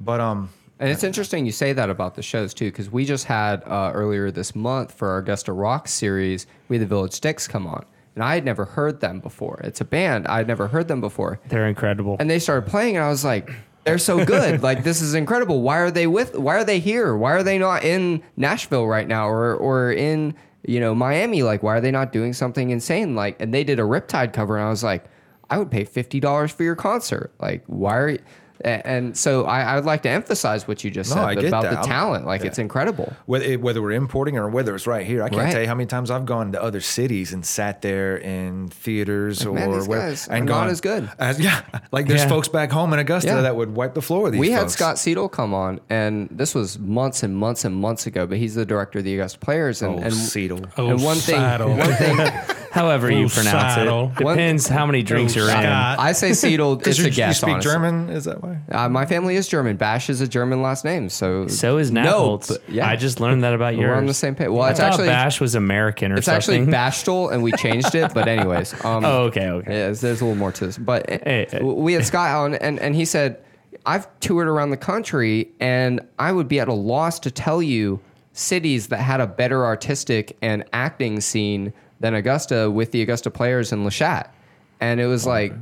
[SPEAKER 3] But um,
[SPEAKER 2] And it's interesting you say that about the shows too, because we just had uh, earlier this month for our Augusta Rock series, we had the Village Sticks come on, and I had never heard them before. It's a band I had never heard them before,
[SPEAKER 4] They're incredible.
[SPEAKER 2] and they started playing, and I was like, "They're so
[SPEAKER 3] (laughs)
[SPEAKER 2] good! like this is incredible. Why are they with? Why are they here? Why are they not in Nashville right now, or or in you know Miami? Like why are they not doing something insane? Like and they did a Riptide cover, and I was like, I would pay fifty dollars for your concert. Like why are you? a- And so I, I would like to emphasize what you just
[SPEAKER 3] No, I
[SPEAKER 2] said
[SPEAKER 3] get
[SPEAKER 2] about
[SPEAKER 3] that.
[SPEAKER 2] the
[SPEAKER 3] I'm-
[SPEAKER 2] talent. Like it's incredible.
[SPEAKER 3] whether it- whether we're importing or whether it's right here, I can't
[SPEAKER 2] Right.
[SPEAKER 3] tell you how many times I've gone to other cities and sat there in theaters or
[SPEAKER 2] man, these
[SPEAKER 3] where,
[SPEAKER 2] guys
[SPEAKER 3] and
[SPEAKER 2] are not as good.
[SPEAKER 3] as- yeah, (laughs) like there's
[SPEAKER 4] Yeah.
[SPEAKER 3] folks back home in Augusta
[SPEAKER 2] Yeah.
[SPEAKER 3] that would wipe the floor with these.
[SPEAKER 2] we had
[SPEAKER 3] folks.
[SPEAKER 2] Scott Seidel come on, and this was months and months and months ago. But he's the director of the Augusta Players, and,
[SPEAKER 3] Oh,
[SPEAKER 2] and
[SPEAKER 3] Seidel.
[SPEAKER 1] Oh,
[SPEAKER 2] and one thing,
[SPEAKER 1] Seidel.
[SPEAKER 2] one thing
[SPEAKER 4] However you pronounce
[SPEAKER 1] Saddle.
[SPEAKER 4] it depends how many drinks you're in.
[SPEAKER 1] Scott.
[SPEAKER 2] I say
[SPEAKER 3] (laughs)
[SPEAKER 2] Seidel. It's
[SPEAKER 3] you,
[SPEAKER 2] a guess.
[SPEAKER 3] you speak
[SPEAKER 2] honestly.
[SPEAKER 3] German? Is that why?
[SPEAKER 2] Uh, my family is German. Bash is a German last name, so
[SPEAKER 4] So is
[SPEAKER 2] no,
[SPEAKER 4] Naples.
[SPEAKER 2] but- yeah,
[SPEAKER 4] I just learned that about yours.
[SPEAKER 2] we're on the same page. Well,
[SPEAKER 4] I
[SPEAKER 2] it's
[SPEAKER 4] thought
[SPEAKER 2] actually
[SPEAKER 4] Bash was American or
[SPEAKER 2] it's actually
[SPEAKER 4] something.
[SPEAKER 2] Bashtel, and we changed it. But anyways, um,
[SPEAKER 4] (laughs) Oh, okay, okay. Eh,
[SPEAKER 2] yeah, there's, there's a little more to this. But uh,
[SPEAKER 4] Hey, hey.
[SPEAKER 2] we
[SPEAKER 4] (laughs)
[SPEAKER 2] had Scott on, and, and he said, I've toured around the country, and I would be at a loss to tell you cities that had a better artistic and acting scene than Augusta with the Augusta Players and Lachat. And it was
[SPEAKER 4] Oh,
[SPEAKER 2] like,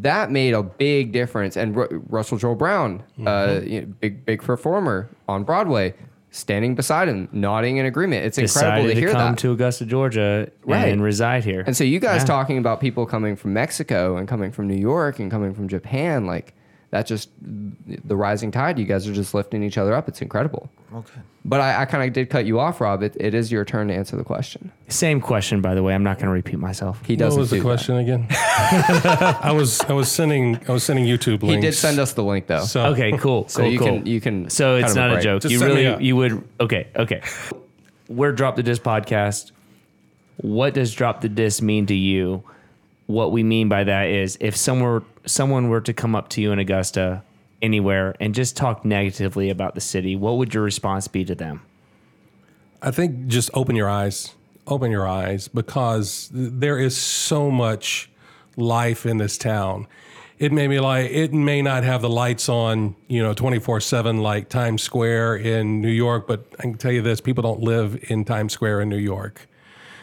[SPEAKER 2] that made a big difference. And Ru- Russell Joel Brown, uh,
[SPEAKER 4] Mm-hmm.
[SPEAKER 2] you know, big, big performer on Broadway, standing beside him, nodding in agreement. It's incredible
[SPEAKER 4] Decided
[SPEAKER 2] to
[SPEAKER 4] to,
[SPEAKER 2] hear
[SPEAKER 4] come
[SPEAKER 2] that.
[SPEAKER 4] to Augusta, Georgia,
[SPEAKER 2] Right.
[SPEAKER 4] and reside here.
[SPEAKER 2] And so you guys
[SPEAKER 4] Yeah.
[SPEAKER 2] talking about people coming from Mexico and coming from New York and coming from Japan, like that just the rising tide. You guys are just lifting each other up. It's incredible.
[SPEAKER 3] Okay.
[SPEAKER 2] But I, I kind of did cut you off, Rob. It, it is your turn to answer the question.
[SPEAKER 4] Same question, by the way. I'm not going to repeat myself.
[SPEAKER 2] He
[SPEAKER 1] What
[SPEAKER 2] doesn't.
[SPEAKER 1] was the
[SPEAKER 2] do that.
[SPEAKER 1] question again? (laughs) I was I was sending I was sending YouTube links.
[SPEAKER 2] He did send us the link though.
[SPEAKER 1] So
[SPEAKER 4] Okay, cool.
[SPEAKER 2] Oh. (laughs) So
[SPEAKER 4] cool,
[SPEAKER 2] you
[SPEAKER 4] cool.
[SPEAKER 2] can- you can
[SPEAKER 4] So
[SPEAKER 2] cut
[SPEAKER 4] it's
[SPEAKER 2] him a
[SPEAKER 4] not a,
[SPEAKER 2] break.
[SPEAKER 4] joke.
[SPEAKER 1] Just
[SPEAKER 4] you
[SPEAKER 1] set me
[SPEAKER 4] really
[SPEAKER 1] up.
[SPEAKER 4] you would okay okay. We're drop the disc podcast. What does drop the disc mean to you? What we mean by that is if somewhere someone were to come up to you in Augusta anywhere and just talk negatively about the city, what would your response be to them?
[SPEAKER 1] I think just open your eyes, open your eyes, because th- there is so much life in this town. It may be like it may not have the lights on, you know, twenty four seven like Times Square in New York, but I can tell you this: people don't live in Times Square in New York.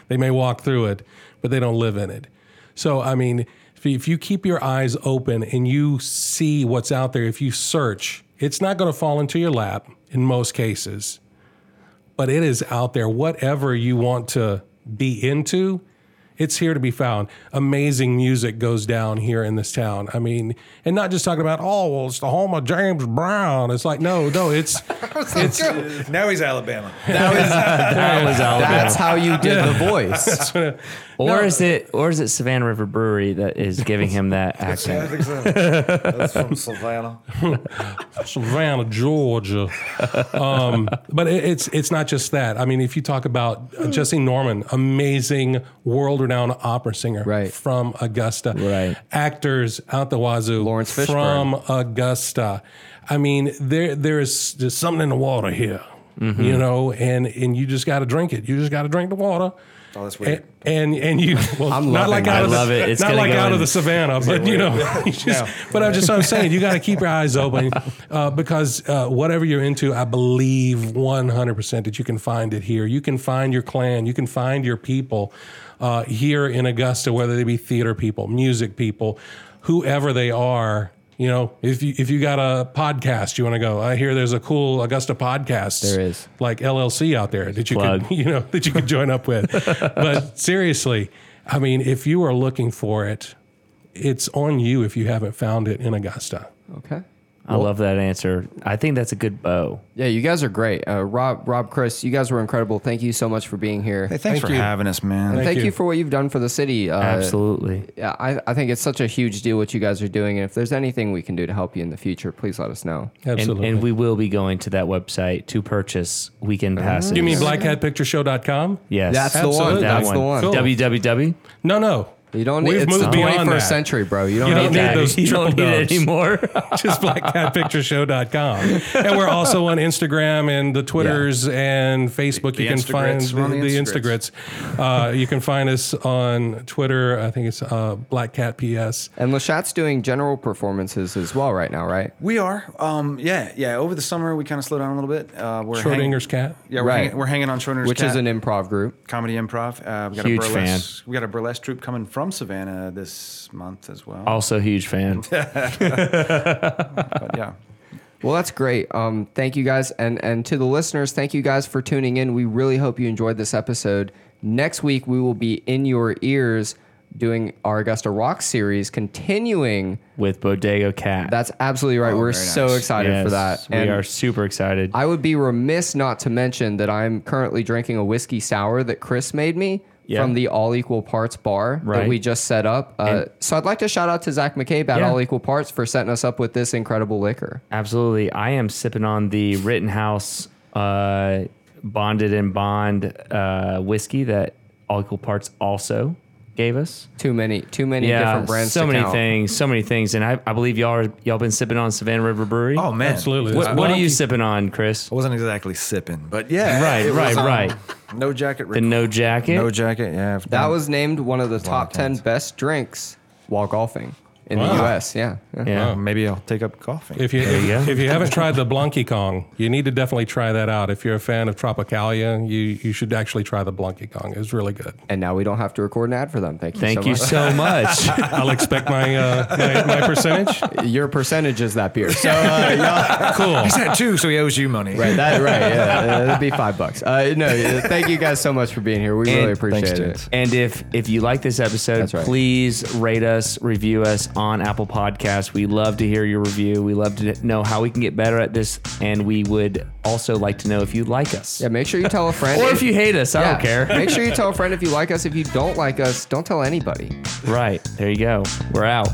[SPEAKER 1] They may walk through it, but they don't live in it. So, I mean, if you, if you keep your eyes open and you see what's out there, if you search, it's not going to fall into your lap in most cases, but it is out there. Whatever you want to be into, it's here to be found. Amazing music goes down here in this town. I mean, and not just talking about oh, well, it's the home of James Brown. It's like no, no, it's it's
[SPEAKER 3] now he's
[SPEAKER 2] (laughs)
[SPEAKER 3] Alabama.
[SPEAKER 4] That was Alabama.
[SPEAKER 2] That's how you did
[SPEAKER 1] (laughs)
[SPEAKER 2] the voice.
[SPEAKER 4] Or is it or is it Savannah River Brewery that is giving him that accent?
[SPEAKER 3] That's from Savannah.
[SPEAKER 1] Savannah, Georgia. Um, (laughs) but it, it's it's not just that. I mean, if you talk about uh, Jesse Norman, amazing world-renowned opera singer
[SPEAKER 2] Right.
[SPEAKER 1] from Augusta,
[SPEAKER 2] Right.
[SPEAKER 1] Actors out the wazoo,
[SPEAKER 2] Lawrence Fishburne.
[SPEAKER 1] from Augusta. I mean, there there is there's something in the water here,
[SPEAKER 4] Mm-hmm.
[SPEAKER 1] you know, and and you just got to drink it. You just got to drink the water.
[SPEAKER 3] Oh, that's
[SPEAKER 1] And,
[SPEAKER 3] weird.
[SPEAKER 1] and and you
[SPEAKER 4] (laughs)
[SPEAKER 1] well,
[SPEAKER 2] I'm
[SPEAKER 1] not like
[SPEAKER 2] loving that.
[SPEAKER 1] out of
[SPEAKER 4] I love
[SPEAKER 1] the,
[SPEAKER 4] it. It's
[SPEAKER 1] not
[SPEAKER 4] gonna
[SPEAKER 1] like
[SPEAKER 4] go
[SPEAKER 1] out of
[SPEAKER 4] in-
[SPEAKER 1] the savannah, but you know, (laughs) you just- but I'm just I'm saying you got to keep your eyes open
[SPEAKER 2] (laughs)
[SPEAKER 1] uh, because uh, whatever you're into, I believe 100 percent that you can find it here. You can find your clan, you can find your people uh, here in Augusta, whether they be theater people, music people, whoever they are. You know, if you if you got a podcast, you want to go. I hear there's a cool Augusta podcast.
[SPEAKER 2] There is.
[SPEAKER 1] like LLC out there that you
[SPEAKER 4] Plug.
[SPEAKER 1] could (laughs) you know that you could join up with.
[SPEAKER 2] (laughs)
[SPEAKER 1] but seriously, I mean, if you are looking for it, it's on you if you haven't found it in Augusta.
[SPEAKER 2] okay.
[SPEAKER 4] I love that answer. I think that's a good bow.
[SPEAKER 2] Yeah, you guys are great. Uh, Rob, Rob, Chris, you guys were incredible. Thank you so much for being here.
[SPEAKER 3] Hey,
[SPEAKER 2] And
[SPEAKER 3] thanks
[SPEAKER 1] Thank
[SPEAKER 3] for
[SPEAKER 1] you.
[SPEAKER 3] having us, man.
[SPEAKER 2] Thank, you.
[SPEAKER 1] you.
[SPEAKER 2] for what you've done for the city. Uh,
[SPEAKER 4] Absolutely.
[SPEAKER 2] Yeah, I, I think it's such a huge deal what you guys are doing. And if there's anything we can do to help you in the future, please let us know.
[SPEAKER 4] And,
[SPEAKER 1] Absolutely.
[SPEAKER 4] and we will be going to that website to purchase weekend passes.
[SPEAKER 1] you mean blackhatpictureshow.com?
[SPEAKER 4] Yes.
[SPEAKER 2] That's the
[SPEAKER 1] Absolutely.
[SPEAKER 2] one.
[SPEAKER 1] That
[SPEAKER 2] That's the one.
[SPEAKER 1] Cool.
[SPEAKER 4] www.
[SPEAKER 1] No, no.
[SPEAKER 2] You don't need
[SPEAKER 1] We've
[SPEAKER 2] it's
[SPEAKER 1] moved
[SPEAKER 2] the
[SPEAKER 1] beyond
[SPEAKER 2] 21st
[SPEAKER 1] that.
[SPEAKER 2] century, bro. You don't
[SPEAKER 1] You
[SPEAKER 2] need
[SPEAKER 1] don't
[SPEAKER 2] that.
[SPEAKER 1] need those
[SPEAKER 4] (laughs) you
[SPEAKER 1] triple
[SPEAKER 4] don't need it
[SPEAKER 1] dubs. (laughs)
[SPEAKER 4] anymore.
[SPEAKER 1] Just blackhatpictureshow.com. And we're also on Instagram and the Twitters and Facebook.
[SPEAKER 7] The
[SPEAKER 1] you can find
[SPEAKER 7] Instagrets. We're on
[SPEAKER 1] the,
[SPEAKER 7] the
[SPEAKER 1] the
[SPEAKER 7] Instagrets.
[SPEAKER 1] Instagrets. Uh, you can find us on Twitter. I think it's uh, Black Cat PS.
[SPEAKER 2] And Lashat's doing general performances as well right now, right?
[SPEAKER 3] We are. Um, yeah, yeah. Over the summer, we kind of slowed down a little bit. Uh, we're hanging-
[SPEAKER 1] Schrodinger's cat.
[SPEAKER 3] Yeah, we're,
[SPEAKER 2] Right.
[SPEAKER 3] hanging, we're hanging on Schrodinger's
[SPEAKER 2] Which is
[SPEAKER 3] cat.
[SPEAKER 2] an improv group.
[SPEAKER 3] comedy improv. Uh, we got
[SPEAKER 4] Huge
[SPEAKER 3] a burlesque, We got a burlesque troupe coming from Savannah this month as well.
[SPEAKER 4] also
[SPEAKER 1] (laughs)
[SPEAKER 4] huge fan.
[SPEAKER 3] But yeah,
[SPEAKER 2] Well, that's great. Um, thank you guys, and and to the listeners, thank you guys for tuning in. We really hope you enjoyed this episode. Next week, we will be in your ears doing our Augusta Rock series, continuing.
[SPEAKER 4] With Bodega Cat.
[SPEAKER 2] That's absolutely
[SPEAKER 1] Oh,
[SPEAKER 2] right. We're
[SPEAKER 3] very
[SPEAKER 2] so
[SPEAKER 3] nice.
[SPEAKER 2] excited for that.
[SPEAKER 4] Yes, We are super excited.
[SPEAKER 2] I would be remiss not to mention that I'm currently drinking a whiskey sour that Chris made me
[SPEAKER 4] Yeah.
[SPEAKER 2] from the All Equal Parts bar that
[SPEAKER 4] Right.
[SPEAKER 2] we just set up. Uh,
[SPEAKER 4] And-
[SPEAKER 2] so I'd like to shout out to Zach McCabe at
[SPEAKER 4] Yeah.
[SPEAKER 2] All Equal Parts for setting us up with this incredible liquor.
[SPEAKER 4] Absolutely. I am sipping on the Rittenhouse uh, Bonded and Bond uh, whiskey that All Equal Parts also gave us.
[SPEAKER 2] Too many, too many different brands.
[SPEAKER 4] so
[SPEAKER 2] to
[SPEAKER 4] many
[SPEAKER 2] count.
[SPEAKER 4] things, so many things, and I, I believe y'all are, y'all been sipping on Savannah River Brewery.
[SPEAKER 3] oh man,
[SPEAKER 1] Absolutely.
[SPEAKER 4] what, what are you
[SPEAKER 1] Wonky.
[SPEAKER 4] sipping on, Chris?
[SPEAKER 3] I wasn't exactly sipping, but yeah,
[SPEAKER 4] Right,
[SPEAKER 3] it was,
[SPEAKER 4] right,
[SPEAKER 3] um,
[SPEAKER 4] right.
[SPEAKER 3] No jacket,
[SPEAKER 4] The no jacket.
[SPEAKER 3] no jacket. Yeah, I've
[SPEAKER 2] That
[SPEAKER 3] done-
[SPEAKER 2] was named one of the
[SPEAKER 3] lot of
[SPEAKER 2] top ten
[SPEAKER 3] times.
[SPEAKER 2] best drinks while golfing in the
[SPEAKER 1] Wow.
[SPEAKER 2] U.S. Yeah. yeah.
[SPEAKER 4] yeah.
[SPEAKER 3] Maybe I'll take up golfing.
[SPEAKER 1] If you,
[SPEAKER 4] you
[SPEAKER 1] if,
[SPEAKER 4] go.
[SPEAKER 1] (laughs) if you haven't tried the Blanky Kong, you need to definitely try that out. If you're a fan of Tropicalia, you, you should actually try the Blanky Kong. It's really good.
[SPEAKER 2] And now we don't have to record an ad for them. Thank you.
[SPEAKER 4] Thank
[SPEAKER 2] so
[SPEAKER 4] you
[SPEAKER 2] much.
[SPEAKER 4] so
[SPEAKER 1] (laughs)
[SPEAKER 4] much.
[SPEAKER 1] I'll expect my uh, my, my percentage.
[SPEAKER 2] (laughs) Your percentage is that
[SPEAKER 4] (laughs)
[SPEAKER 2] beer. So uh,
[SPEAKER 1] Cool.
[SPEAKER 3] He's had two, so (laughs) he owes you money.
[SPEAKER 2] Right, that right, yeah, it'd be five bucks. Uh, no, yeah, thank you guys so much for being here. We really
[SPEAKER 4] And-
[SPEAKER 2] appreciate
[SPEAKER 3] Thanks,
[SPEAKER 2] it.
[SPEAKER 3] dudes.
[SPEAKER 4] And if if you like this episode,
[SPEAKER 2] That's right.
[SPEAKER 4] please rate us, review us on Apple Podcasts. We love to hear your review. We love to know how we can get better at this, and we would also like to know if you like us
[SPEAKER 2] Yeah, make sure you tell a friend.
[SPEAKER 4] or if you hate us. I
[SPEAKER 2] Yeah, (laughs)
[SPEAKER 4] don't care.
[SPEAKER 2] make sure you tell a friend if you like us. If you don't like us, don't tell anybody.
[SPEAKER 4] right there, you go. We're out.